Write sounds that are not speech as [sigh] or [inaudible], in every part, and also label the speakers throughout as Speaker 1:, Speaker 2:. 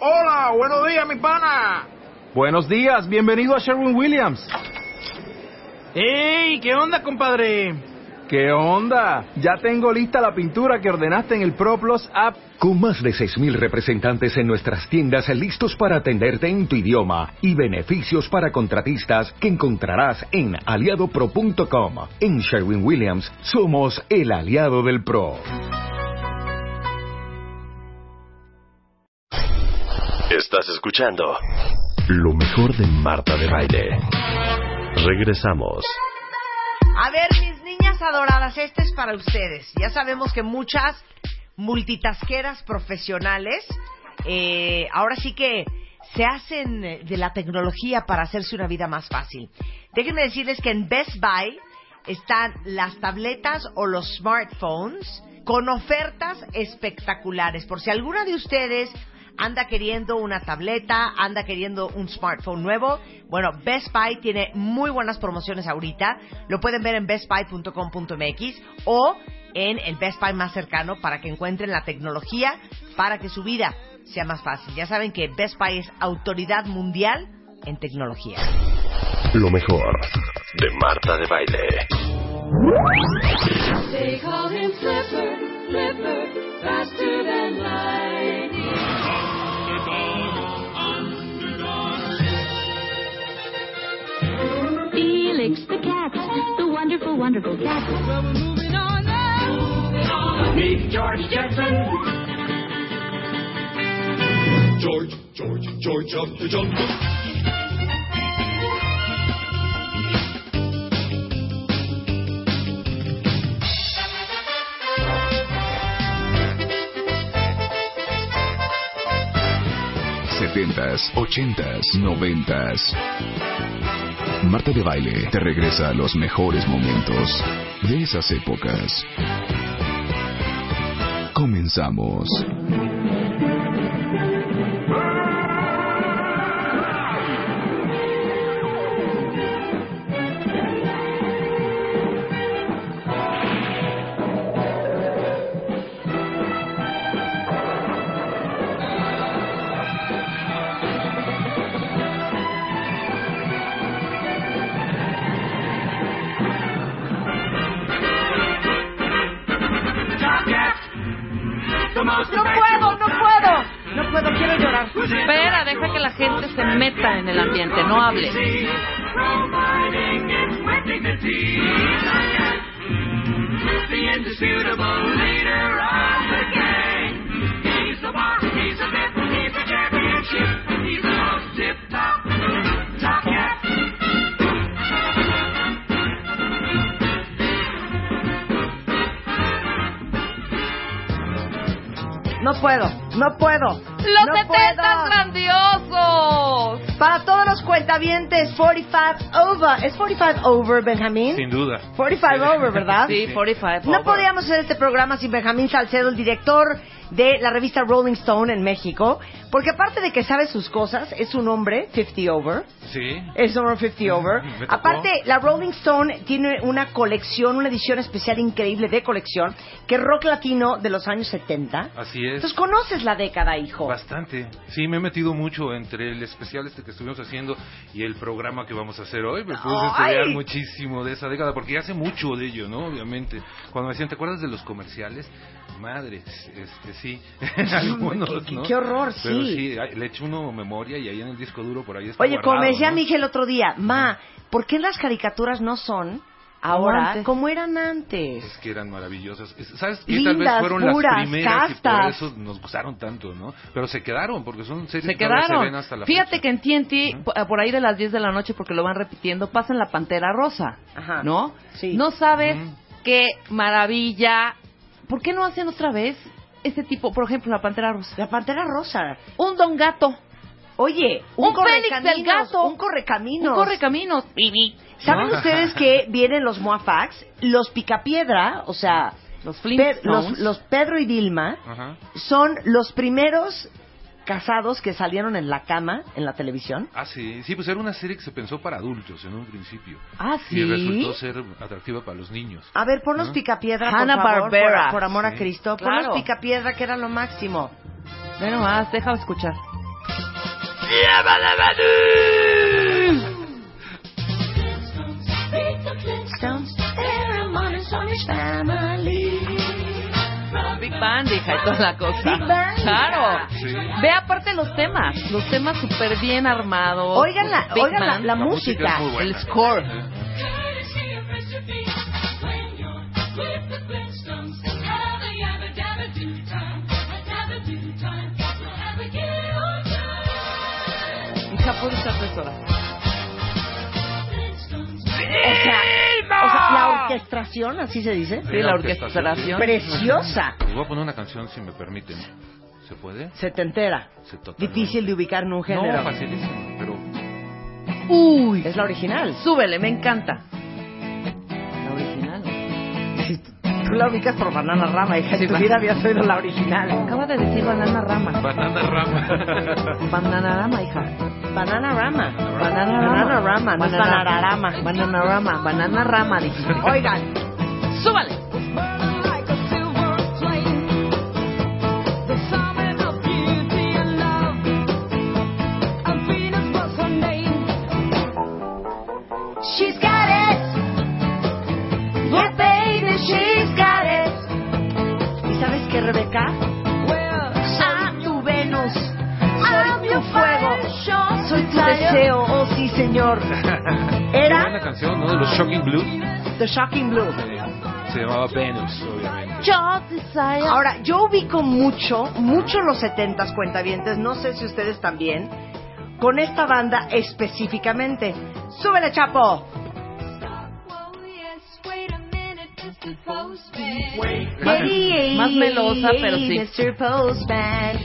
Speaker 1: Hola, buenos días, mi pana.
Speaker 2: Buenos días, bienvenido a Sherwin Williams.
Speaker 1: ¡Ey! ¿Qué onda, compadre?
Speaker 2: ¿Qué onda? Ya tengo lista la pintura que ordenaste en el ProPlus app.
Speaker 3: Con más de 6.000 representantes en nuestras tiendas listos para atenderte en tu idioma y beneficios para contratistas que encontrarás en aliadopro.com. En Sherwin Williams somos el aliado del PRO.
Speaker 4: Estás escuchando lo mejor de Marta de Baile. Regresamos.
Speaker 5: A ver, mis niñas adoradas, este es para ustedes. Ya sabemos que muchas multitasqueras profesionales eh, ahora sí que se hacen eh, de la tecnología para hacerse una vida más fácil. Déjenme decirles que en Best Buy están las tabletas o los smartphones con ofertas espectaculares. Por si alguna de ustedes anda queriendo una tableta, anda queriendo un smartphone nuevo. Bueno, Best Buy tiene muy buenas promociones ahorita. Lo pueden ver en bestbuy.com.mx o en el Best Buy más cercano para que encuentren la tecnología para que su vida sea más fácil. Ya saben que Best Buy es autoridad mundial en tecnología.
Speaker 4: Lo mejor de Marta de Baile.
Speaker 6: They call him Flipper, Flipper, faster than lightning.
Speaker 7: Felix the cat, the wonderful, wonderful cat. Well, we're moving on now.
Speaker 8: Meet George Jetson. George, George, George of the jungle.
Speaker 9: Setentas, ochentas, noventas. Marta de Baile te regresa a los mejores momentos de esas épocas. Comenzamos.
Speaker 5: No puedo, no puedo. No puedo, quiero llorar.
Speaker 10: Espera, deja que la gente se meta en el ambiente, no hable.
Speaker 8: Providing it's with dignity. The indisputable leader of the gang. He's the boss, he's a myth, he's the championship. He's the most tip top, top cat.
Speaker 5: No puedo, no puedo.
Speaker 10: ¡Los
Speaker 5: no
Speaker 10: 70
Speaker 5: puedo.
Speaker 10: grandiosos!
Speaker 5: Para todos los cuentavientes, 45 over. ¿Es 45 over, Benjamín?
Speaker 11: Sin duda.
Speaker 5: 45 over, ¿verdad?
Speaker 10: Sí, 45.
Speaker 5: No podíamos hacer este programa sin Benjamín Salcedo, el director de la revista Rolling Stone en México, porque aparte de que sabe sus cosas, es un hombre 50 over.
Speaker 11: Sí.
Speaker 5: Es un hombre 50 over.
Speaker 11: Mm, Me tocó.
Speaker 5: Aparte, la Rolling Stone tiene una colección, una edición especial increíble de colección, que es rock latino de los años 70.
Speaker 11: Así es.
Speaker 5: Entonces conoces la década, hijo.
Speaker 11: Bastante. Sí, me he metido mucho entre el especial este que estuvimos haciendo y el programa que vamos a hacer hoy. Me puse a estudiar
Speaker 5: ¡Ay!
Speaker 11: muchísimo de esa década porque ya hace mucho de ello, ¿no? Obviamente. Cuando me decían, ¿te acuerdas de los comerciales? Madres, este, sí. [laughs] Algunos,
Speaker 5: Qué- qué-
Speaker 11: ¿no?
Speaker 5: qué horror,
Speaker 11: Pero
Speaker 5: sí.
Speaker 11: sí, ay, le echo uno memoria y ahí en el disco duro por ahí está
Speaker 5: Oye, como
Speaker 11: guardado,
Speaker 5: decía
Speaker 11: ¿no?
Speaker 5: mi hija el otro día, ma, ¿por qué las caricaturas no son ahora
Speaker 10: antes.
Speaker 5: como eran antes?
Speaker 11: Es que eran maravillosas. Es- ¿Sabes qué? Tal vez
Speaker 5: Lindas,
Speaker 11: fueron
Speaker 5: puras,
Speaker 11: las primeras
Speaker 5: castas.
Speaker 11: y por eso nos gustaron tanto, ¿no? Pero se quedaron porque son series
Speaker 10: Se
Speaker 11: que todavía
Speaker 10: quedaron.
Speaker 11: se ven hasta la
Speaker 10: Fíjate
Speaker 11: fecha. [laughs]
Speaker 10: que en TNT, po- eh, por ahí de las 10 de la noche, porque lo van repitiendo, pasan la pantera rosa.
Speaker 5: Ajá.
Speaker 10: ¿No?
Speaker 5: Sí.
Speaker 10: No sabes
Speaker 11: Ujú.
Speaker 10: qué maravilla. ¿Por qué no hacen otra vez este tipo, por ejemplo, la pantera rosa?
Speaker 5: La pantera rosa.
Speaker 10: Un don gato.
Speaker 5: Oye, un,
Speaker 10: Un Fénix del
Speaker 5: correcaminos,
Speaker 10: gato.
Speaker 5: Un correcaminos.
Speaker 10: Un correcaminos. Bibi.
Speaker 5: ¿Saben
Speaker 11: No.
Speaker 5: ustedes que vienen los Moafax? Los Picapiedra, o sea,
Speaker 10: Los
Speaker 5: Pe-
Speaker 10: Flintstones.
Speaker 5: los, los Pedro y Vilma,
Speaker 11: Ajá.
Speaker 5: son los primeros casados que salieron en la cama, en la televisión.
Speaker 11: Ah, sí, sí, pues era una serie que se pensó para adultos en un principio.
Speaker 10: Ah, sí.
Speaker 11: Y resultó ser atractiva para los niños.
Speaker 5: A ver, ponnos
Speaker 11: Ah.
Speaker 5: Picapiedra,
Speaker 10: Hanna
Speaker 5: por favor,
Speaker 10: Barbera.
Speaker 5: por, por amor a
Speaker 11: Sí.
Speaker 5: Cristo.
Speaker 10: Claro.
Speaker 5: Ponnos Picapiedra, que era lo máximo.
Speaker 10: Ve nomás, deja escuchar.
Speaker 8: lleva de venir.
Speaker 10: Big Band, hija, y toda la cosa.
Speaker 8: Big Band.
Speaker 10: Claro. Ve aparte los temas. Los temas súper bien armados.
Speaker 5: Oigan la-
Speaker 10: Big
Speaker 5: oigan la-
Speaker 10: Band.
Speaker 5: la La música música, es muy buena.
Speaker 10: el score. Hija, puede estar tres horas.
Speaker 5: O sea, o sea, la orquestación, así se dice.
Speaker 11: Sí, la orquestación.
Speaker 5: Preciosa.
Speaker 11: Les voy a poner una canción, si me permiten. ¿Se puede?
Speaker 5: Se te entera.
Speaker 11: Se toca.
Speaker 5: Difícil de ubicar en un género.
Speaker 11: No, facilísimo, pero...
Speaker 5: Uy. Es la original.
Speaker 10: Súbele, me encanta. La original.
Speaker 5: Tú la ubicas por Banana Rama, hija. en tu vida habías oído la original.
Speaker 10: Acaba de decir banana rama.
Speaker 11: Banana Rama.
Speaker 10: Banana rama, hija.
Speaker 5: Banana Rama.
Speaker 10: Banana
Speaker 5: Banana
Speaker 10: rama.
Speaker 5: Rama, no es Banana Rama.
Speaker 10: Banana rama. Banana rama, dijiste.
Speaker 5: Oigan,
Speaker 10: Súbale.
Speaker 8: She's got it. Yeah, baby, she's got it.
Speaker 5: ¿y sabes qué, Rebeca? Soy tu Venus. Soy tu fuego. Soy tu deseo. Oh, sí,
Speaker 11: [laughs]
Speaker 5: señor.
Speaker 11: Era una canción, ¿no? De los Shocking Blues.
Speaker 5: The Shocking Blue.
Speaker 11: Se llamaba Venus, obviamente.
Speaker 5: Ahora, yo ubico mucho, mucho los 70s cuentavientes, no sé si ustedes también, con esta banda específicamente. ¡Súbele, Chapo!
Speaker 10: Más- más melosa, pero sí.
Speaker 5: Mr. Postman.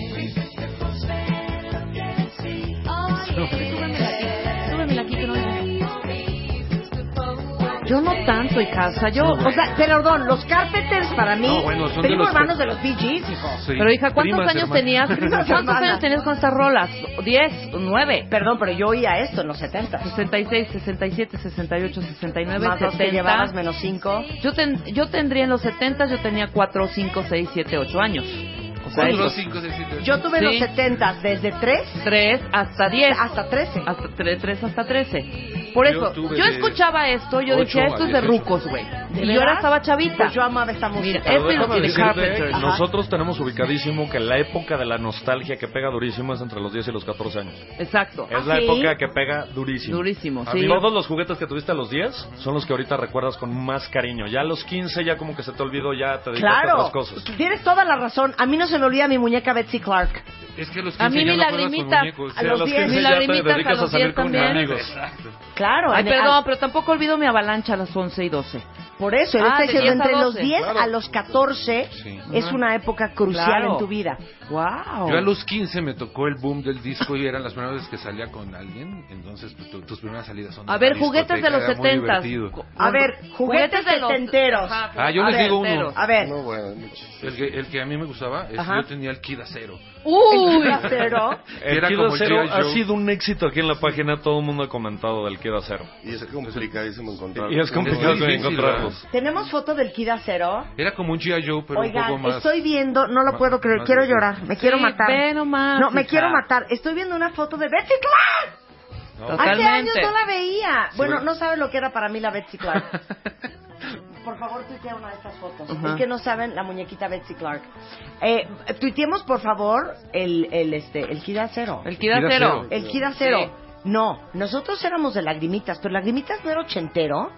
Speaker 10: Yo no tanto, hija. O sea, yo...
Speaker 5: O sea, perdón, los Carpenters para mí,
Speaker 10: No, bueno, son de
Speaker 5: primos
Speaker 10: los
Speaker 5: hermanos
Speaker 10: que-
Speaker 5: de los Bee Gees, hijo.
Speaker 11: Sí.
Speaker 10: Oh. Pero hija, ¿cuántos
Speaker 11: Primas,
Speaker 10: años
Speaker 11: hermanas.
Speaker 10: tenías? ¿Cuántos
Speaker 5: hermanas.
Speaker 10: años tenías con estas rolas? ¿Diez? ¿Nueve?
Speaker 5: Perdón, pero yo oía esto en los 70.
Speaker 10: 66, 67, 68, 69,
Speaker 5: Más los
Speaker 10: 70.
Speaker 5: que llevabas menos 5.
Speaker 10: Yo, ten- yo tendría en los 70, yo tenía 4, 5, 6, 7, 8 años. O sea,
Speaker 11: ¿Cuántos?
Speaker 10: eso.
Speaker 11: Dos, cinco, seis, siete, ocho.
Speaker 5: Yo tuve
Speaker 10: Sí.
Speaker 5: los 70 desde 3
Speaker 10: 3 hasta 10.
Speaker 5: hasta 13.
Speaker 10: Hasta 3, hasta 13. Por
Speaker 11: Yo
Speaker 10: eso, yo,
Speaker 11: tuve de
Speaker 10: escuchaba esto, yo
Speaker 11: ocho
Speaker 10: decía, esto
Speaker 11: a
Speaker 10: es de
Speaker 11: 18.
Speaker 10: rucos, güey.
Speaker 5: ¿De
Speaker 10: Y yo ahora
Speaker 5: veras?
Speaker 10: estaba chavita.
Speaker 5: Pues yo amaba esta música.
Speaker 10: Mira, Esto es
Speaker 12: Pero
Speaker 10: lo
Speaker 12: déjame
Speaker 10: que de
Speaker 12: decirte,
Speaker 10: Carpenters.
Speaker 5: Ajá.
Speaker 12: nosotros tenemos ubicadísimo que la época de la nostalgia que pega durísimo es entre los 10 y los 14 años.
Speaker 10: Exacto.
Speaker 12: Es la época que pega durísimo.
Speaker 10: Ah, Durísimo,
Speaker 12: A
Speaker 10: sí.
Speaker 12: mí Todos los juguetes que tuviste a los 10 son los que ahorita recuerdas con más cariño. Ya a los 15 ya como que se te olvidó, ya te dedicaste a
Speaker 5: Claro,
Speaker 12: otras cosas.
Speaker 5: tienes toda la razón. A mí no se me olvida mi muñeca Betsy Clark.
Speaker 11: Es que a los 15
Speaker 10: A mí
Speaker 11: ya
Speaker 10: mi
Speaker 11: no juegas con
Speaker 10: lagrimita,
Speaker 11: muñecos.
Speaker 5: a los 10,
Speaker 10: mi
Speaker 12: ya te
Speaker 10: lagrimita
Speaker 12: dedicas
Speaker 10: a los
Speaker 12: a salir
Speaker 10: 10
Speaker 12: con
Speaker 10: también.
Speaker 12: amigos.
Speaker 11: Exacto.
Speaker 5: Claro.
Speaker 10: Ay,
Speaker 5: en-
Speaker 10: perdón,
Speaker 5: a-
Speaker 10: pero tampoco olvido mi avalancha a las 11 y 12.
Speaker 5: por eso, yo
Speaker 10: Ah,
Speaker 5: estoy
Speaker 10: de
Speaker 5: diciendo
Speaker 10: 10 a
Speaker 5: entre los
Speaker 10: 12,
Speaker 5: 10 a
Speaker 11: claro.
Speaker 5: los 14
Speaker 11: Sí.
Speaker 5: es
Speaker 10: Ajá.
Speaker 5: una época crucial
Speaker 10: Claro.
Speaker 5: en tu vida.
Speaker 10: ¡Wow!
Speaker 11: Yo a los 15 me tocó el boom del disco y eran las primeras veces que salía con alguien. Entonces, pues, tu- tus primeras salidas son.
Speaker 10: A
Speaker 11: de
Speaker 10: ver,
Speaker 11: la
Speaker 10: juguetes de los
Speaker 11: discoteca, era muy
Speaker 10: 70.
Speaker 11: divertido.
Speaker 5: A ver, juguetes setenteros.
Speaker 11: Ah, yo
Speaker 10: a
Speaker 11: les
Speaker 10: ver,
Speaker 11: digo uno.
Speaker 10: setenteros.
Speaker 5: A ver,
Speaker 11: El que, el que a mí me gustaba, es,
Speaker 5: Ajá.
Speaker 11: yo tenía el Kid Acero.
Speaker 10: ¡Uy!
Speaker 5: el trasero.
Speaker 11: Que
Speaker 12: El
Speaker 11: era
Speaker 12: Kid
Speaker 11: como el
Speaker 12: Acero
Speaker 11: G.I.
Speaker 12: ha
Speaker 11: Joe.
Speaker 12: sido un éxito aquí en la página, todo el mundo ha comentado del Kid Acero.
Speaker 4: Y es complicadísimo encontrarlo.
Speaker 12: Y es complicado
Speaker 11: difícil,
Speaker 12: encontrarlos.
Speaker 5: ¿tenemos foto del Kid Acero?
Speaker 11: Era como un G.I. Joe, pero un poco
Speaker 5: Oigan,
Speaker 11: más.
Speaker 5: estoy viendo, no lo
Speaker 11: más-
Speaker 5: puedo creer,
Speaker 11: más
Speaker 5: quiero
Speaker 11: grosero.
Speaker 5: llorar, me quiero
Speaker 10: Sí,
Speaker 5: matar.
Speaker 10: ve nomás,
Speaker 5: no, me
Speaker 10: hija.
Speaker 5: quiero matar. Estoy viendo una foto de Betsy Clark.
Speaker 11: No.
Speaker 5: Hace años
Speaker 10: Totalmente.
Speaker 5: no la veía.
Speaker 11: Sí,
Speaker 5: Bueno,
Speaker 11: pero-
Speaker 5: no sabe lo que era para mí la Betsy
Speaker 11: [laughs]
Speaker 5: Clark. Por favor, tuitea una de estas fotos.
Speaker 10: Ajá.
Speaker 5: Es que no saben la muñequita Betsy Clark. Eh, tuiteemos, por favor, el, el, este, el Kid Acero.
Speaker 10: El Kid Acero.
Speaker 5: El Kid Acero. No, nosotros éramos de Lagrimitas, pero Lagrimitas no era ochentero.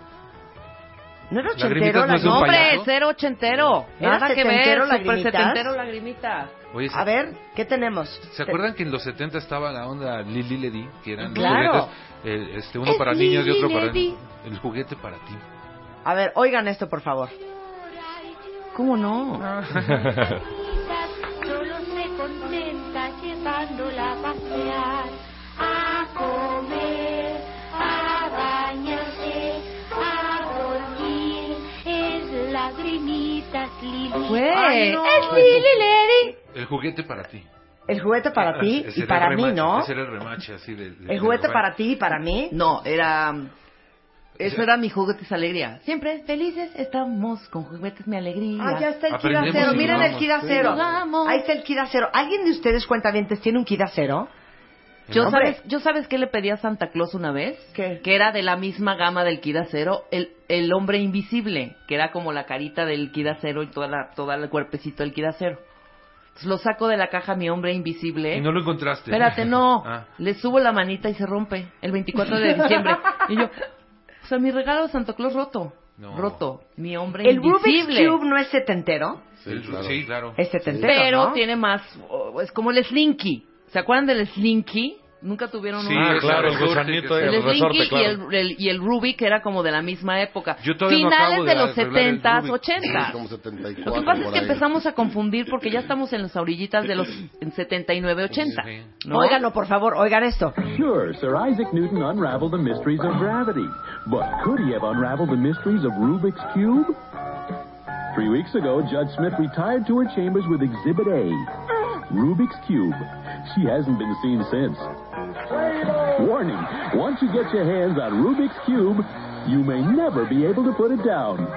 Speaker 5: No era ochentero,
Speaker 11: Lagrimitas no es un
Speaker 10: No, hombre,
Speaker 11: payaso?
Speaker 10: cero ochentero.
Speaker 5: Era
Speaker 10: Nada que
Speaker 5: setentero,
Speaker 10: ver, super
Speaker 5: lagrimitas.
Speaker 10: setentero, lagrimita.
Speaker 11: Oye,
Speaker 5: A ver, ¿qué tenemos?
Speaker 11: ¿Se acuerdan que en los 70 estaba la onda Lili Ledi? Que eran
Speaker 5: Claro.
Speaker 11: los juguetes, eh, este, uno
Speaker 5: Es
Speaker 11: para niños y otro
Speaker 5: Lili
Speaker 11: para...
Speaker 5: Ledi.
Speaker 11: El juguete para
Speaker 5: [laughs]
Speaker 11: ti.
Speaker 5: A ver, oigan esto, por favor.
Speaker 10: ¿Cómo no?
Speaker 7: Solo se contenta llevándola a pasear, a comer, a bañarse, a dormir. Es lagrimitas, Lili.
Speaker 10: Güey.
Speaker 5: Ay, no.
Speaker 7: Es Lily Lady.
Speaker 11: El juguete para ti.
Speaker 5: El juguete para ti
Speaker 11: Ah, Ese
Speaker 5: y
Speaker 11: era
Speaker 5: para
Speaker 11: el
Speaker 5: mí,
Speaker 11: remache,
Speaker 5: ¿no?
Speaker 11: Ese era el remache, así de... de-
Speaker 5: El juguete
Speaker 11: de-
Speaker 5: para ti y para mí.
Speaker 10: No, era... Eso era mi juguetes alegría. Siempre felices estamos con juguetes mi alegría.
Speaker 5: Ah, ya está el Kid
Speaker 11: Aprendemos
Speaker 5: Acero.
Speaker 11: y
Speaker 5: Miren
Speaker 11: jugamos.
Speaker 5: el Kid Acero.
Speaker 10: Sí, jugamos.
Speaker 5: Ahí está el Kid Acero. ¿Alguien de ustedes, cuentavientes, tiene un Kid Acero?
Speaker 10: Yo
Speaker 5: Hombre.
Speaker 10: sabes, yo sabes qué le pedí a Santa Claus una vez, que era de la misma gama del Kid Acero, el, el hombre invisible, que era como la carita del Kid Acero y toda la, todo el cuerpecito del Kid Acero. Entonces lo saco de la caja mi hombre invisible.
Speaker 11: Y no lo encontraste.
Speaker 10: Espérate, no.
Speaker 11: [laughs] Ah.
Speaker 10: Le subo la manita y se rompe el 24 de diciembre. Y yo, o sea, mi regalo de Santa Claus roto. Roto. Mi hombre
Speaker 5: ¿El Rubik's
Speaker 10: invisible.
Speaker 5: Cube no es setentero?
Speaker 11: Sí, claro. Sí, claro.
Speaker 5: Es setentero,
Speaker 10: Pero
Speaker 5: ¿no?
Speaker 10: tiene más, oh, es como el Slinky. ¿Se acuerdan del Slinky? Nunca tuvieron
Speaker 11: Sí,
Speaker 10: uno.
Speaker 11: Ah, claro, el gusanito,
Speaker 10: El,
Speaker 11: el
Speaker 10: Slinky
Speaker 11: resorte,
Speaker 10: y,
Speaker 11: claro.
Speaker 10: el, el- y el Ruby, que era como de la misma época.
Speaker 11: Yo todavía no
Speaker 10: Finales
Speaker 11: acabo
Speaker 10: de,
Speaker 11: de
Speaker 10: los
Speaker 11: arreglar el
Speaker 10: 70s,
Speaker 11: Rubik.
Speaker 10: 80s.
Speaker 13: Como 74.
Speaker 10: Lo que pasa es
Speaker 13: por
Speaker 10: que
Speaker 13: ahí.
Speaker 10: empezamos a confundir porque ya estamos en las orillitas de los en 79, 80. ¿no?
Speaker 5: Óiganlo, por favor, oigan esto.
Speaker 14: Sure, Sir Isaac Newton unraveled the mysteries of gravity. But could he have unraveled the mysteries of Rubik's Cube? Three weeks ago, Judge Smith retired to her chambers with Exhibit A Rubik's Cube. She hasn't been seen since. Warning once you get your hands on Rubik's Cube, you may never be able to put it down.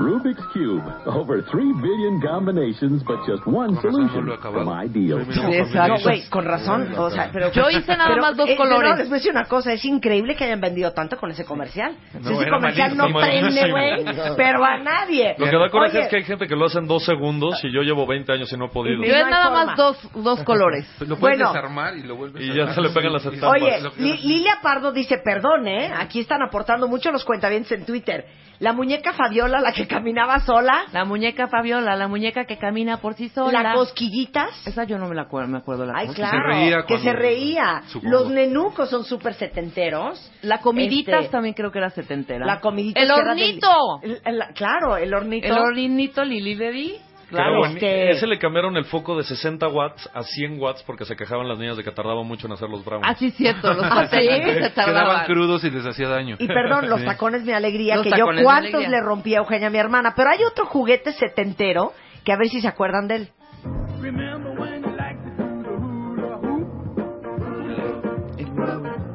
Speaker 14: Rubik's Cube. Over 3 billion combinations, but just one solution from ideal.
Speaker 5: No, güey, con razón. O sea, pero,
Speaker 10: Yo hice nada
Speaker 5: pero,
Speaker 10: más dos
Speaker 5: eh, pero
Speaker 10: colores.
Speaker 5: les voy a decir una cosa, es increíble que hayan vendido tanto con ese comercial.
Speaker 12: No,
Speaker 5: Si ese
Speaker 12: era
Speaker 5: comercial no
Speaker 12: malísimo, era
Speaker 5: prende, güey,
Speaker 12: malísimo.
Speaker 5: pero a nadie.
Speaker 12: Lo que da coraje
Speaker 5: Oye,
Speaker 12: es que hay gente que lo hace en dos segundos y yo llevo 20 años y no he podido.
Speaker 10: Yo es nada más dos, dos colores.
Speaker 11: Lo puedes
Speaker 5: Bueno.
Speaker 11: desarmar y lo vuelves
Speaker 12: Y
Speaker 11: a
Speaker 12: ya
Speaker 11: armar.
Speaker 12: se le pegan las
Speaker 11: Sí, sí.
Speaker 12: estampas.
Speaker 5: Oye,
Speaker 11: Lo que-
Speaker 5: Li- Lilia Pardo dice, perdón, ¿eh? Aquí están aportando mucho los cuentavientes en Twitter. La muñeca Fabiola, la que caminaba sola.
Speaker 10: La muñeca Fabiola, la muñeca que camina por sí sola.
Speaker 5: La cosquillitas.
Speaker 10: Esa yo no me la acuerdo, me acuerdo la
Speaker 5: Ay,
Speaker 10: cosa.
Speaker 5: claro. que se reía.
Speaker 10: Supongo.
Speaker 5: Los nenucos son súper setenteros.
Speaker 10: La comiditas
Speaker 5: Este,
Speaker 10: también creo que era setentera.
Speaker 5: La comidita.
Speaker 10: ¡El
Speaker 5: que era
Speaker 10: hornito!
Speaker 5: del- el- el- claro, el hornito.
Speaker 10: El hornito Lili Ledi.
Speaker 12: Pero
Speaker 10: Claro,
Speaker 12: bueno,
Speaker 10: este-
Speaker 12: Ese le cambiaron el foco de 60 watts a 100 watts porque se quejaban las niñas de que tardaba mucho en hacer los brownies.
Speaker 10: [laughs] Ah, sí, cierto, los
Speaker 12: Ah,
Speaker 10: pasteles
Speaker 12: sí.
Speaker 10: se tardaban.
Speaker 12: Quedaban crudos y les hacía daño.
Speaker 5: Y perdón,
Speaker 11: [laughs]
Speaker 5: los
Speaker 12: Sí.
Speaker 5: tacones mi alegría,
Speaker 10: Los
Speaker 5: que yo
Speaker 12: tacones, mi
Speaker 5: cuántos
Speaker 10: alegría.
Speaker 5: le rompí a Eugenia, mi hermana. Pero hay otro juguete setentero que a ver si se acuerdan de él.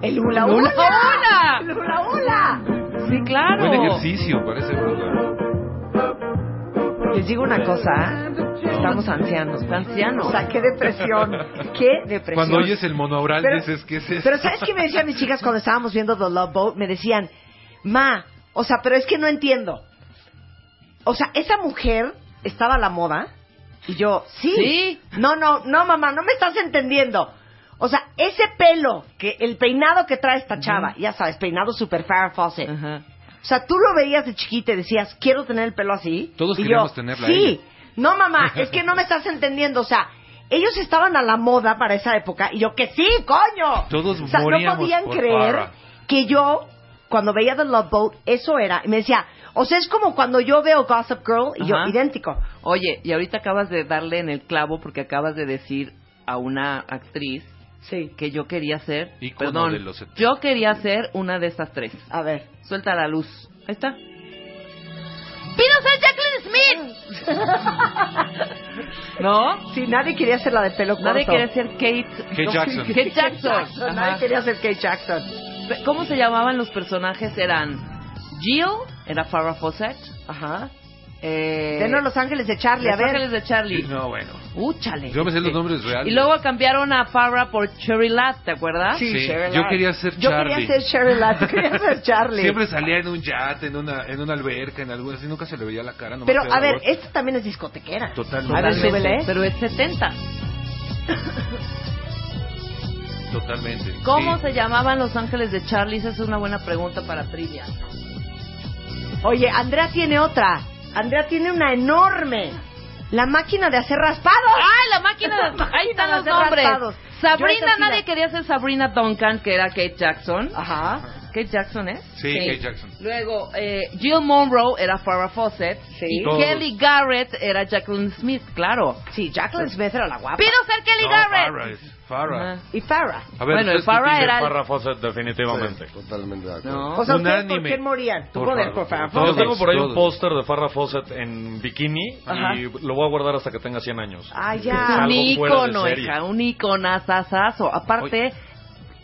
Speaker 5: El hula hula.
Speaker 10: ¡El
Speaker 5: hula hula!
Speaker 10: Sí, claro.
Speaker 11: Buen ejercicio, parece.
Speaker 5: Les digo una cosa, ¿eh? estamos ancianos. Ancianos. O sea, qué depresión. Qué depresión.
Speaker 11: Cuando oyes el monaural
Speaker 5: Pero-
Speaker 11: dices que es eso.
Speaker 5: Pero ¿sabes qué me decían mis chicas cuando estábamos viendo The Love Boat? Me decían, ma, o sea, pero es que no entiendo. O sea, esa mujer estaba a la moda. Y yo, sí.
Speaker 10: Sí.
Speaker 5: No, no, no, mamá, no me estás entendiendo. O sea, ese pelo, que el peinado que trae esta chava, ya sabes, peinado super Farrah Fawcett. O sea, tú lo veías de chiquita y decías, quiero tener el pelo así.
Speaker 11: Todos
Speaker 5: Y
Speaker 11: queríamos
Speaker 5: yo,
Speaker 11: tenerla a
Speaker 5: Sí.
Speaker 11: ella.
Speaker 5: No,
Speaker 11: [laughs]
Speaker 5: mamá, es que no me estás entendiendo. O sea, ellos estaban a la moda para esa época. Y yo, que sí, coño.
Speaker 11: Todos
Speaker 5: O sea, no
Speaker 11: moríamos
Speaker 5: podían
Speaker 11: por
Speaker 5: creer
Speaker 11: Farrah.
Speaker 5: que yo, cuando veía The Love Boat, eso era. Y me decía, o sea, es como cuando yo veo Gossip Girl y yo,
Speaker 10: Ajá.
Speaker 5: idéntico.
Speaker 10: Oye, y ahorita acabas de darle en el clavo porque acabas de decir a una actriz que yo quería ser,
Speaker 11: Ícono
Speaker 10: perdón,
Speaker 11: de los setenta.
Speaker 10: yo quería ser una de esas tres.
Speaker 5: A ver,
Speaker 10: suelta la luz. Ahí está.
Speaker 7: ¡Pido ser Jacqueline Smith!
Speaker 10: [laughs] ¿No?
Speaker 5: Sí, nadie quería ser la de pelo corto.
Speaker 10: Nadie quería ser Kate.
Speaker 11: Kate Jackson.
Speaker 10: [laughs] Kate Jackson.
Speaker 5: Nadie
Speaker 10: Ajá.
Speaker 5: quería ser Kate Jackson.
Speaker 10: ¿Cómo se llamaban los personajes? Eran Jill, era Farrah Fawcett. Ajá. Eh,
Speaker 5: De no, Los Ángeles de Charlie, a
Speaker 10: Los
Speaker 5: ver.
Speaker 10: Ángeles de Charlie.
Speaker 11: No, bueno.
Speaker 10: Úchale.
Speaker 11: Yo me sé los nombres
Speaker 10: Y
Speaker 11: reales.
Speaker 10: luego cambiaron a Farrah por Cherry Latt, ¿te acuerdas?
Speaker 11: Sí, Sí, Cheryl yo Latt. quería ser
Speaker 5: Yo
Speaker 11: Charlie.
Speaker 5: quería ser Cheryl Latt, yo quería
Speaker 11: [laughs]
Speaker 5: ser Charlie.
Speaker 11: Siempre salía en un yate, en una, en una alberca, en alguna, así nunca se le veía la cara. nomás
Speaker 5: Pero,
Speaker 11: era
Speaker 5: a ver,
Speaker 11: voz.
Speaker 5: esta también es discotequera.
Speaker 11: Totalmente.
Speaker 5: A ver,
Speaker 11: Totalmente.
Speaker 5: súbele.
Speaker 10: Pero es 70.
Speaker 11: Totalmente.
Speaker 10: ¿Cómo
Speaker 11: Sí.
Speaker 10: se llamaban Los Ángeles de Charlie? Esa es una buena pregunta para trivia.
Speaker 5: ¿eh? Oye, Andrea tiene otra. Andrea tiene una enorme. La máquina de hacer raspados.
Speaker 10: ¡Ay, [laughs] la máquina! de- Ahí están los nombres.
Speaker 5: Yo esa
Speaker 10: Sabrina,
Speaker 5: sí
Speaker 10: nadie
Speaker 5: la-
Speaker 10: quería ser Sabrina Duncan, que era Kate Jackson. Ajá. Kate Jackson, ¿es?
Speaker 11: Sí, Kate Jackson.
Speaker 10: Luego, eh, Jill Monroe era Farrah Fawcett.
Speaker 11: Y
Speaker 10: Y
Speaker 11: todos.
Speaker 10: Kelly Garrett era Jacqueline Smith, claro.
Speaker 5: Sí, Jacqueline Smith era la guapa.
Speaker 10: ¡Pido ser Kelly
Speaker 11: No,
Speaker 10: Garrett!
Speaker 11: Farrah es- Farrah.
Speaker 10: Ajá.
Speaker 5: Y Farrah.
Speaker 11: A ver,
Speaker 12: bueno, el
Speaker 11: ¿ustedes qué
Speaker 12: Farrah
Speaker 11: dicen?
Speaker 12: era...
Speaker 11: Farrah
Speaker 12: Fawcett, definitivamente.
Speaker 13: totalmente de acuerdo.
Speaker 12: No.
Speaker 5: O sea, ¿ustedes por
Speaker 12: Unánime.
Speaker 5: qué morían? Tú
Speaker 12: Por
Speaker 5: poder,
Speaker 12: favor.
Speaker 5: por favor.
Speaker 12: Yo Ah, tengo por ahí un
Speaker 11: todos.
Speaker 12: póster de Farrah Fawcett en bikini
Speaker 10: Ajá.
Speaker 12: y lo voy a guardar hasta que tenga 100 años.
Speaker 5: Ay,
Speaker 12: Es
Speaker 5: ya.
Speaker 10: un
Speaker 12: algo fuera de
Speaker 10: ícono,
Speaker 12: serie.
Speaker 10: hija, un ícono, asasazo. Aparte,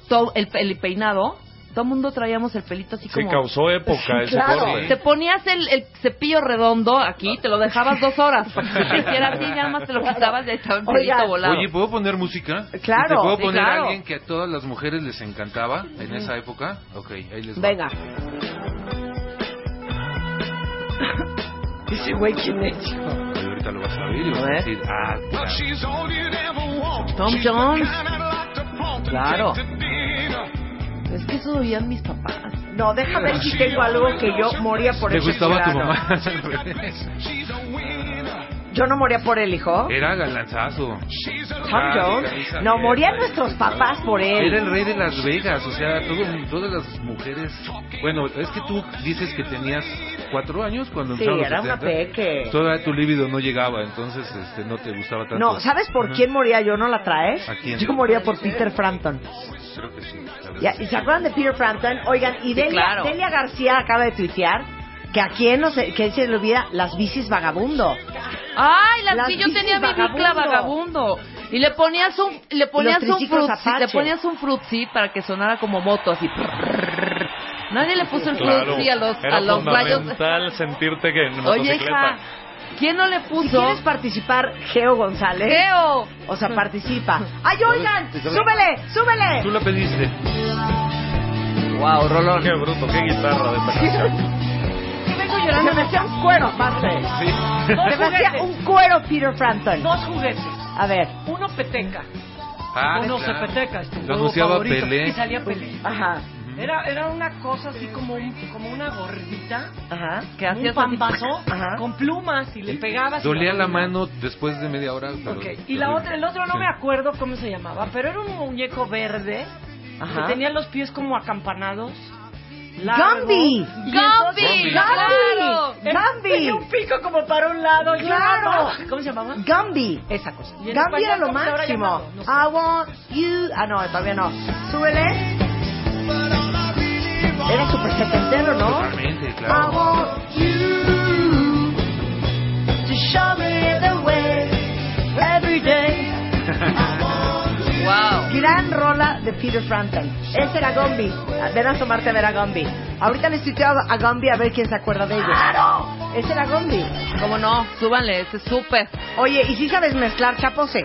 Speaker 10: todo el, el peinado Todo el mundo traíamos el pelito así
Speaker 12: Se
Speaker 10: como...
Speaker 12: causó época ese
Speaker 10: Claro,
Speaker 12: corte.
Speaker 10: te ponías el, el cepillo redondo aquí, te lo dejabas
Speaker 12: [laughs]
Speaker 10: dos horas para que se hiciera así, ya nada más te lo quitabas y ahí estaba el pelito
Speaker 5: Oigan.
Speaker 10: volado.
Speaker 11: Oye, ¿puedo poner música?
Speaker 5: Claro,
Speaker 11: ¿Y ¿Te puedo
Speaker 5: sí,
Speaker 11: poner
Speaker 5: claro.
Speaker 11: alguien que a todas las mujeres les encantaba en esa época? Ok, ahí les va.
Speaker 5: Venga. Ese güey, ¿quién es? chico?
Speaker 11: Oye, ahorita lo vas a oír y vas a decir, ah, claro.
Speaker 10: Tom Jones.
Speaker 11: Claro.
Speaker 10: Es que eso oían mis papás.
Speaker 5: No, déjame ver si tengo algo que yo moría por
Speaker 11: ¿Te
Speaker 5: ese
Speaker 11: gustaba tu
Speaker 5: fulano.
Speaker 11: mamá? Al revés.
Speaker 5: Yo no moría por él, hijo.
Speaker 11: Era galanzazo.
Speaker 5: Tom
Speaker 11: Ah,
Speaker 5: Jones.
Speaker 11: camisa
Speaker 5: No,
Speaker 11: abierta.
Speaker 5: morían nuestros papás por él.
Speaker 11: Era el rey de Las Vegas, o sea, todo- todas las mujeres. Bueno, es que tú dices que tenías cuatro años cuando
Speaker 5: Sí,
Speaker 11: entraron los
Speaker 5: era una
Speaker 11: 70.
Speaker 5: peque.
Speaker 11: Todavía tu líbido no llegaba, entonces este, no te gustaba tanto.
Speaker 5: No, ¿sabes por
Speaker 11: Ajá.
Speaker 5: quién moría yo? ¿No la traes?
Speaker 11: ¿A quién?
Speaker 5: Yo moría por Peter Frampton.
Speaker 11: Creo que sí. la
Speaker 5: Ya,
Speaker 11: verdad.
Speaker 5: ¿Y se acuerdan de Peter Frampton? Oigan, y
Speaker 10: Sí,
Speaker 5: Delia,
Speaker 10: claro.
Speaker 5: Delia García acaba de tuitear que a quién no se, que se le olvida las bicis vagabundo.
Speaker 10: Ay, las,
Speaker 5: Las
Speaker 10: que yo
Speaker 5: bicis
Speaker 10: tenía bicicla
Speaker 5: vagabundo.
Speaker 10: vagabundo. Y le ponías un le ponías un
Speaker 5: triciclos
Speaker 10: frutzi,
Speaker 5: Apache.
Speaker 10: le ponías un frutzi para que sonara como moto así. Nadie le puso el
Speaker 12: Claro,
Speaker 10: frutzi a los
Speaker 12: era
Speaker 10: a los rayos.
Speaker 12: fundamental sentirte que en
Speaker 10: Oye,
Speaker 12: motocicleta.
Speaker 10: hija, ¿quién no le
Speaker 5: Si
Speaker 10: puso?
Speaker 5: quieres participar, Geo González.
Speaker 10: Geo.
Speaker 5: O sea, participa. ¡Ay, oigan! ¡Súbele! ¡Súbele!
Speaker 11: Tú la pediste.
Speaker 10: Wow, Rolón.
Speaker 12: Qué bruto, qué guitarra de esta
Speaker 13: [laughs]
Speaker 12: canción.
Speaker 5: Que vengo llorando. Se me hacía un cuero, aparte.
Speaker 12: Sí.
Speaker 5: Se me hacía un cuero Peter Frampton.
Speaker 13: Dos juguetes.
Speaker 5: A ver.
Speaker 13: Uno peteca.
Speaker 11: Ah,
Speaker 13: uno
Speaker 11: claro.
Speaker 13: Zepeteca, este
Speaker 11: Lo
Speaker 13: juego
Speaker 11: anunciaba
Speaker 13: favorito,
Speaker 11: Pelé.
Speaker 13: Y salía Pelé.
Speaker 5: Ajá.
Speaker 13: Era, era una cosa así como, un- como una gordita.
Speaker 5: Ajá.
Speaker 10: Que
Speaker 13: como
Speaker 10: hacías
Speaker 13: un pambazo con plumas y le pegabas. y-
Speaker 11: Dolía la mano después de media hora. pero-
Speaker 13: Ok, Y la otra, el otro no me acuerdo cómo se llamaba, pero era un muñeco verde
Speaker 5: Ajá.
Speaker 13: que tenía los pies como acampanados.
Speaker 5: ¡Gambi!
Speaker 13: ¡Gambi!
Speaker 5: ¡Gambi!
Speaker 13: ¡Claro!
Speaker 5: ¡Gambi!
Speaker 13: Tenía un pico como para un lado. y yo
Speaker 5: Claro.
Speaker 13: agarraba- ¿Cómo se llamaba?
Speaker 5: Gambi.
Speaker 13: Esa cosa. Y en
Speaker 5: Gambi era
Speaker 13: español,
Speaker 5: lo
Speaker 13: ¿cómo se habrá
Speaker 5: máximo.
Speaker 13: llamado? No sé.
Speaker 5: I want you. Ah, no, todavía no. Súbele. Era súper setentero, ¿no?
Speaker 11: Totalmente,
Speaker 5: I
Speaker 10: Ah,
Speaker 11: claro.
Speaker 5: want you to show me the way every day.
Speaker 10: Wow.
Speaker 5: Gran rola de Peter Frampton. Ese era Gombi. Ven a asomarte a ver a Gombi. Ahorita les tuiteo a Gombi a ver quién se acuerda de ellos. ¡Claro! Ese era Gombi.
Speaker 10: ¿Cómo no? Súbanle, ese es súper.
Speaker 5: Oye, ¿y si sabes mezclar chapose?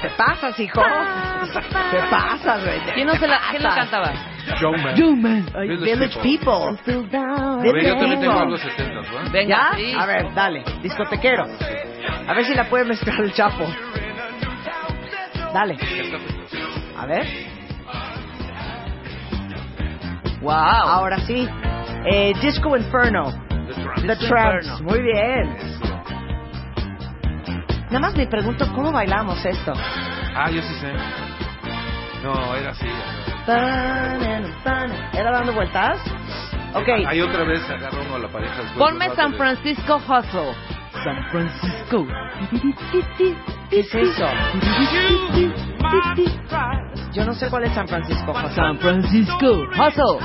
Speaker 5: Te pasas, hijo. Te pasas, güey.
Speaker 10: ¿Quién no se la
Speaker 5: Te
Speaker 10: quién lo
Speaker 5: pasas.
Speaker 10: cantaba?
Speaker 11: Showman.
Speaker 5: Ay,
Speaker 11: Village
Speaker 5: Village People.
Speaker 11: A ver, yo también tengo
Speaker 5: People.
Speaker 11: algo 70, ¿va?
Speaker 5: ¿Ya? A ver, dale, discotequero. A ver si la puede mezclar el chapo. Dale. A ver.
Speaker 10: Wow.
Speaker 5: Ahora sí. Eh, Disco Inferno. The
Speaker 10: Disco
Speaker 5: Tramps.
Speaker 10: Inferno.
Speaker 5: Muy bien. Nada más me pregunto cómo bailamos esto.
Speaker 11: Ah, yo sí sé. No, era así. ya.
Speaker 5: Tan, tan. ¿Era dando vueltas? Ok.
Speaker 11: Ahí otra vez agarró uno a la pareja. después
Speaker 10: Ponme
Speaker 11: del
Speaker 10: San
Speaker 11: rato de-
Speaker 10: Francisco Hustle.
Speaker 5: San Francisco. ¿Qué es eso? Yo no sé cuál es San Francisco. San
Speaker 10: Francisco Hustle.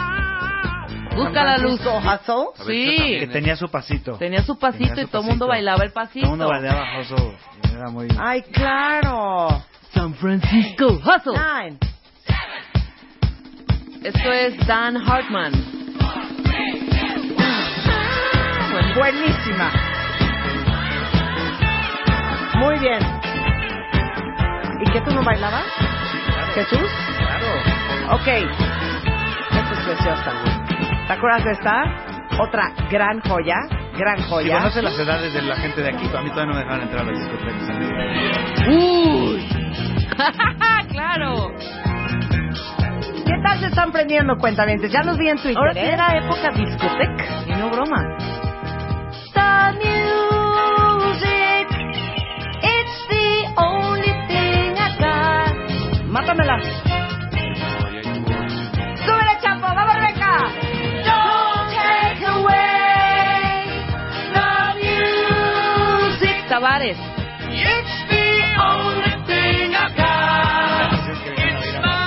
Speaker 10: Busca la luz.
Speaker 5: Francisco Hustle.
Speaker 10: A ver, Sí.
Speaker 15: Que tenía su pasito.
Speaker 10: Tenía su pasito
Speaker 15: Tenía su
Speaker 10: y todo el
Speaker 15: pasito.
Speaker 10: mundo bailaba el
Speaker 15: Todo
Speaker 10: pasito.
Speaker 15: el mundo bailaba Joso. Era muy...
Speaker 13: Ah.
Speaker 5: Ay, claro.
Speaker 10: San Francisco Hustle.
Speaker 5: Nine.
Speaker 10: Esto es Dan Hartman.
Speaker 5: Buenísima. Muy bien. ¿Y qué tú no bailabas? ¿Jesús? Claro. Ok. Esta es preciosa. ¿Te acuerdas de esta? Otra gran joya. Gran
Speaker 15: Si
Speaker 5: joya.
Speaker 15: conoces las edades de la gente de aquí, a mí todavía no me dejaban entrar a las discotecas.
Speaker 10: ¡Uy!
Speaker 5: Ah,
Speaker 10: ¡Claro!
Speaker 5: ¿Qué tal se están prendiendo cuentamientos? Ya los vi en Twitter.
Speaker 10: Ahora sí era
Speaker 5: época discoteca. Y no broma. Mátamela. Súbele, chapo. Vamos, Rebeca.
Speaker 10: Tavares.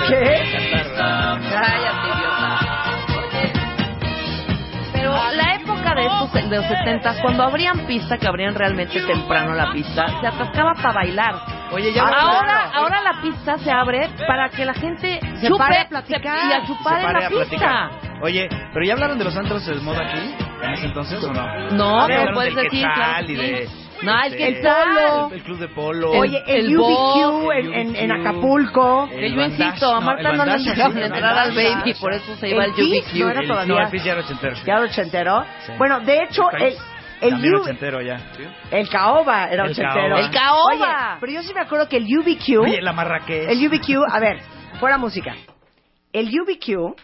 Speaker 5: ¿Qué?
Speaker 10: Cállate, idiota. Pero la época de estos de los 70 cuando abrían pista, que abrían realmente temprano la pista, se atascaba para bailar.
Speaker 5: Oye, ya vamos a
Speaker 16: ahora,
Speaker 5: verlo.
Speaker 16: ahora la pista se abre para que la gente
Speaker 5: Se
Speaker 16: chupe
Speaker 5: pare a platicar.
Speaker 16: se- y a chupar
Speaker 5: Se
Speaker 16: en
Speaker 5: pare
Speaker 16: la
Speaker 5: a
Speaker 16: pista.
Speaker 5: platicar.
Speaker 15: Oye, pero ya hablaron de los antros de moda aquí, en ese entonces o no?
Speaker 16: No,
Speaker 15: Ya
Speaker 16: pero
Speaker 15: hablaron
Speaker 16: puedes
Speaker 15: del
Speaker 16: decir,
Speaker 15: Quetzal
Speaker 16: claro,
Speaker 15: y
Speaker 16: sí.
Speaker 15: de-
Speaker 16: No, el
Speaker 15: de-
Speaker 16: Quetzal.
Speaker 15: El, el club de polo.
Speaker 5: Oye, el, UBQ en, en- en Acapulco.
Speaker 16: Que yo insisto, a Marta no, le dejaron entrar al baby, por eso se iba al
Speaker 5: Fix
Speaker 16: UBQ.
Speaker 5: no era
Speaker 15: No,
Speaker 5: todavía.
Speaker 15: el Fizz ya era ochentero.
Speaker 5: Ya lo ochentero.
Speaker 15: Sí.
Speaker 5: Bueno, de hecho, el, el,
Speaker 15: También
Speaker 5: U-
Speaker 15: ochentero ya.
Speaker 5: el Caoba era
Speaker 15: El
Speaker 5: ochentero.
Speaker 15: Caoba. El
Speaker 16: Caoba.
Speaker 5: Oye, pero yo sí me acuerdo que el UBQ.
Speaker 15: Oye, la marraqués.
Speaker 5: El UBQ, a ver, fuera música. El UBQ,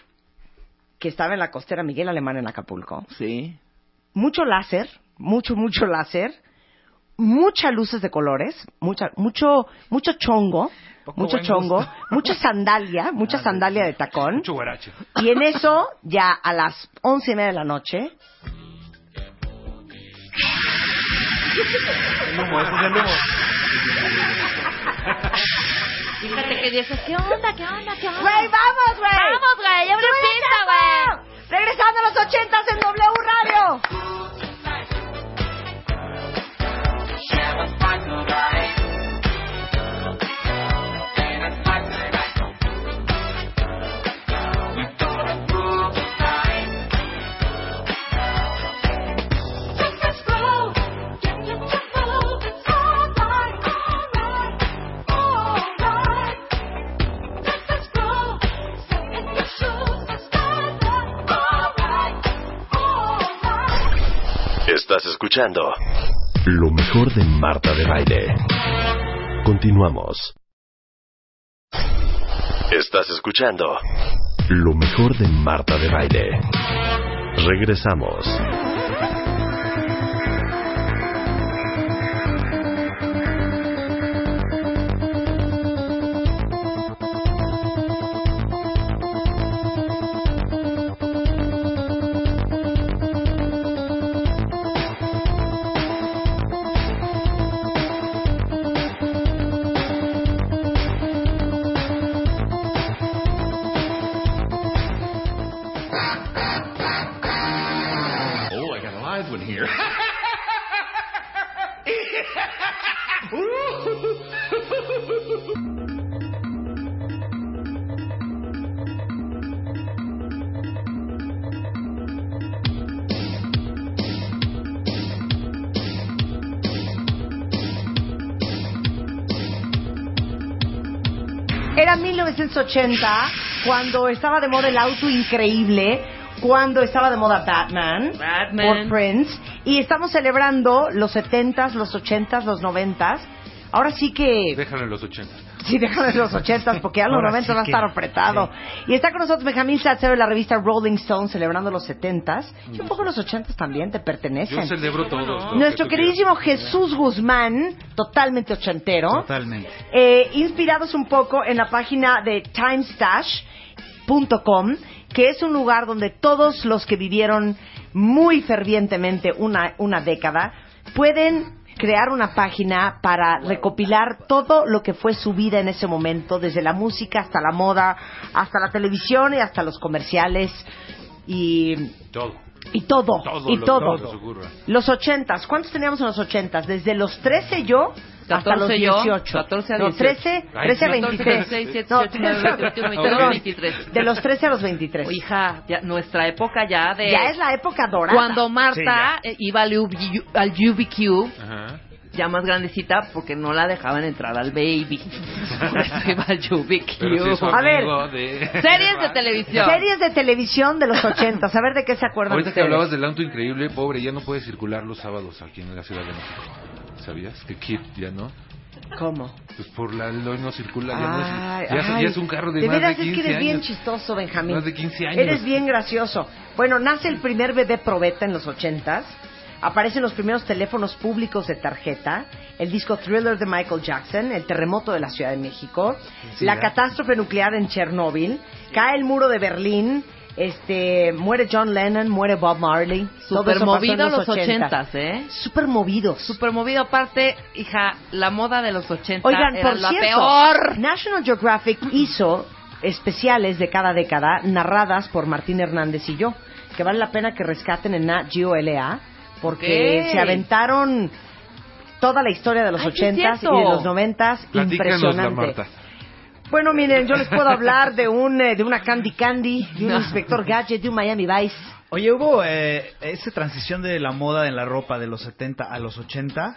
Speaker 5: que estaba en la costera Miguel Alemán en Acapulco.
Speaker 15: Sí.
Speaker 5: Mucho láser, mucho, mucho láser. Muchas luces de colores, mucha, mucho, mucho chongo,
Speaker 11: Poco
Speaker 5: mucho
Speaker 11: buen
Speaker 5: chongo,
Speaker 11: gusto.
Speaker 5: [laughs] mucha sandalia,
Speaker 15: Ah,
Speaker 5: mucha sandalia de tacón.
Speaker 11: Mucho guarache.
Speaker 5: Y en eso, ya a las once y media de la noche,
Speaker 15: El humo, ese es el humo.
Speaker 16: Fíjate que dices, ¿qué onda, qué onda, qué onda?
Speaker 5: Güey, vamos, güey.
Speaker 16: Vamos, güey, abre
Speaker 5: ¡Súbele,
Speaker 16: pista,
Speaker 5: chavo! Regresando a los ochentas en W Radio.
Speaker 4: Estás escuchando lo mejor de Marta de Baile. Continuamos. Estás escuchando lo mejor de Marta de Baile. Regresamos.
Speaker 17: Oh, I got a live one here.
Speaker 5: Era 1980 cuando estaba de moda el auto increíble, cuando estaba de moda Batman, por Prince y estamos celebrando los 70s, los 80s, los 90s. Ahora sí que
Speaker 11: Déjalo en los 80.
Speaker 5: Sí, déjame los 80 porque ya los
Speaker 11: Ahora
Speaker 5: 90
Speaker 11: sí
Speaker 5: va a
Speaker 11: que-
Speaker 5: estar apretado. Y está con nosotros Benjamín Salcedo de la revista Rolling Stone celebrando los 70 y un poco los 80 también te pertenecen.
Speaker 11: Yo celebro todos. lo
Speaker 5: Nuestro
Speaker 11: que tú
Speaker 5: queridísimo Jesús Guzmán, totalmente ochentero,
Speaker 15: Totalmente.
Speaker 5: eh, inspirados un poco en la página de timestash.com, que es un lugar donde todos los que vivieron muy fervientemente una, una década pueden crear una página para recopilar todo lo que fue su vida en ese momento, desde la música hasta la moda, hasta la televisión y hasta los comerciales y,
Speaker 11: quieras. Todo.
Speaker 5: y todo,
Speaker 11: Todo
Speaker 5: y
Speaker 11: lo
Speaker 5: todo.
Speaker 11: que se os ocurra.
Speaker 5: Los ochentas, ¿cuántos teníamos en los ochentas? Desde los 13 yo hasta
Speaker 10: 14
Speaker 5: los
Speaker 10: yo,
Speaker 5: 18.
Speaker 10: 14 a
Speaker 5: No,
Speaker 10: 18.
Speaker 5: 13,
Speaker 10: Ay,
Speaker 5: 13 a
Speaker 10: 14,
Speaker 5: 23.
Speaker 10: 16, 17,
Speaker 5: No,
Speaker 10: 18, 21, 22,
Speaker 5: perdón,
Speaker 10: 23.
Speaker 5: De los 13 a los 23.
Speaker 10: Hija, ya, nuestra época ya de...
Speaker 5: Ya es la época dorada.
Speaker 10: Cuando Marta eh, iba al, UB al UBQ,
Speaker 11: Ajá.
Speaker 10: ya más grandecita, porque no la dejaban entrar al
Speaker 15: [laughs]
Speaker 10: baby. Por eso iba al UBQ.
Speaker 11: Pero sí es su
Speaker 5: A ver,
Speaker 11: amigo de-
Speaker 10: Series de televisión.
Speaker 5: Series de televisión de los 80. A ver de qué se acuerdan
Speaker 11: Ahorita que
Speaker 5: ustedes.
Speaker 11: hablabas del auto increíble, pobre, ya no puede circular los sábados aquí en la Ciudad de México. ¿Sabías? Que Kid ya no.
Speaker 5: ¿Cómo?
Speaker 11: Pues por la ley no circula, ya, no
Speaker 5: Ay,
Speaker 11: es, ya, es-
Speaker 5: ay.
Speaker 11: ya es un carro de, más
Speaker 5: veras
Speaker 11: de 15
Speaker 5: es que eres
Speaker 11: años.
Speaker 5: bien chistoso, Benjamín.
Speaker 11: Más de 15 años.
Speaker 5: Eres bien gracioso. Bueno, nace el primer bebé probeta en los 80s. Aparecen los primeros teléfonos públicos de tarjeta, el disco Thriller de Michael Jackson, el terremoto de la Ciudad de México,
Speaker 16: Sí,
Speaker 5: la
Speaker 16: ¿verdad?
Speaker 5: catástrofe nuclear en Chernóbil, cae el muro de Berlín, este, muere John Lennon, muere Bob Marley. Todo eso pasó en
Speaker 10: Supermovido los
Speaker 5: 80s.
Speaker 10: ochentas, ¿eh?
Speaker 5: Super movidos.
Speaker 10: Super movido, aparte, hija, la moda de los ochentas
Speaker 5: Oigan,
Speaker 10: era
Speaker 5: por
Speaker 10: la
Speaker 5: cierto,
Speaker 10: peor.
Speaker 5: National Geographic hizo especiales de cada década narradas por Martín Hernández y yo, que vale la pena que rescaten en Nat Geo LA, porque
Speaker 10: Ok.
Speaker 5: se aventaron toda la historia de los
Speaker 10: Ay, sí, es
Speaker 5: 80s y
Speaker 10: cierto.
Speaker 5: de los 90s.
Speaker 11: Platícanosla,
Speaker 5: Impresionante.
Speaker 11: Marta.
Speaker 5: Bueno, miren, yo les
Speaker 10: [laughs]
Speaker 5: puedo hablar de un eh, de una Candy Candy, de un Inspector Gadget, de un Miami Vice.
Speaker 15: Oye, hubo eh, esa transición de la moda en la ropa de los 70 a los 80.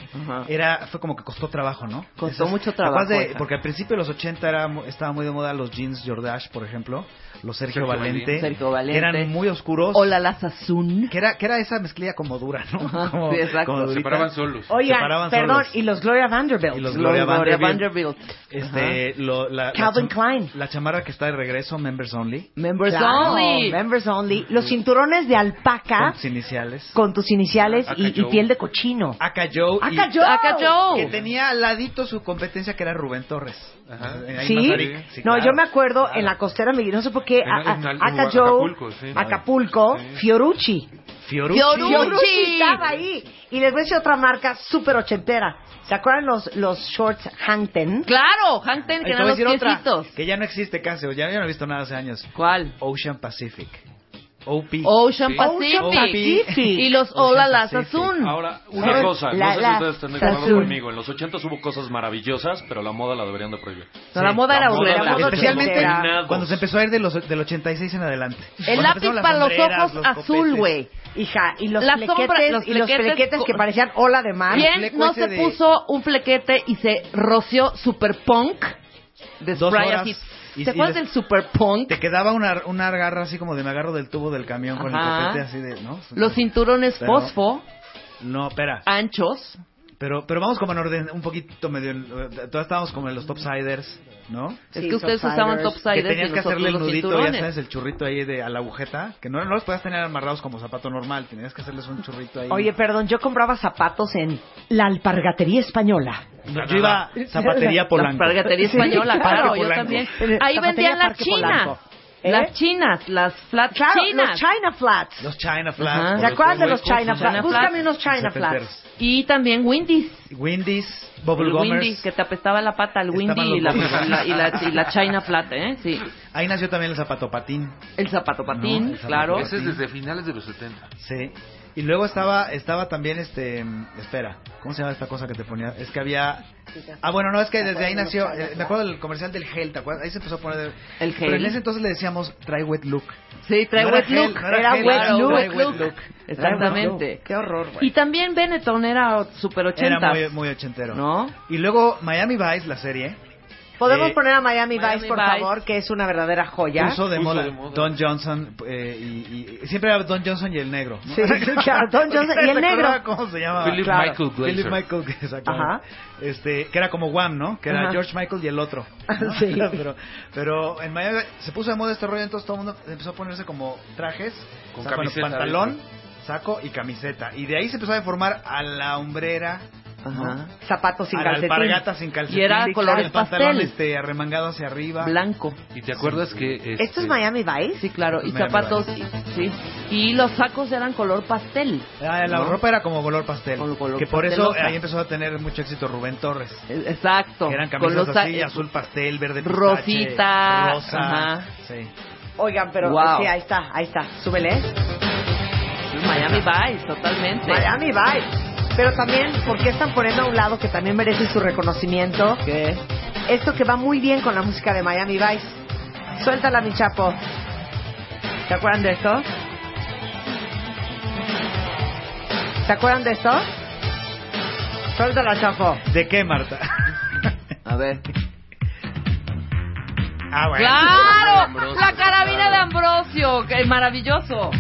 Speaker 15: Era, fue como que costó trabajo, ¿no?
Speaker 10: Costó mucho
Speaker 15: capaz
Speaker 10: trabajo,
Speaker 15: de-
Speaker 10: hija.
Speaker 15: porque al principio de los 80 era, mu- estaba muy de moda los jeans Jordache, por ejemplo. Los Sergio,
Speaker 10: Sergio
Speaker 15: Valente.
Speaker 10: Valente. Sergio Valente.
Speaker 15: Eran muy oscuros.
Speaker 10: O la Lazazun.
Speaker 15: Que era, que era esa mezclilla como dura, ¿no?
Speaker 10: Ajá,
Speaker 15: Como,
Speaker 10: sí, exacto.
Speaker 15: como durita.
Speaker 11: Separaban solos.
Speaker 5: Oigan,
Speaker 15: Separaban
Speaker 5: perdón,
Speaker 15: solos.
Speaker 5: y los Gloria Vanderbilt.
Speaker 15: Y los Gloria Vanderbilt.
Speaker 5: Ajá.
Speaker 15: Este, lo- la, la
Speaker 5: Calvin
Speaker 15: cham-
Speaker 5: Klein.
Speaker 15: La chamarra que está de regreso, Members Only.
Speaker 5: Members
Speaker 10: only.
Speaker 5: Members only. Los cinturones de alpaca
Speaker 15: Con sus iniciales.
Speaker 5: con tus iniciales
Speaker 15: Acá
Speaker 5: y, y
Speaker 15: Joe.
Speaker 5: piel de cochino.
Speaker 15: Aka Joe. y-
Speaker 5: Acá Joe.
Speaker 10: Oh.
Speaker 15: Que tenía al ladito su competencia que era Rubén Torres. Ahí en
Speaker 5: ¿Sí?
Speaker 15: Mazarik. Sí,
Speaker 5: no,
Speaker 15: claro.
Speaker 5: yo me acuerdo en la costera, me- no sé por qué,
Speaker 15: En-
Speaker 5: a- a-
Speaker 15: en Al-
Speaker 5: Acá Joe,
Speaker 15: Acapulco, sí.
Speaker 5: Acapulco, Fiorucci.
Speaker 15: Fiorucci.
Speaker 5: estaba ahí. Y les voy a decir otra marca súper ochentera. ¿Se acuerdan los, los shorts Hankton?
Speaker 10: Claro, Hank Ten,
Speaker 15: Ay, te
Speaker 10: que eran
Speaker 15: voy a
Speaker 10: los
Speaker 15: decir otra,
Speaker 10: piecitos.
Speaker 15: que ya no existe casi, o ya, ya no he visto nada hace años.
Speaker 10: ¿Cuál?
Speaker 15: Ocean Pacific. OP.
Speaker 10: Ocean
Speaker 15: Sí.
Speaker 10: Pacific. Y los
Speaker 15: Ocean
Speaker 10: Hola Lazazun.
Speaker 15: Pacific.
Speaker 5: Mm.
Speaker 12: Ahora, una
Speaker 10: ¿Sabes?
Speaker 12: cosa,
Speaker 10: La-
Speaker 12: no sé si
Speaker 10: la-
Speaker 12: ustedes están de acuerdo
Speaker 10: Sazun.
Speaker 12: conmigo. En los 80 hubo cosas maravillosas, pero la moda la deberían de prohibir.
Speaker 10: No, la moda era
Speaker 12: moda
Speaker 10: obrera.
Speaker 12: de los
Speaker 15: Especialmente
Speaker 12: 80.
Speaker 15: cuando se empezó a ir de los, del 86 en adelante.
Speaker 5: El
Speaker 15: Cuando
Speaker 5: lápiz
Speaker 15: empezaron las
Speaker 5: para los
Speaker 15: sombreras,
Speaker 5: ojos
Speaker 15: los
Speaker 5: azul,
Speaker 15: copetes.
Speaker 5: güey. Hija, y los
Speaker 10: La
Speaker 5: plequetes,
Speaker 10: sombra- los
Speaker 5: y los
Speaker 10: plequetes
Speaker 5: plequetes que
Speaker 10: con-
Speaker 5: parecían ola de mar.
Speaker 10: ¿Quién no se puso un flequete y se roció super punk de
Speaker 15: Dos
Speaker 10: spray
Speaker 15: horas.
Speaker 10: así?
Speaker 15: Y-
Speaker 10: ¿Te
Speaker 15: y
Speaker 10: acuerdas
Speaker 15: les-
Speaker 10: del super punk?
Speaker 15: Te quedaba una, una garra así como de me agarro del tubo del camión con el
Speaker 10: Ajá.
Speaker 15: copete así de, ¿no?
Speaker 10: Los cinturones
Speaker 15: Pero-
Speaker 10: fosfo,
Speaker 15: No, espera.
Speaker 10: anchos.
Speaker 15: Pero, pero vamos como en orden, un poquito medio. en- eh, Todas estábamos como en los topsiders, ¿no?
Speaker 10: Es que ustedes usaban
Speaker 15: Que
Speaker 10: topsiders
Speaker 15: tenías
Speaker 10: y
Speaker 15: que
Speaker 10: nosotros
Speaker 15: hacerle el
Speaker 10: los
Speaker 15: nudito, ya
Speaker 10: cinturones.
Speaker 15: sabes, el churrito ahí de, a la agujeta. Que no, no los podías tener amarrados como zapato normal, tenías que hacerles un churrito ahí.
Speaker 5: Oye, perdón, yo compraba zapatos en la alpargatería española.
Speaker 15: No, yo iba zapatería polanco.
Speaker 10: [laughs] La pargatería española,
Speaker 5: Sí,
Speaker 10: claro,
Speaker 5: Parque
Speaker 10: yo
Speaker 5: Polanco.
Speaker 10: también.
Speaker 5: Eh,
Speaker 10: Ahí
Speaker 5: Zapatería
Speaker 10: vendían las
Speaker 5: Parque
Speaker 10: chinas.
Speaker 5: Polanco. ¿Eh?
Speaker 10: Las chinas, las flat
Speaker 5: Claro,
Speaker 10: chinas.
Speaker 5: los China Flats.
Speaker 15: Los China Flats.
Speaker 10: Ajá.
Speaker 15: o
Speaker 10: ¿Se
Speaker 5: acuerdan de los
Speaker 15: huecos,
Speaker 5: China
Speaker 15: o
Speaker 5: Flats? Búscame unos China
Speaker 15: Setenteros.
Speaker 5: Flats.
Speaker 10: Y también Windy's.
Speaker 15: Windy's,
Speaker 10: El
Speaker 15: Bubble
Speaker 10: Windy's,
Speaker 15: Gummers.
Speaker 10: que te apestaba la pata al Windy
Speaker 15: Estaban los
Speaker 10: y la,
Speaker 15: Bubble Gummers.
Speaker 10: y, la, y la China Flat, ¿eh? Sí.
Speaker 15: Ahí nació también el zapato patín.
Speaker 10: El zapato
Speaker 15: No,
Speaker 10: patín,
Speaker 15: el zapato
Speaker 10: claro.
Speaker 11: Ese es desde finales de los 70.
Speaker 15: Sí. Y luego estaba estaba también este mm, espera, ¿cómo se llama esta cosa que te ponía? Es que había Ah, bueno, no, es que desde ahí nació, eh, me acuerdo del comercial del gel, ¿te acuerdas? Ahí se empezó a poner
Speaker 10: El
Speaker 15: Pero en
Speaker 10: gel.
Speaker 15: ese entonces le decíamos try wet look.
Speaker 10: Sí, trae
Speaker 15: No era
Speaker 10: wet
Speaker 15: gel,
Speaker 10: look.
Speaker 15: no
Speaker 10: era
Speaker 15: era gel,
Speaker 10: wet
Speaker 15: era
Speaker 10: look.
Speaker 15: dry wet look.
Speaker 10: Exactamente.
Speaker 5: Qué horror, güey.
Speaker 10: Y también Benetton era super
Speaker 15: Era
Speaker 10: 80.
Speaker 15: muy, muy ochentero.
Speaker 10: ¿No?
Speaker 15: Y luego Miami Vice, la serie,
Speaker 5: Podemos
Speaker 15: Eh,
Speaker 5: poner a Miami,
Speaker 10: Miami
Speaker 5: Vice, por
Speaker 10: Vice.
Speaker 5: favor, que es una verdadera joya.
Speaker 15: puso de, moda, Don Johnson eh, y, y- siempre era Don Johnson y el negro. ¿no?
Speaker 5: Sí, sí, claro,
Speaker 15: [laughs]
Speaker 5: Don Johnson y el
Speaker 15: ¿Se acordaba
Speaker 5: negro.
Speaker 15: ¿Cómo se llamaba?
Speaker 11: Philip Claro. Michael Glaser.
Speaker 15: Philip Michael Glaser,
Speaker 5: Ajá.
Speaker 15: Este, que era como Wham, ¿no? Que era
Speaker 5: Ajá.
Speaker 15: George Michael y el otro. ¿no?
Speaker 5: [laughs] Sí.
Speaker 15: [laughs] pero, pero en Miami se puso de moda este rollo, entonces todo el mundo empezó a ponerse como trajes,
Speaker 11: Con
Speaker 15: o sea, bueno,
Speaker 11: camiseta
Speaker 15: pantalón,
Speaker 11: adentro.
Speaker 15: saco y camiseta. Y de ahí se empezó a deformar a la hombrera.
Speaker 10: Ajá.
Speaker 5: Zapatos sin
Speaker 15: a la
Speaker 5: calcetín.
Speaker 15: alpargata sin calcetín.
Speaker 10: Y era
Speaker 15: Sí, claro,
Speaker 10: colores
Speaker 15: el pantalón
Speaker 10: pastel.
Speaker 15: este, arremangado hacia arriba.
Speaker 10: Blanco.
Speaker 11: ¿Y te acuerdas que... este,
Speaker 5: ¿Esto es Miami Vice?
Speaker 10: Sí, claro. Y
Speaker 15: Miami
Speaker 10: zapatos, sí. Y los sacos eran color pastel.
Speaker 15: Ah, la
Speaker 10: ¿no?
Speaker 15: ropa era como color pastel.
Speaker 10: Con color
Speaker 15: que por eso
Speaker 10: pastelosa.
Speaker 15: ahí empezó a tener mucho éxito Rubén Torres.
Speaker 10: Eh, Exacto.
Speaker 15: Que eran
Speaker 10: con
Speaker 15: camisas
Speaker 10: los sa-
Speaker 15: así, azul pastel, verde pistache,
Speaker 10: Rosita,
Speaker 15: rosa.
Speaker 10: ajá.
Speaker 15: Sí.
Speaker 5: Oigan, pero
Speaker 10: Wow.
Speaker 5: sí, ahí está, ahí está. Súbele.
Speaker 10: Miami Vice, totalmente.
Speaker 5: Miami Vice. Pero también, ¿por qué están poniendo a un lado que también merece su reconocimiento?
Speaker 10: ¿Qué?
Speaker 5: Esto que va muy bien con la música de Miami Vice. Suéltala, mi chapo. ¿Se acuerdan de esto? ¿Se acuerdan de esto? Suéltala, chapo.
Speaker 15: ¿De qué, Marta?
Speaker 10: A ver.
Speaker 15: [laughs] ah, bueno.
Speaker 10: ¡Claro! La carabina de Ambrosio. que maravilloso.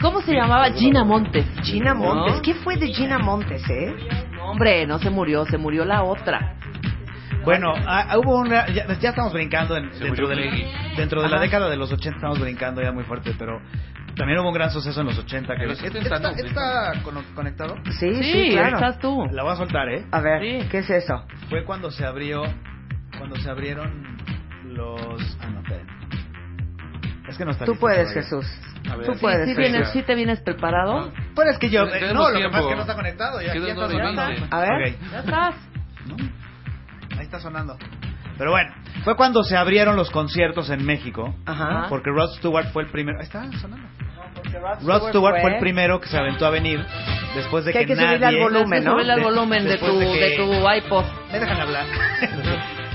Speaker 10: ¿Cómo se llamaba? Gina Montes.
Speaker 5: Gina Montes.
Speaker 10: ¿No?
Speaker 5: ¿Qué fue de Gina Montes, eh?
Speaker 10: No, hombre, no se murió, se murió la otra.
Speaker 15: Bueno, ah, hubo una... Ya, ya estamos brincando en- dentro,
Speaker 11: murió
Speaker 15: del-
Speaker 11: Peggy.
Speaker 15: dentro de la
Speaker 10: Ajá.
Speaker 15: década de los 80, estamos brincando ya muy fuerte, pero también hubo un gran suceso en los 80. Que
Speaker 11: En los
Speaker 15: ¿Est-
Speaker 11: 70
Speaker 15: ¿Está,
Speaker 11: no,
Speaker 15: está cono- conectado?
Speaker 5: Sí, sí,
Speaker 10: Sí,
Speaker 5: claro.
Speaker 10: estás tú.
Speaker 15: La voy a soltar, ¿eh?
Speaker 5: A ver,
Speaker 10: Sí.
Speaker 5: ¿qué es eso?
Speaker 15: Fue cuando se abrió... Cuando se abrieron los... Ah, no, esperen. Es que no está
Speaker 5: Tú
Speaker 15: listo
Speaker 5: puedes,
Speaker 15: todavía.
Speaker 5: Jesús.
Speaker 11: A ver.
Speaker 5: Tú
Speaker 11: Sí,
Speaker 5: puedes.
Speaker 10: ¿Sí,
Speaker 5: Jesús.
Speaker 10: vienes- sí te vienes preparado?
Speaker 15: Pero es que yo. eh,
Speaker 11: Tenemos
Speaker 15: no, lo que pasa
Speaker 11: tiempo.
Speaker 15: es que no está conectado. Ya, aquí
Speaker 11: Queda dos
Speaker 15: está
Speaker 11: horas
Speaker 15: sonando.
Speaker 11: veinte.
Speaker 5: A ver.
Speaker 15: Ok,
Speaker 10: Ya estás.
Speaker 15: ahí está sonando. Pero bueno, fue cuando se abrieron los conciertos en México.
Speaker 5: Ajá.
Speaker 15: Porque Rod Stewart fue el primero. Ahí está sonando. Porque Rod Stewart, fue el primero que se aventó a venir después de
Speaker 10: Que
Speaker 15: que,
Speaker 10: hay que
Speaker 15: nadie...
Speaker 10: subirle al volumen, ¿no? Subirle al volumen de
Speaker 15: Después
Speaker 10: tu-
Speaker 15: que-
Speaker 10: de tu iPod.
Speaker 15: Me dejan hablar. [laughs]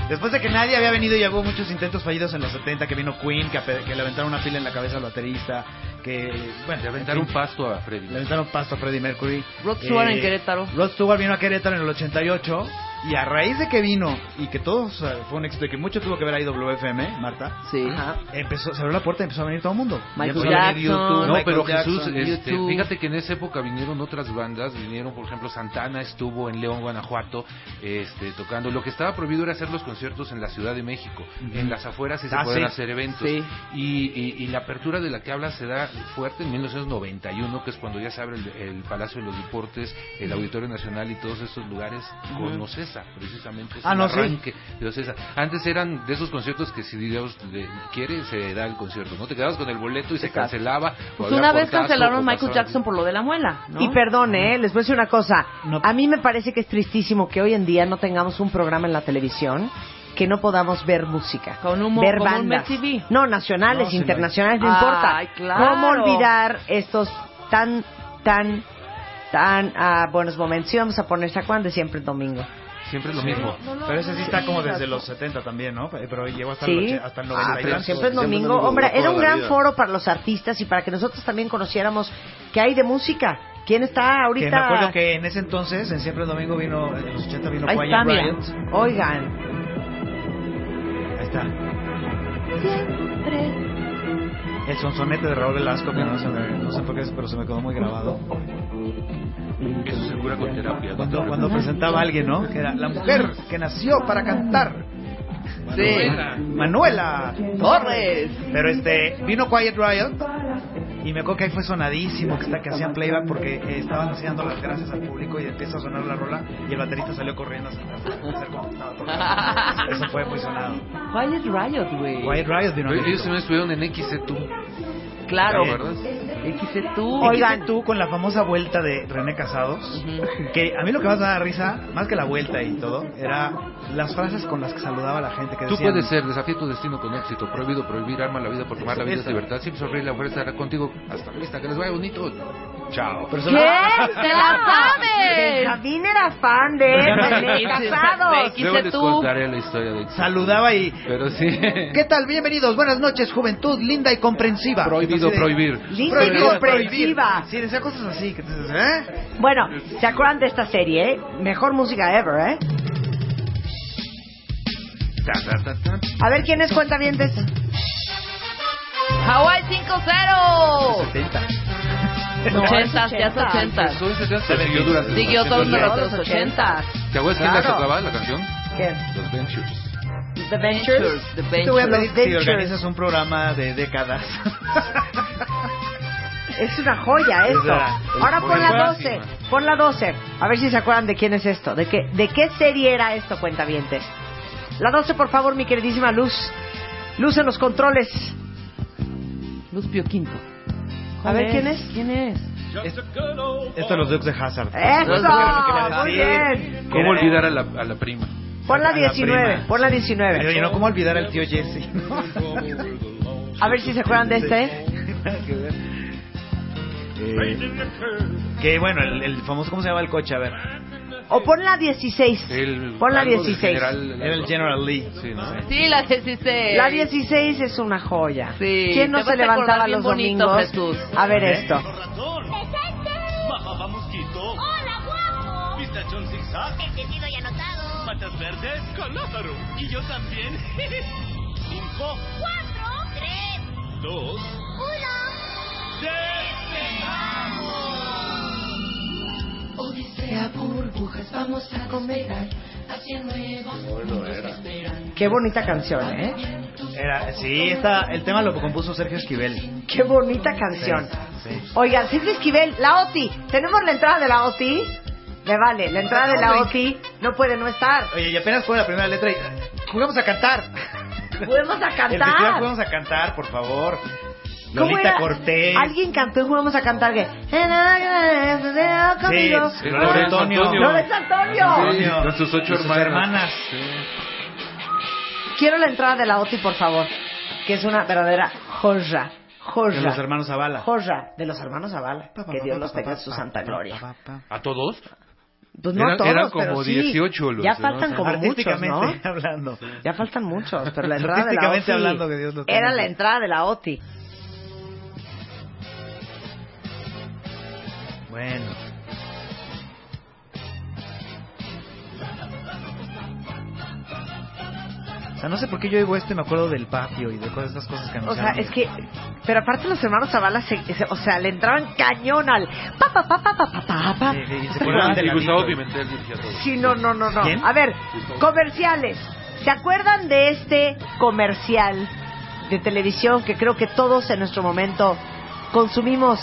Speaker 15: Después de que nadie había venido y hubo muchos intentos fallidos en los 70, que vino Queen, que, ape- que le aventaron una pila en la cabeza al baterista, que... Bueno, le
Speaker 11: Dar un pasto a Freddy.
Speaker 15: Le aventaron pasto a Freddie Mercury. Eh,
Speaker 10: Rod Stewart en Querétaro.
Speaker 15: Rod Stewart vino a Querétaro en el 88 y a raíz de que vino y que todo o sea, fue un éxito y que mucho tuvo que ver ahí WFM, Marta.
Speaker 10: Sí.
Speaker 15: Empezó, se abrió la puerta y empezó a venir todo el mundo.
Speaker 11: Michael
Speaker 15: Y empezó a venir
Speaker 11: Jackson,
Speaker 15: YouTube,
Speaker 11: No,
Speaker 15: Michael
Speaker 11: pero
Speaker 15: Jackson,
Speaker 11: Jesús, este,
Speaker 15: YouTube.
Speaker 11: fíjate que en esa época vinieron otras bandas, vinieron, por ejemplo, Santana estuvo en León, Guanajuato, este, tocando. Lo que estaba prohibido era hacer los conciertos en la Ciudad de México,
Speaker 12: Ujú.
Speaker 11: en las afueras sí se
Speaker 12: Ah,
Speaker 11: pueden
Speaker 12: sí.
Speaker 11: hacer eventos.
Speaker 12: Sí.
Speaker 11: Y, y- y la apertura de la que habla se da fuerte en 1991, que es cuando ya se abre el, el Palacio de los Deportes, el Auditorio Nacional y todos esos lugares con
Speaker 15: Ujú.
Speaker 11: Ocesa, precisamente. Es
Speaker 15: Ah,
Speaker 11: el
Speaker 15: no, sí.
Speaker 11: arranque de Ocesa. Antes eran de esos conciertos que si Dios le quiere, se da el concierto, ¿no? Te quedabas con el boleto y se
Speaker 10: Exacto.
Speaker 11: cancelaba. o
Speaker 10: Pues
Speaker 11: había
Speaker 10: una vez
Speaker 11: portazo, o
Speaker 10: cancelaron Michael
Speaker 11: pasaban-
Speaker 10: Jackson por lo de la muela, ¿no?
Speaker 5: Y perdón, ¿eh? Les voy a decir una cosa. A mí me parece que es tristísimo que hoy en día no tengamos un programa en la televisión que no podamos ver música,
Speaker 10: un-
Speaker 5: ver
Speaker 10: con un
Speaker 5: bandas.
Speaker 10: Mel TV.
Speaker 5: No, nacionales,
Speaker 10: No, sí, no hay.
Speaker 5: internacionales, no
Speaker 10: Ay,
Speaker 5: importa.
Speaker 10: claro.
Speaker 5: ¿Cómo olvidar estos tan, tan, tan ah, buenos momentos? Sí, vamos a poner, ¿se acuerdan de siempre el domingo?
Speaker 11: Siempre es lo
Speaker 15: Sí.
Speaker 11: mismo.
Speaker 15: No, no, Pero ese sí
Speaker 11: no
Speaker 15: está como
Speaker 11: digas.
Speaker 15: desde los 70 también, ¿no? Pero llegó hasta,
Speaker 5: Sí.
Speaker 15: el, oche- hasta el 90
Speaker 5: Ah,
Speaker 15: y
Speaker 5: pero
Speaker 15: tantos.
Speaker 5: siempre es domingo. Hombre, era un gran foro para los artistas y para que nosotros también conociéramos qué hay de música. ¿Quién está
Speaker 15: Que me acuerdo
Speaker 5: ahorita?
Speaker 15: que en ese entonces, en Siempre el Domingo vino, en los 80 vino
Speaker 5: Ahí
Speaker 15: Quiet
Speaker 5: está, mira.
Speaker 15: Riot.
Speaker 5: Oigan,
Speaker 15: Ahí está. El sonsonete de Raúl Velasco, que no, se me- no sé por qué, pero se me quedó muy grabado.
Speaker 11: Eso se cura con terapia. ¿no?
Speaker 15: Cuando, cuando presentaba a alguien, ¿no? Que era la mujer que nació para cantar.
Speaker 10: Sí.
Speaker 15: Manuela
Speaker 10: Torres.
Speaker 15: Pero este, vino Quiet Riot y me acuerdo que ahí fue sonadísimo que, está, que hacían playback porque eh, estaban así dando las gracias al público y empieza a sonar la rola y el baterista salió corriendo a a hacer como que estaba tocando. Eso fue muy sonado.
Speaker 10: Quiet Riot, güey.
Speaker 15: Quiet Riot vino a
Speaker 11: Ellos
Speaker 15: México.
Speaker 11: también estuvieron en XC2.
Speaker 10: Claro.
Speaker 11: ¿Te acuerdas?
Speaker 10: XC2.
Speaker 15: Oigan, tú con la famosa vuelta de René Casados, que a mí lo que más me da risa, más que la vuelta y todo, era las frases con las que saludaba a la gente que
Speaker 11: Tú
Speaker 15: decían,
Speaker 11: puedes ser, desafía tu destino con éxito, prohibido, prohibir, arma la vida por tomar la vida es
Speaker 15: Esa.
Speaker 11: libertad, siempre sonríe, la fuerza estará contigo, hasta la vista, que les vaya bonito, chao.
Speaker 15: Pero
Speaker 5: ¿Qué? ¡Te [laughs] la sabes! Javín era fan de René Casados.
Speaker 11: Luego les contaré la historia
Speaker 15: [laughs]
Speaker 11: de
Speaker 15: Saludaba y...
Speaker 5: [laughs]
Speaker 11: Pero sí.
Speaker 15: ¿Qué tal? Bienvenidos, buenas noches, juventud linda y comprensiva.
Speaker 11: Prohibido
Speaker 15: Así de-
Speaker 11: prohibir.
Speaker 5: Linda y
Speaker 15: Prohibido
Speaker 5: comprensiva.
Speaker 15: prohibir. Sí, decía cosas así. Que, te dices, ¿eh?
Speaker 5: Bueno, ¿se acuerdan de esta serie? eh? Mejor música ever, ¿eh?
Speaker 11: [laughs] Ta, ta, ta, ta.
Speaker 5: A ver, ¿quién es cuentavientes?
Speaker 10: Hawaii 5-0.
Speaker 15: 70.
Speaker 10: 80, ya es 80.
Speaker 11: Todo ese jazz que siguió durante
Speaker 10: Siguió
Speaker 11: los
Speaker 10: todos
Speaker 11: 80.
Speaker 10: los 80.
Speaker 11: ¿Te acuerdas quién la
Speaker 10: Claro.
Speaker 11: tocaba la canción?
Speaker 5: ¿Qué?
Speaker 11: Los Ventures.
Speaker 5: The Ventures.
Speaker 10: The
Speaker 15: Yo te voy a
Speaker 10: Ventures.
Speaker 15: pedir que si organizas un programa de décadas.
Speaker 5: Es una joya
Speaker 15: Es
Speaker 5: esto.
Speaker 15: la-
Speaker 5: Ahora
Speaker 15: el-
Speaker 5: pon la
Speaker 15: buenísima.
Speaker 5: 12. Pon la 12. A ver si se acuerdan de quién es esto. ¿De qué, de qué serie era esto, cuentavientes? La 12, por favor, mi queridísima Luz. Luz en los controles.
Speaker 10: Luz Pio Quinto.
Speaker 5: A ver, ¿quién es?
Speaker 10: ¿Quién es?
Speaker 15: [laughs] Esto es los Dukes de Hazard.
Speaker 5: ¡Eso! Muy bien.
Speaker 11: ¿Cómo olvidar a la, a la prima?
Speaker 5: Pon la
Speaker 15: A la
Speaker 5: 19.
Speaker 15: prima.
Speaker 5: Pon la 19.
Speaker 15: Oye, no, ¿cómo olvidar al tío
Speaker 11: [laughs]
Speaker 15: Jesse? [laughs] no?
Speaker 5: [laughs] A ver si se acuerdan
Speaker 15: [laughs]
Speaker 5: de este.
Speaker 15: que bueno, el, el famoso, ¿cómo se llama el coche? A ver.
Speaker 5: O pon la 16.
Speaker 11: El,
Speaker 5: Pon la
Speaker 11: algo del
Speaker 5: 16.
Speaker 11: general-
Speaker 15: Era el General Lee.
Speaker 11: Sí, ¿no?
Speaker 10: Sí, la 16.
Speaker 5: La 16 es una joya.
Speaker 10: Sí,
Speaker 5: ¿Quién
Speaker 10: te
Speaker 5: no
Speaker 10: vas a
Speaker 5: se levantaba
Speaker 10: acordar bien
Speaker 5: los
Speaker 10: bonito,
Speaker 5: domingos?
Speaker 10: Jesús.
Speaker 5: A ver
Speaker 10: ¿Eh?
Speaker 5: esto.
Speaker 6: Baja, mosquito. Hola, guapo. Pistachón zigzag. Entendido y anotado. Patas verdes con Lázaro. Y yo también. [laughs] Cinco. Cuatro. Tres. Dos. Uno.
Speaker 7: Odisea burbujas, vamos a comer hacia nuevos mundos que esperan.
Speaker 5: Qué bonita canción, ¿eh?
Speaker 15: Era, sí, esta, el tema lo compuso Sergio Esquivel.
Speaker 5: Qué bonita canción.
Speaker 15: Sí, sí.
Speaker 5: Oigan, Silvia Esquivel, la OTI. ¿Tenemos la entrada de la OTI? Le vale, la entrada de la OTI no puede no estar.
Speaker 15: Oye, y apenas fue la primera letra y... ¡Jugamos a cantar!
Speaker 5: Podemos a
Speaker 15: El festival
Speaker 5: cantar.
Speaker 15: Juguemos a cantar, por favor.
Speaker 5: ¿Cómo
Speaker 15: Lolita
Speaker 5: era?
Speaker 15: Cortés.
Speaker 5: Alguien cantó y jugamos a cantar que. Conmigo.
Speaker 15: sí, Lorenzo Antonio.
Speaker 5: Lorenzo Antonio.
Speaker 11: Sí,
Speaker 15: Antonio.
Speaker 11: con sus ocho
Speaker 15: Sus
Speaker 11: hermanas.
Speaker 15: hermanas.
Speaker 5: Quiero la entrada de la OTI, por favor. Que es una verdadera joya. Jorra.
Speaker 15: De los hermanos Zavala.
Speaker 5: Jorra, de los hermanos Zavala. Que Dios los tenga en su santa gloria.
Speaker 11: ¿A todos?
Speaker 5: Pues no
Speaker 11: Eran-
Speaker 5: a todos,
Speaker 11: eran como
Speaker 5: pero sí.
Speaker 11: 18 los,
Speaker 5: Ya
Speaker 11: ¿no?
Speaker 5: faltan
Speaker 11: O sea,
Speaker 5: como muchos,
Speaker 15: artísticamente [laughs]
Speaker 5: ¿no?
Speaker 15: hablando.
Speaker 5: Ya faltan muchos, pero la entrada de la
Speaker 15: Artísticamente
Speaker 5: OTI
Speaker 15: hablando, que Dios los tenga
Speaker 5: era
Speaker 15: en
Speaker 5: la
Speaker 15: su-
Speaker 5: entrada de la OTI.
Speaker 15: Bueno. O sea, no sé por qué yo oigo esto y me acuerdo del patio y de todas esas cosas que
Speaker 5: O sea,
Speaker 15: anunciaban.
Speaker 5: es que... Pero aparte los hermanos Zavala, se, se- o sea, le entraban cañón al... Pa, pa, pa, pa, pa, pa, pa, pa.
Speaker 15: Sí, sí, se acuerdan
Speaker 11: Y
Speaker 15: del
Speaker 11: Gustavo
Speaker 15: ladito.
Speaker 11: Pimentel dirigía todo.
Speaker 5: Sí, no, no, no, no.
Speaker 11: ¿Quién?
Speaker 5: A ver, comerciales. ¿Se acuerdan de este comercial de televisión que creo que todos en nuestro momento consumimos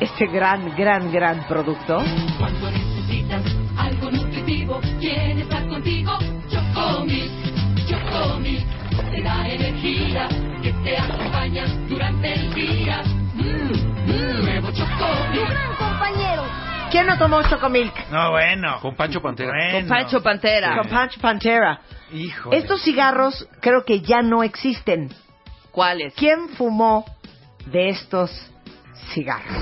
Speaker 5: este gran, gran, gran producto?
Speaker 7: Cuando necesitas algo nutritivo, ¿quién está contigo? Chocomil, Chocomil, te da energía que te acompaña durante el día. Mmm, mmm, nuevo Chocomil. gran compañero.
Speaker 5: ¿Quién no tomó Chocomilk?
Speaker 15: No, bueno.
Speaker 11: Con Pancho Pantera.
Speaker 15: Bueno.
Speaker 5: Pancho Pantera. Con Pancho Pantera.
Speaker 15: Hijo.
Speaker 5: Estos cigarros creo que ya no existen.
Speaker 10: ¿Cuáles? [laughs]
Speaker 5: ¿Quién fumó de estos cigarros?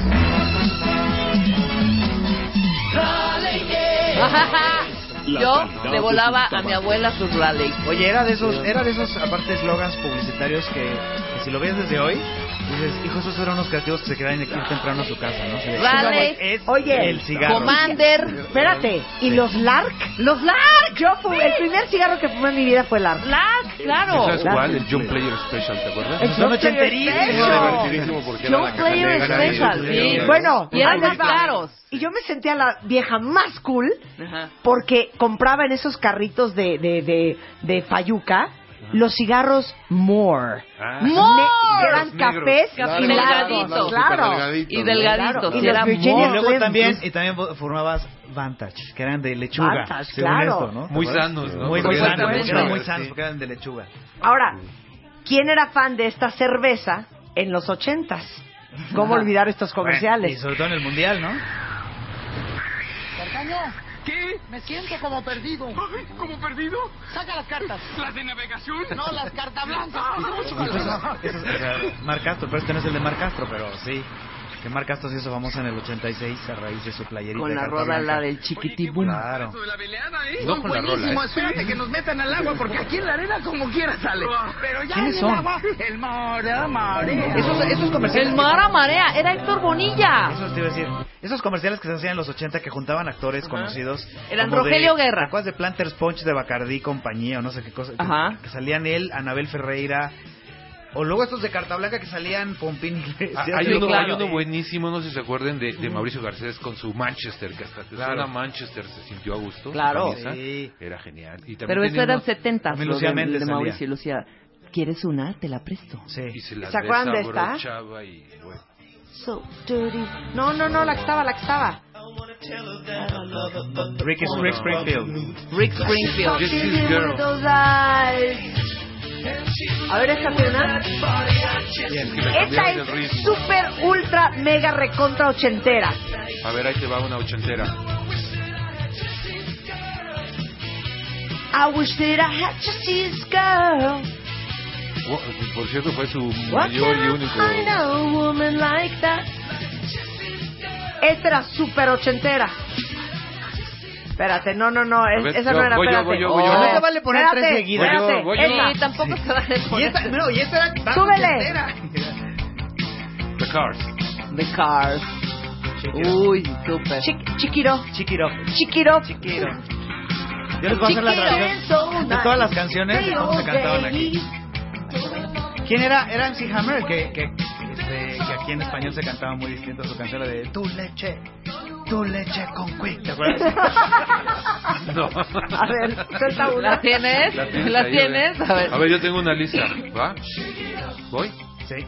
Speaker 10: Yo le volaba a mi abuela sus Raleigh.
Speaker 15: Oye, era de esos, era de esos aparte eslogans publicitarios que, que si lo ves desde hoy, dices, hijo, esos eran unos creativos que se querían ir temprano a su casa, ¿no? Se decía,
Speaker 10: Raleigh,
Speaker 15: "Güey, es
Speaker 5: Oye,
Speaker 15: el cigarro.
Speaker 10: Commander.
Speaker 5: Espérate, ¿y los Lark? ¡Los Lark! Yo fumé, el primer cigarro que fumé en mi vida fue Lark.
Speaker 10: Lark,
Speaker 11: ¿Sabes cuál? El John Player Special, ¿te acuerdas?
Speaker 15: Pues
Speaker 5: El John Player Special.
Speaker 11: divertidísimo porque era la caja negra y el
Speaker 5: sí.
Speaker 11: negro, ¿no?
Speaker 5: Bueno,
Speaker 10: Y eran
Speaker 5: ahí les
Speaker 10: más
Speaker 5: va.
Speaker 10: caros.
Speaker 5: Y yo me sentía la vieja más cool
Speaker 10: Ajá.
Speaker 5: porque compraba en esos carritos de, de, de, de Fayuca los cigarros Moore.
Speaker 10: Ah.
Speaker 5: Ne- eran
Speaker 10: Los
Speaker 5: cafés
Speaker 10: negros, claro.
Speaker 5: y largos,
Speaker 10: Delgaditos.
Speaker 5: claro.
Speaker 10: Delgaditos, Y ¿no? delgaditos,
Speaker 5: Claro.
Speaker 10: sí,
Speaker 5: Y los
Speaker 10: era
Speaker 5: Virginia
Speaker 15: Y luego
Speaker 5: Slims.
Speaker 15: también, eh, y también formabas Vantage, que eran de lechuga.
Speaker 5: Vantage,
Speaker 15: según
Speaker 5: claro.
Speaker 15: esto, ¿no? ¿Te
Speaker 11: Muy
Speaker 15: acuerdas?
Speaker 11: sanos, ¿no?
Speaker 15: Muy, muy
Speaker 11: Porque eran de
Speaker 15: sanos,
Speaker 11: lechuga,
Speaker 15: eran muy
Speaker 11: sí.
Speaker 15: sanos, porque eran de lechuga.
Speaker 5: Ahora, ¿quién era fan de esta cerveza en los ochentas? ¿Cómo olvidar estos
Speaker 15: Y
Speaker 5: comerciales?
Speaker 15: sobre todo en el mundial, ¿no?
Speaker 8: ¿Qué? Me siento como perdido. ¿Como perdido? Saca las cartas. ¿Las de navegación? Ah, No, las cartas blancas.
Speaker 15: [laughs] Eso es- o sea, Mar Castro, pero este no es el de Mar Castro, pero sí. Que Mar Castro se hizo famosa en el 86 a raíz de su playerita.
Speaker 10: Con
Speaker 15: de
Speaker 10: la
Speaker 15: carta
Speaker 10: rola
Speaker 15: blanca.
Speaker 10: la del chiquitibum.
Speaker 15: Claro.
Speaker 11: No con la rola, ¿eh?
Speaker 8: Espérate que nos metan al agua porque aquí en la arena como quiera sale. Pero ya en
Speaker 15: ¿Quiénes
Speaker 8: el
Speaker 15: son?
Speaker 8: agua, el mar, marea.
Speaker 15: Esos, esos comerciales.
Speaker 10: El mar a marea, era Héctor Bonilla.
Speaker 15: Eso te iba a decir. Esos comerciales que se hacían en los 80 que juntaban actores conocidos.
Speaker 10: Eran
Speaker 15: como de-
Speaker 10: Rogelio Guerra.
Speaker 15: ¿Te acuerdas de Planters Punch de Bacardí compañía o no sé qué cosa? Que-
Speaker 10: Ajá.
Speaker 15: Que, salían él, Anabel Ferreira. O luego estos de Carta Blanca que salían Pompín Iglesias.
Speaker 11: Ah, Hay uno,
Speaker 10: claro.
Speaker 11: hay uno buenísimo, no sé si se acuerden, de, de Mauricio Garcés con su Manchester, que hasta
Speaker 15: Claro.
Speaker 11: claro. Manchester se sintió a gusto.
Speaker 10: Claro.
Speaker 11: su camisa,
Speaker 15: Sí.
Speaker 11: Era genial. Y también
Speaker 10: Pero eso
Speaker 11: tenía
Speaker 10: eran
Speaker 11: unos-
Speaker 10: setentas.
Speaker 15: también
Speaker 10: lo
Speaker 15: Lucía
Speaker 10: de-
Speaker 15: Méndez
Speaker 10: de
Speaker 15: salía.
Speaker 10: Mauricio y Lucía. ¿Quieres una? Te la presto.
Speaker 15: Sí.
Speaker 11: Y se la
Speaker 5: ¿Se acuerdan de esta?
Speaker 11: desabrochaba y, eh, bueno.
Speaker 5: So dirty. No, no, no, la que estaba, la que estaba.
Speaker 15: Rick, es Rick Springfield.
Speaker 10: Rick Springfield.
Speaker 11: Yes, this girl.
Speaker 5: A ver, esta una.
Speaker 11: Y le
Speaker 5: Esta
Speaker 11: cambiaron el
Speaker 5: es
Speaker 11: ritmo.
Speaker 5: super ultra mega recontra ochentera.
Speaker 11: A ver, ahí te va una ochentera.
Speaker 5: I wish that I had just this girl.
Speaker 11: Oh, Por cierto, fue su
Speaker 5: What Ah,
Speaker 11: mayor y
Speaker 5: can I
Speaker 11: único.
Speaker 5: find a woman like that? Esta era super ochentera. Espérate, no, no, no, es-
Speaker 11: ver,
Speaker 5: esa
Speaker 11: yo,
Speaker 5: no era,
Speaker 11: voy yo,
Speaker 5: espérate. Oh,
Speaker 11: voy yo, voy yo. No
Speaker 15: se vale poner
Speaker 5: espérate,
Speaker 15: tres seguidas.
Speaker 5: espérate,
Speaker 11: Voy yo, voy yo.
Speaker 5: esta.
Speaker 10: Sí, [laughs] tampoco se vale
Speaker 15: Y
Speaker 10: poner.
Speaker 15: esta, no, y esta era tan
Speaker 5: Súbele.
Speaker 15: ochentera.
Speaker 11: The Cars.
Speaker 10: The Cars. Uy, súper.
Speaker 5: Chiqui- Chiquiro,
Speaker 15: Chiquiro.
Speaker 5: chiquiro.
Speaker 15: Chiquiro. Yo les voy a hacer la traducción de todas las canciones como se cantaban aquí. ¿Quién era? Era MC Hammer, que, que, este, que aquí en español se cantaba muy distinto a su canción, la de Tu leche, tu leche con quick. ¿Te [laughs] acuerdas?
Speaker 11: No.
Speaker 5: A ver, suelta
Speaker 10: ¿La
Speaker 5: una.
Speaker 10: tienes?
Speaker 11: La tienes,
Speaker 10: ¿La
Speaker 11: ahí, eh.
Speaker 10: tienes? A ver.
Speaker 11: A ver, yo tengo una lista. ¿Va? ¿Voy?
Speaker 15: Sí.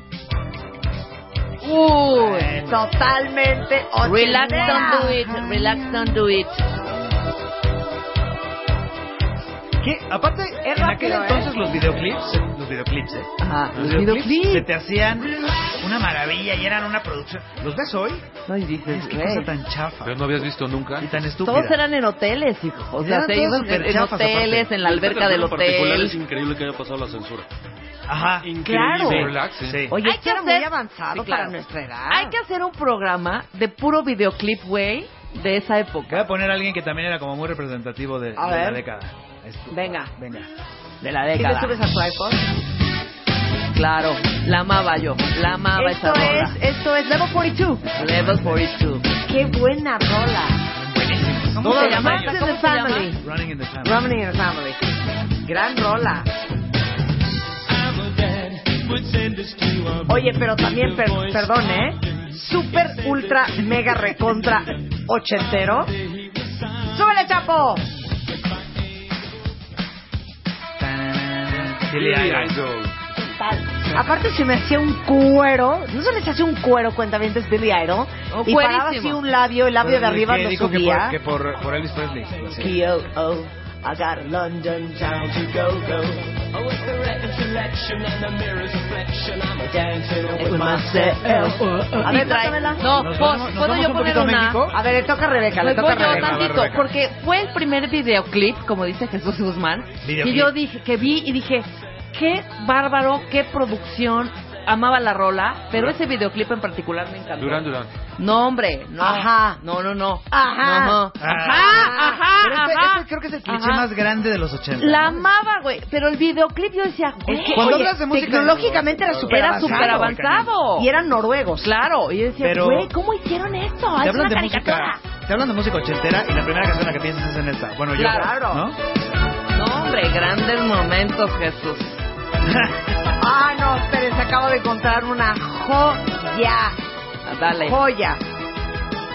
Speaker 10: Uy.
Speaker 5: Totalmente ochentera.
Speaker 10: Relax, don't do it. Relax, don't do it.
Speaker 15: Que, aparte, en aquel
Speaker 5: rápido, ¿eh?
Speaker 15: entonces los videoclips, los videoclips, ¿eh?
Speaker 10: Ajá,
Speaker 15: Los
Speaker 10: los
Speaker 15: videoclips se
Speaker 10: videoclips.
Speaker 15: te hacían una maravilla y eran una producción. ¿Los ves hoy?
Speaker 10: No, y dices,
Speaker 15: Qué
Speaker 10: güey.
Speaker 15: cosa tan chafa
Speaker 11: Pero no habías visto nunca.
Speaker 15: y tan estúpida.
Speaker 10: Todos eran en hoteles, hijo. O sea,
Speaker 15: Eran
Speaker 10: se
Speaker 15: todos
Speaker 10: iban en, en
Speaker 15: chafas,
Speaker 10: hoteles,
Speaker 15: aparte.
Speaker 10: en la alberca del
Speaker 12: En particular,
Speaker 10: hotel.
Speaker 12: Es increíble que haya pasado la censura.
Speaker 15: Ajá.
Speaker 10: Claro.
Speaker 11: ¿eh?
Speaker 10: Oye,
Speaker 5: Hay
Speaker 10: esto
Speaker 5: que
Speaker 10: era
Speaker 5: hacer-
Speaker 10: muy avanzado
Speaker 5: Sí, claro.
Speaker 10: para nuestra edad. Hay que hacer un programa de puro videoclip, güey, de esa época.
Speaker 15: Voy a poner a alguien que también era como muy representativo de,
Speaker 10: A
Speaker 15: de la
Speaker 10: ver.
Speaker 15: década.
Speaker 10: Venga.
Speaker 15: Venga.
Speaker 10: De la
Speaker 15: ¿Sí le
Speaker 10: década.
Speaker 15: subes
Speaker 5: a tu iPod?
Speaker 10: Claro, la amaba yo. La amaba
Speaker 5: Esto
Speaker 10: esa rola.
Speaker 5: es, esto es Level 42.
Speaker 10: Level 42.
Speaker 5: Qué buena rola.
Speaker 15: ¿Cómo
Speaker 5: Todas
Speaker 15: se
Speaker 5: las
Speaker 15: llama?
Speaker 5: años.
Speaker 15: ¿Cómo
Speaker 5: the
Speaker 15: se llama?
Speaker 5: Family.
Speaker 15: Running in the Family.
Speaker 5: Romney and Family. Gran rola. Oye, pero también, per- perdón, ¿eh? Super, ultra, mega, recontra, ochentero. ¡Súbele, Chapo!
Speaker 15: Billy Idol.
Speaker 16: Aparte se me hacía un cuero, ¿no se les hace un cuero cuentavientes Billy Idol?
Speaker 5: Oh,
Speaker 16: y paraba
Speaker 5: cuerísimo.
Speaker 16: así un labio, el labio de arriba
Speaker 15: ¿Qué
Speaker 16: lo
Speaker 15: dijo que por,
Speaker 16: subía.
Speaker 15: que por, por Elvis Presley. lo hacía?
Speaker 16: K.O.O., oh, I got London town to go go. Oh, it's the recollection and the mirror's reflection. I'm a dancing with myself.
Speaker 5: A ver, tráemela.
Speaker 10: No, vos, ¿puedo yo poner una?
Speaker 5: A ver, le toca a Rebeca, le
Speaker 10: Pues
Speaker 5: toca a
Speaker 10: voy yo
Speaker 5: Rebeca.
Speaker 10: tantito, porque fue el primer videoclip, como dice Jesús Guzmán, que
Speaker 5: Videoclip.
Speaker 10: yo dije, que vi y dije, qué bárbaro, qué producción, amaba la rola, pero ese videoclip en particular me encantó.
Speaker 11: Durán, Durán.
Speaker 10: No, hombre, no.
Speaker 15: Ah.
Speaker 10: Ajá. No, no, no.
Speaker 16: Ajá.
Speaker 10: No, no. Ajá, ajá,
Speaker 16: Pero este-
Speaker 10: ajá.
Speaker 16: este creo que es el
Speaker 15: Cliché
Speaker 10: Ajá.
Speaker 15: más grande de los 80.
Speaker 10: La amaba, güey, pero el videoclip yo decía, güey,
Speaker 15: Cuando
Speaker 10: oye,
Speaker 15: hablas de música-
Speaker 16: Tecnológicamente era súper
Speaker 10: era súper avanzado.
Speaker 16: Y eran noruegos.
Speaker 10: Claro, y yo decía,
Speaker 15: Pero-
Speaker 10: güey, ¿cómo hicieron esto?
Speaker 15: Te
Speaker 10: Es
Speaker 15: hablan
Speaker 10: una
Speaker 15: de música.
Speaker 10: caricatura.
Speaker 15: Te hablan de música ochentera y la primera canción en la que piensas es en esta. Bueno, yo.
Speaker 10: Claro.
Speaker 15: ¿no?
Speaker 10: No, hombre, grandes momentos, Jesús.
Speaker 5: Ah, no, espérense, acabo de encontrar una joya.
Speaker 10: Dale.
Speaker 5: Joya.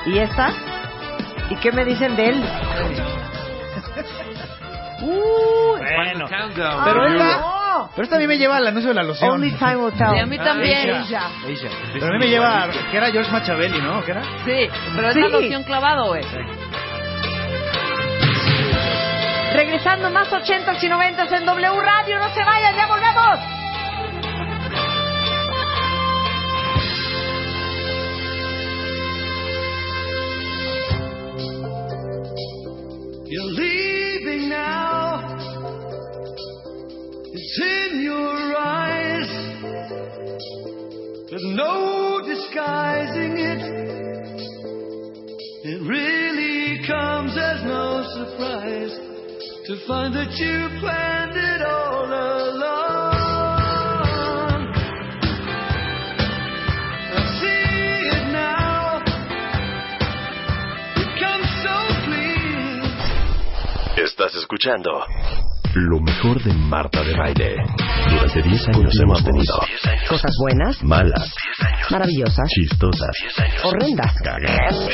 Speaker 5: ¿Y esta? ¿Y qué me dicen
Speaker 16: [laughs]
Speaker 5: de él?
Speaker 15: [laughs]
Speaker 5: Uh,
Speaker 15: Bueno.
Speaker 5: Pero
Speaker 15: Pero esta, pero esta a mí me lleva al anuncio de la loción.
Speaker 5: Ah, Only time will tell.
Speaker 10: Y a mí también.
Speaker 5: Ella.
Speaker 15: Asia. Pero a mí me lleva. a- Que era George Machiavelli, ¿no? ¿Qué era?
Speaker 10: Sí, pero es
Speaker 5: Sí.
Speaker 10: la loción clavado, güey.
Speaker 5: Regresando más 80s y 90s en W Radio, no se vayan, ya volvemos.
Speaker 8: You're leaving now. It's in your eyes. There's no disguising it. It really comes as no surprise to find that you planned it all along. I see it now. It comes so clean.
Speaker 4: Estás escuchando
Speaker 3: Lo mejor de Marta de Baile.
Speaker 4: Durante 10 años hemos tenido
Speaker 5: Cosas buenas,
Speaker 4: malas,
Speaker 5: maravillosas,
Speaker 4: chistosas,
Speaker 5: horrendas,
Speaker 4: cagadas,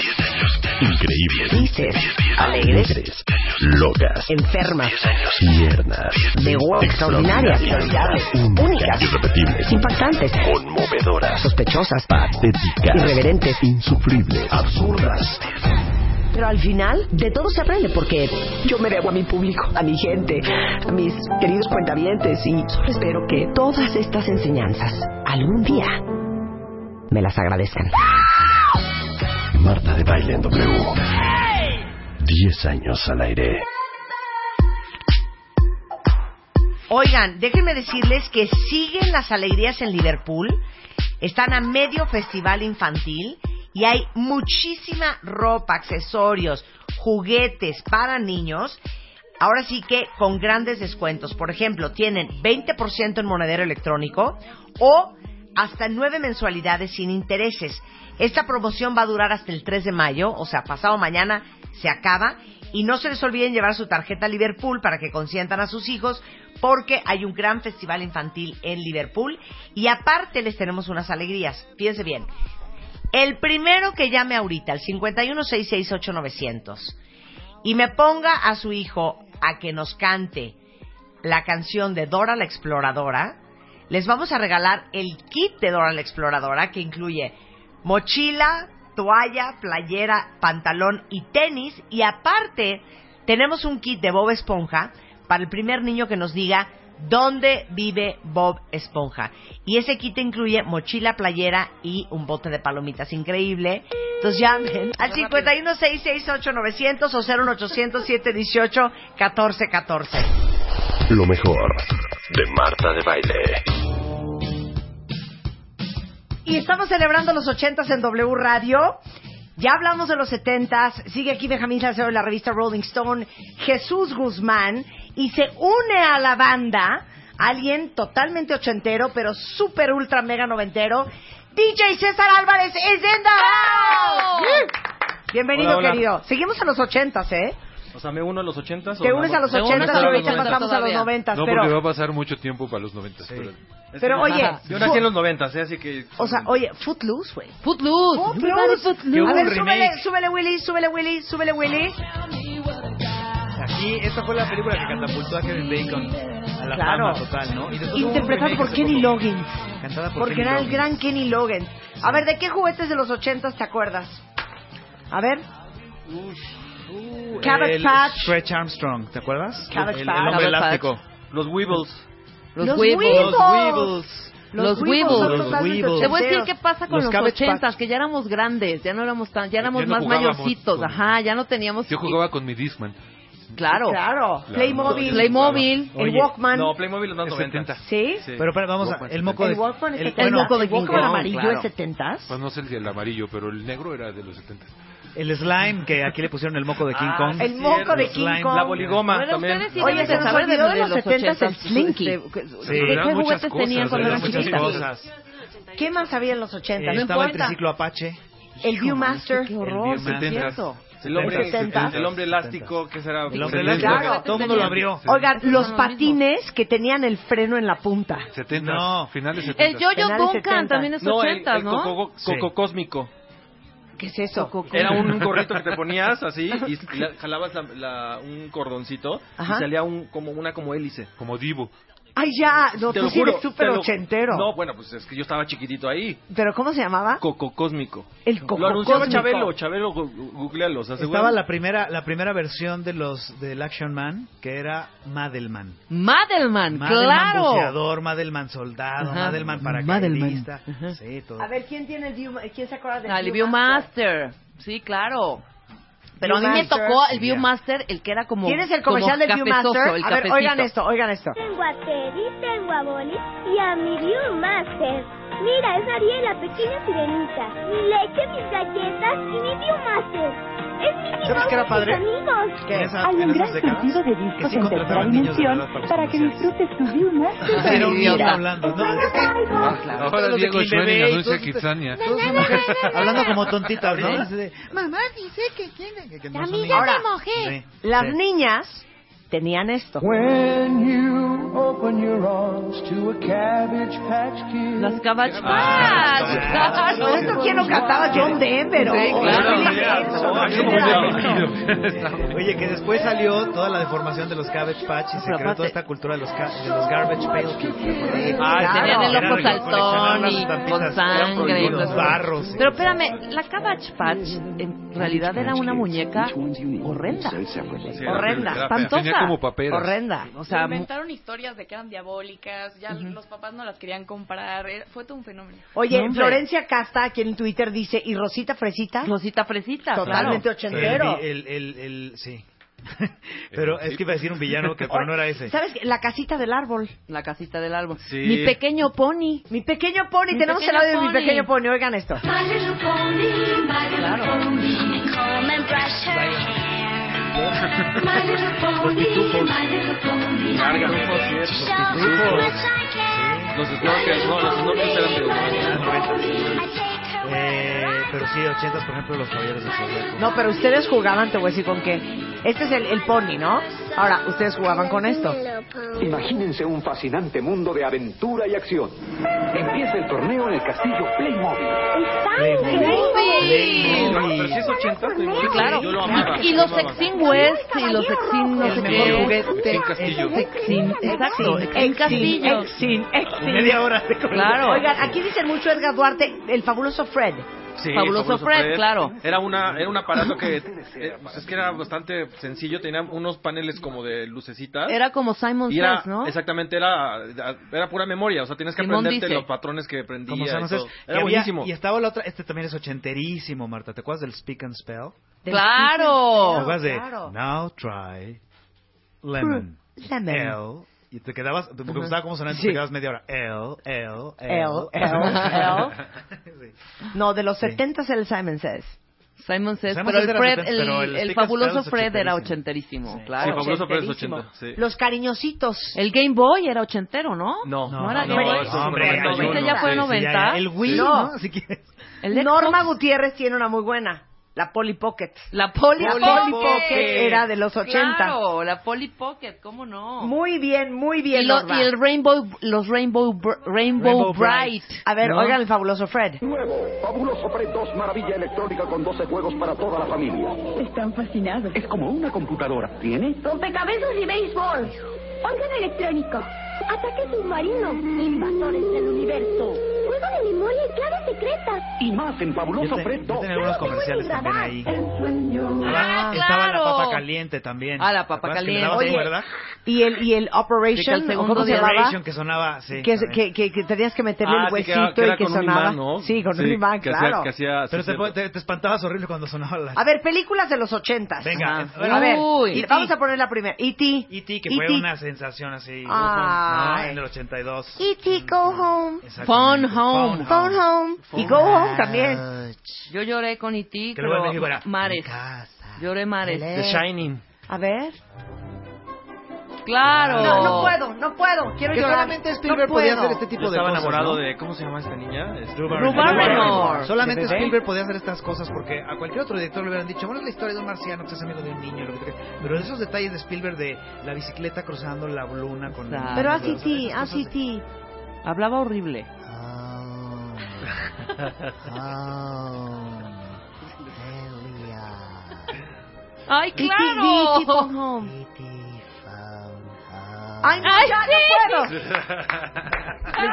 Speaker 4: increíbles,
Speaker 5: tristes,
Speaker 4: alegres, locas,
Speaker 5: enfermas,
Speaker 4: tiernas,
Speaker 5: de huevo, extraordinarias, inolvidables, únicas,
Speaker 4: irrepetibles,
Speaker 5: impactantes,
Speaker 4: conmovedoras,
Speaker 5: sospechosas,
Speaker 4: patéticas,
Speaker 5: irreverentes,
Speaker 4: insufribles, absurdas.
Speaker 5: Pero al final, de todo se aprende porque yo me debo a mi público, a mi gente, a mis queridos cuentavientes y solo espero que todas estas enseñanzas algún día me las agradezcan.
Speaker 4: Marta de Baile en W. 10 años al aire.
Speaker 5: Oigan, déjenme decirles que siguen las alegrías en Liverpool. Están a medio festival infantil y hay muchísima ropa, accesorios, juguetes para niños. Ahora sí que con grandes descuentos. Por ejemplo, tienen 20% en monedero electrónico o hasta nueve mensualidades sin intereses. Esta promoción va a durar hasta el 3 de mayo, o sea, pasado mañana se acaba. Y no se les olviden llevar su tarjeta a Liverpool para que consientan a sus hijos, porque hay un gran festival infantil en Liverpool. Y aparte les tenemos unas alegrías. Fíjense bien. El primero que llame ahorita, el 51668900, y me ponga a su hijo a que nos cante la canción de Dora la Exploradora, les vamos a regalar el kit de Dora la Exploradora que incluye mochila, toalla, playera, pantalón y tenis. Y aparte, tenemos un kit de Bob Esponja para el primer niño que nos diga dónde vive Bob Esponja. Y ese kit incluye mochila, playera y un bote de palomitas. Increíble. Entonces llamen al 51668900 o 01800 718 1414.
Speaker 4: Lo mejor de Marta de Baile.
Speaker 5: Y estamos celebrando los 80s en W Radio. Ya hablamos de los 70s. Sigue aquí Benjamín Salcedo de la revista Rolling Stone, Jesús Guzmán. Y se une a la banda alguien totalmente ochentero, pero súper ultra mega noventero. DJ César Álvarez es in the house. Bienvenido,
Speaker 17: Hola, hola.
Speaker 5: querido. Seguimos a los 80s, ¿eh?
Speaker 17: O sea, me uno a los 80
Speaker 5: Te unes a los 80s y ahorita pasamos a los 90s.
Speaker 11: No,
Speaker 5: pero...
Speaker 11: porque va a pasar mucho tiempo para los 90. pero-
Speaker 5: Pero, oye,
Speaker 17: yo nací en los
Speaker 5: Foot-
Speaker 17: 90, ¿eh? así que
Speaker 5: O sea, oye, Footloose, güey.
Speaker 10: Footloose. Everybody
Speaker 5: A
Speaker 10: Footloose.
Speaker 5: ver,
Speaker 10: Hubo un
Speaker 5: súbele,
Speaker 10: remake.
Speaker 5: súbele, Willy, súbele, Willy, súbele, Willy.
Speaker 15: Ah, Aquí, esta fue la película que catapultó a Kevin Bacon a la fama
Speaker 5: Claro.
Speaker 15: total, ¿no? Y después hubo este un
Speaker 5: Interpretada
Speaker 15: remake
Speaker 5: por
Speaker 15: hace
Speaker 5: Kenny
Speaker 15: poco,
Speaker 5: Loggins.
Speaker 15: Cantada por
Speaker 5: Porque
Speaker 15: Kenny
Speaker 5: era el
Speaker 15: Loggins.
Speaker 5: gran Kenny Loggins. A ver, ¿de qué juguetes de los 80 te acuerdas? A ver. Cabbage
Speaker 15: el
Speaker 5: Patch.
Speaker 15: Stretch Armstrong, ¿te acuerdas? el,
Speaker 5: Cabbage
Speaker 15: el
Speaker 5: Patch. Oh.
Speaker 15: hombre
Speaker 5: Cabbage
Speaker 15: elástico.
Speaker 17: Los Weebles.
Speaker 10: Los
Speaker 15: Los
Speaker 10: huevos.
Speaker 15: Weebles.
Speaker 10: Los
Speaker 15: Los
Speaker 10: huevos.
Speaker 15: Weebles.
Speaker 10: Los
Speaker 15: Los
Speaker 10: huevos.
Speaker 15: Weebles.
Speaker 10: Te voy a decir qué pasa con
Speaker 15: Los
Speaker 10: los,
Speaker 15: Cabbage
Speaker 10: 80 que ya éramos grandes, ya no éramos tan, ya éramos
Speaker 11: no
Speaker 10: más
Speaker 11: jugábamos
Speaker 10: mayorcitos,
Speaker 11: con-
Speaker 10: ajá, ya no teníamos
Speaker 11: Yo jugaba con mi Discman.
Speaker 5: Claro.
Speaker 10: Claro.
Speaker 11: Claro.
Speaker 5: Playmobil.
Speaker 10: Playmobil,
Speaker 11: Oye,
Speaker 5: el Walkman.
Speaker 17: No, Playmobil es los 90.
Speaker 5: ¿Sí?
Speaker 15: Pero, pero vamos, a, el moco de...
Speaker 5: El Walkman es
Speaker 15: el-
Speaker 5: 70.
Speaker 15: bueno,
Speaker 5: El moco de
Speaker 15: Walkman
Speaker 5: King Kong.
Speaker 15: amarillo
Speaker 5: Claro.
Speaker 15: es
Speaker 5: 70.
Speaker 11: Pues no sé el amarillo, pero el negro era de los 70.
Speaker 15: El slime, que aquí le pusieron el moco de King
Speaker 11: Ah,
Speaker 15: Kong.
Speaker 5: El moco de King Kong.
Speaker 10: Bueno, ustedes sí
Speaker 5: Oye,
Speaker 10: deben de
Speaker 5: se nos
Speaker 10: saber
Speaker 5: olvidó
Speaker 10: de
Speaker 5: de los
Speaker 10: los
Speaker 5: 70s el
Speaker 10: 80s,
Speaker 5: Slinky.
Speaker 10: este,
Speaker 15: Sí,
Speaker 10: ¿De
Speaker 15: eran muchas
Speaker 10: qué juguetes
Speaker 15: cosas,
Speaker 10: tenían cuando
Speaker 15: eran
Speaker 10: eran
Speaker 15: muchas
Speaker 10: chiquitas?
Speaker 15: cosas.
Speaker 5: ¿Qué más había en los 80?
Speaker 15: Eh,
Speaker 5: No
Speaker 15: estaba el
Speaker 5: importa.
Speaker 15: triciclo Apache.
Speaker 5: El Viewmaster.
Speaker 15: qué horror, El sí es Viewmaster. cierto.
Speaker 17: El hombre,
Speaker 5: Setentas.
Speaker 17: el, el hombre elástico, que será?
Speaker 15: El hombre elástico,
Speaker 5: Ah, Claro.
Speaker 15: todo el mundo lo abrió.
Speaker 5: Oigan, los
Speaker 10: son lo
Speaker 5: patines que tenían el freno en la punta.
Speaker 11: 70. No. Finales 70.
Speaker 10: El yo-yo
Speaker 5: Finales
Speaker 10: Duncan
Speaker 5: 70.
Speaker 10: también es
Speaker 17: No, el,
Speaker 10: 80,
Speaker 17: el
Speaker 10: ¿no?
Speaker 17: coco, coco cósmico.
Speaker 5: ¿Qué es eso?
Speaker 17: Era un gorrito que te ponías
Speaker 5: [laughs]
Speaker 17: así y la- jalabas la- la- un cordoncito
Speaker 5: Ajá.
Speaker 17: y salía un, como una como hélice.
Speaker 11: Como divo.
Speaker 5: Ay, ya. No, tú sí eres súper
Speaker 17: te lo-
Speaker 5: ochentero.
Speaker 17: No, bueno, pues es que yo estaba chiquitito ahí.
Speaker 5: ¿Pero cómo se llamaba?
Speaker 17: Coco cósmico.
Speaker 5: El coco
Speaker 17: Lo anunciaba
Speaker 5: cósmico.
Speaker 17: Chabelo, Chabelo, gu- gu- googlealo. o sea, seguro-
Speaker 15: Estaba la primera, la primera versión de los del Action Man, que era Madelman.
Speaker 10: Madelman,
Speaker 15: Madelman
Speaker 10: claro.
Speaker 15: buceador, Madelman soldado,
Speaker 10: Ajá.
Speaker 15: Madelman
Speaker 10: Madelman.
Speaker 15: paracaidista. Sí, todo.
Speaker 5: A ver, ¿quién tiene el View- ¿Quién se acuerda del
Speaker 10: Ah, el
Speaker 5: Viewmaster?
Speaker 10: Viewmaster. Sí, claro. Pero a mí me
Speaker 5: Viewmaster.
Speaker 10: tocó el
Speaker 5: Ya.
Speaker 10: Viewmaster, el que era como
Speaker 5: ¿Tienes el
Speaker 10: como
Speaker 5: comercial del
Speaker 10: cafezoso,
Speaker 5: Viewmaster?
Speaker 10: el
Speaker 5: A ver,
Speaker 10: cafecito.
Speaker 5: oigan esto, oigan esto.
Speaker 18: Tengo a Teddy, tengo a Bonnie y a mi Viewmaster. Mira, es Ariel, la pequeña sirenita. Mi leche, mis galletas y mi Viewmaster. Es mi
Speaker 15: ¿Sabes
Speaker 18: dinosaurio
Speaker 15: qué era
Speaker 18: y
Speaker 15: padre?
Speaker 18: sus amigos.
Speaker 15: En esa-
Speaker 18: Hay un
Speaker 15: en
Speaker 18: gran
Speaker 15: esas décadas,
Speaker 18: surtido de
Speaker 15: que
Speaker 18: discos en
Speaker 15: sí
Speaker 18: tercera
Speaker 15: contrataban niños de
Speaker 18: dimensión
Speaker 15: verdad para los
Speaker 18: para que disfrutes tu
Speaker 15: [laughs]
Speaker 18: Viewmaster.
Speaker 15: Era un niño
Speaker 18: Mira.
Speaker 15: hablando. No, es que-
Speaker 11: Ahora
Speaker 15: Ah, Los de
Speaker 11: Diego
Speaker 15: Clean Bebé
Speaker 11: Schwenning
Speaker 15: y
Speaker 11: anuncia
Speaker 15: todos estos-
Speaker 11: Kitsania.
Speaker 15: todas esas mujeres Hablando como tontitas, ¿no?
Speaker 5: Sí.
Speaker 15: Así de, Mamá dice que tiene que, que no son niñas.
Speaker 5: Ahora,
Speaker 15: Sí,
Speaker 5: Las
Speaker 15: sí.
Speaker 5: niñas tenían esto.
Speaker 8: When you open your arms to a cabbage patch kid.
Speaker 10: Las Cabbage
Speaker 8: Ah,
Speaker 10: Patch.
Speaker 5: No, esto quién lo cantaba John Denver. o-
Speaker 10: Sí, claro.
Speaker 5: o Billy Gibbons, o quién era.
Speaker 15: Oye, que después salió toda la deformación de los Cabbage Patch y se creó
Speaker 10: Pero
Speaker 15: toda
Speaker 10: aparte-
Speaker 15: esta cultura de los, ca- de los Garbage Pail Kids. ¿te acuerdas?
Speaker 10: Ah, tenían el
Speaker 15: Eran
Speaker 10: ojo
Speaker 15: los que coleccionaban
Speaker 10: saltón
Speaker 15: las
Speaker 10: y con
Speaker 15: estampitas, eran
Speaker 10: sangre y
Speaker 15: prohibidos,
Speaker 10: todo eso.
Speaker 15: los barros.
Speaker 10: Pero espérame, la Cabbage Patch en realidad era una muñeca horrenda.
Speaker 11: era
Speaker 10: Horrenda,
Speaker 11: fea.
Speaker 10: espantosa.
Speaker 11: Tenía como paperas.
Speaker 10: Horrenda. O sea, mu-
Speaker 19: inventaron historias de que eran diabólicas, ya los papás no las querían comprar, eh, fue todo un fenómeno.
Speaker 5: Oye,
Speaker 10: No, hombre.
Speaker 5: Florencia Casta, aquí en Twitter dice, ¿y Rosita Fresita?
Speaker 10: Rosita Fresita,
Speaker 5: Totalmente ochentero.
Speaker 15: El, el, el, el- sí. [laughs] Pero es que iba a decir un villano que pero no era ese.
Speaker 5: ¿Sabes? qué? La casita del árbol.
Speaker 10: La casita del árbol.
Speaker 15: Sí.
Speaker 10: Mi pequeño pony.
Speaker 5: Mi pequeño pony.
Speaker 10: Mi
Speaker 5: Tenemos el
Speaker 10: pequeño
Speaker 5: audio de mi
Speaker 10: pony.
Speaker 5: pequeño pony. Oigan
Speaker 10: [laughs]
Speaker 5: esto.
Speaker 7: My little pony, my little pony, come and brush her hair. My little pony, my little pony,
Speaker 17: Larga.
Speaker 7: show how much I care.
Speaker 17: Los snorkels, no, los snorkels eran de
Speaker 15: Eh, pero sí, 80 por ejemplo, los caballeros de Zodiaco.
Speaker 5: No, pero ustedes jugaban, te voy a decir con qué. Este es el, el pony, ¿no? Ahora, ustedes jugaban con esto.
Speaker 20: Imagínense un fascinante mundo de aventura y acción. Empieza el torneo en el castillo Playmobil.
Speaker 10: Playmobil.
Speaker 17: No, pero si es 80,
Speaker 10: Sí, claro.
Speaker 17: yo lo amaba.
Speaker 10: Y
Speaker 17: yo
Speaker 10: los
Speaker 17: lo amaba.
Speaker 10: Exin West y los Exin no sé
Speaker 15: mejor
Speaker 10: qué.
Speaker 15: juguete. Exin Castillo.
Speaker 10: Exin, exacto.
Speaker 5: Exin,
Speaker 10: Exin Castillo.
Speaker 5: Exin, Exin.
Speaker 15: Media hora de comer.
Speaker 10: Claro.
Speaker 5: Oigan, aquí dicen mucho Edgar Duarte, el fabuloso Fred.
Speaker 17: Sí,
Speaker 10: Fabuloso Fred, claro.
Speaker 17: Era una era un aparato que eh, pues es que era bastante sencillo, tenía unos paneles como de lucecitas.
Speaker 10: Era como Simon
Speaker 17: Y era-
Speaker 10: Says, ¿no?
Speaker 17: Exactamente, era, era pura memoria, o sea, tienes que
Speaker 10: Simón
Speaker 17: aprenderte
Speaker 10: dice.
Speaker 17: los patrones que aprendía.
Speaker 15: Como
Speaker 17: y
Speaker 15: son, entonces,
Speaker 17: todo.
Speaker 15: y
Speaker 17: Era
Speaker 15: había-
Speaker 17: buenísimo.
Speaker 15: Y estaba la otra, este también es ochenterísimo, Marta. ¿Te acuerdas del Speak and Spell? ¿Te
Speaker 10: Claro.
Speaker 15: acuerdas de Now Try Lemon?
Speaker 5: Lemon.
Speaker 15: L Y te quedabas, porque me
Speaker 13: Ajá.
Speaker 15: gustaba cómo sonaba, y
Speaker 13: Sí.
Speaker 15: te quedabas media hora. El, el, el.
Speaker 13: El, el,
Speaker 15: [laughs]
Speaker 5: No, de los 70 el Simon Says.
Speaker 10: Simon Says,
Speaker 5: Simon
Speaker 10: pero,
Speaker 5: Says
Speaker 10: el,
Speaker 5: era
Speaker 10: Fred-
Speaker 5: 70,
Speaker 10: el-
Speaker 5: pero el
Speaker 10: el
Speaker 5: Stick
Speaker 10: fabuloso
Speaker 5: Stars es
Speaker 10: Fred era ochenterísimo, claro.
Speaker 12: Sí, Fabuloso Fred es
Speaker 10: Ochenterísimo.
Speaker 12: 80, sí.
Speaker 5: Los cariñositos.
Speaker 10: El Game Boy era ochentero, ¿no?
Speaker 12: No,
Speaker 10: no era
Speaker 12: no,
Speaker 10: Game
Speaker 12: no,
Speaker 10: Boy.
Speaker 12: ese es un noventa y uno.
Speaker 10: Este ya fue
Speaker 12: Sí, sí,
Speaker 10: noventa.
Speaker 12: ya, ya. El Wii,
Speaker 5: No.
Speaker 12: ¿no?
Speaker 5: Norma Gutiérrez tiene una muy buena. La Polly Pocket.
Speaker 10: La Polly
Speaker 5: La Polly Pocket era de los 80.
Speaker 10: Claro, la Polly Pocket, ¿cómo no?
Speaker 5: Muy bien, muy bien.
Speaker 10: Y, lo-
Speaker 5: Norma.
Speaker 10: y el Rainbow, los Rainbow, Br- Rainbow,
Speaker 5: Rainbow
Speaker 10: Bright.
Speaker 5: A ver,
Speaker 10: ¿no?
Speaker 5: oigan el fabuloso Fred.
Speaker 20: Nuevo, Fabuloso Fred 2, maravilla electrónica con 12 juegos para toda la familia.
Speaker 21: Están fascinados.
Speaker 20: Es como una computadora. ¿Tiene?
Speaker 18: Rompecabezas y béisbol. Órgano electrónico. Ataque submarino. Invasores del universo. Juego de memoria y clave secreta.
Speaker 20: Y más en Fabuloso
Speaker 15: Yo te-
Speaker 20: Fred 2.
Speaker 15: yo tenía algunos comerciales también ahí. Estaba-
Speaker 5: Ah,
Speaker 15: Estaba la
Speaker 5: claro.
Speaker 15: papa caliente también.
Speaker 5: Ah, la papa
Speaker 15: ¿Te acuerdas que le
Speaker 5: caliente.
Speaker 15: dabas
Speaker 5: Oye,
Speaker 15: cuerda?
Speaker 5: Y el, y el Operation,
Speaker 15: Sí, que el
Speaker 5: ¿o ¿cómo
Speaker 15: segundo
Speaker 5: se
Speaker 15: día-
Speaker 5: llamaba?
Speaker 15: Operation, que sonaba, sí,
Speaker 5: que,
Speaker 15: también.
Speaker 5: que, que- que tenías que meterle
Speaker 15: Ah,
Speaker 5: el
Speaker 15: sí, que
Speaker 5: huesito
Speaker 15: era- que era
Speaker 5: y que
Speaker 15: con un
Speaker 5: sonaba.
Speaker 15: imán, ¿no?
Speaker 5: Sí, con un
Speaker 15: Sí,
Speaker 5: imán,
Speaker 15: que hacía-
Speaker 5: claro.
Speaker 15: que hacía- Pero te, po- te- te espantabas horrible cuando sonaba la...
Speaker 5: A ver, películas de los 80.
Speaker 15: Venga.
Speaker 5: A ver,
Speaker 15: Uy.
Speaker 5: y- vamos a poner la primera. E E.T.
Speaker 15: E.T., E que fue
Speaker 5: E.T..
Speaker 15: una sensación así.
Speaker 5: Ay.
Speaker 15: ¿no? En el 82.
Speaker 5: E.T. E Go
Speaker 15: Mm,
Speaker 5: Home.
Speaker 10: Phone Home.
Speaker 5: Phone Home. Y Go Home también.
Speaker 10: Yo lloré con E.T.,
Speaker 15: Que luego en
Speaker 10: pero
Speaker 15: México era,
Speaker 10: Mares. Lloré Mares.
Speaker 5: The Shining. A ver.
Speaker 10: Claro.
Speaker 5: No, no puedo, no puedo. Quiero
Speaker 10: Que
Speaker 5: llorar.
Speaker 10: solamente
Speaker 5: no
Speaker 10: Spielberg
Speaker 5: puedo.
Speaker 10: podía hacer este tipo
Speaker 17: Yo
Speaker 10: de
Speaker 17: estaba
Speaker 10: cosas,
Speaker 17: enamorado
Speaker 10: ¿no?
Speaker 17: de... ¿Cómo se llama esta niña? Este,
Speaker 15: Drew
Speaker 17: Barrymore.
Speaker 15: Barrymore. Solamente
Speaker 17: Desde-
Speaker 15: Spielberg podía hacer estas cosas porque a cualquier otro director le hubieran dicho, bueno, es la historia de un marciano que es amigo de un niño, lo que tú quieras. pero esos detalles de Spielberg de la bicicleta cruzando la luna con...
Speaker 5: Pero E así ti, así ti.
Speaker 10: Hablaba horrible.
Speaker 15: Ah.
Speaker 5: Ay,
Speaker 10: claro.
Speaker 5: E.T. Go E Home. Ay, no, ya no puedo. Les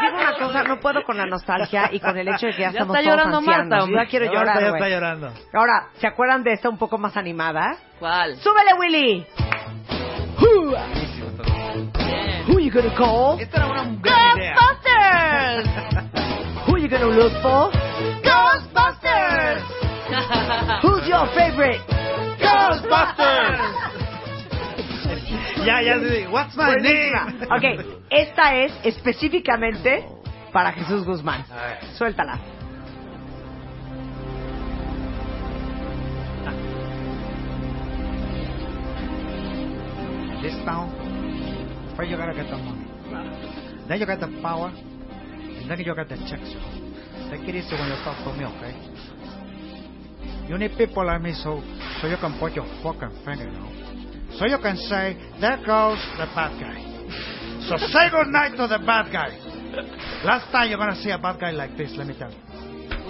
Speaker 5: digo una cosa, no puedo con la nostalgia y con el hecho de que ya,
Speaker 10: Ya
Speaker 5: estamos
Speaker 10: está
Speaker 5: todos
Speaker 10: llorando Marta,
Speaker 5: ancianos.
Speaker 10: hombre.
Speaker 5: Ya quiero
Speaker 10: Ya
Speaker 5: llorar,
Speaker 10: está, ya
Speaker 5: güey.
Speaker 10: está llorando.
Speaker 5: Ahora, ¿se acuerdan de esta un poco más animada?
Speaker 10: ¿Cuál? [laughs]
Speaker 5: ¡Súbele, Willy! Who you gonna call?
Speaker 15: Esta era una
Speaker 5: ¡Ghostbusters! Who you gonna look for? ¡Ghostbusters! Who's your favorite? ¡Ghostbusters!
Speaker 15: Ya, ya, sí, what's my
Speaker 5: Buenísima.
Speaker 15: name?
Speaker 5: Ok, esta es específicamente para Jesús Guzmán. Suéltala.
Speaker 15: This town, where you gotta get the money. Then you got the power, and then you got the checks. Take it easy when you talk to me, okay? You need people like me so, so you can point your fucking finger now. So you can say, there goes the bad guy. [laughs] So say goodnight to the bad guy. Last time you're gonna see a bad guy like this, let me tell you.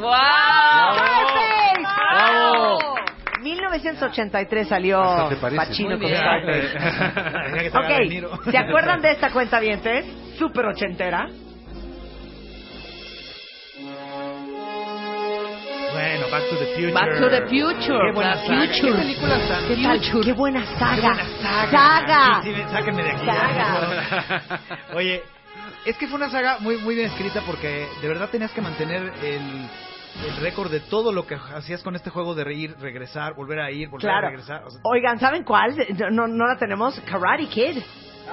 Speaker 10: ¡Wow!
Speaker 5: ¡Perfect!
Speaker 10: ¡Bravo!
Speaker 5: 1983 salió
Speaker 15: Hasta te parece.
Speaker 5: Pachino
Speaker 15: Muy
Speaker 5: con
Speaker 15: bien. [laughs]
Speaker 5: Scarface.
Speaker 15: Tenía que tragar el Niro. [laughs]
Speaker 5: Ok, ¿se acuerdan de esta cuenta vientes? Súper ochentera.
Speaker 15: Bueno, Back to the Future.
Speaker 10: Back to the Future.
Speaker 15: Qué buena
Speaker 10: Back
Speaker 15: saga. ¿Qué
Speaker 10: Future.
Speaker 15: películas tan-
Speaker 5: ¿Qué tal? ¡Qué buena saga!
Speaker 15: Qué buena saga.
Speaker 5: ¡Saga!
Speaker 15: Sí, sí, sáquenme de aquí. ¿eh?
Speaker 5: Saga.
Speaker 15: [laughs] Oye, es que fue una saga muy, muy bien escrita porque de verdad tenías que mantener el, el récord de todo lo que hacías con este juego de ir, regresar, volver a ir, volver
Speaker 5: Claro.
Speaker 15: a regresar. O sea,
Speaker 5: Oigan, ¿saben cuál? No, no la tenemos. Karate Kid.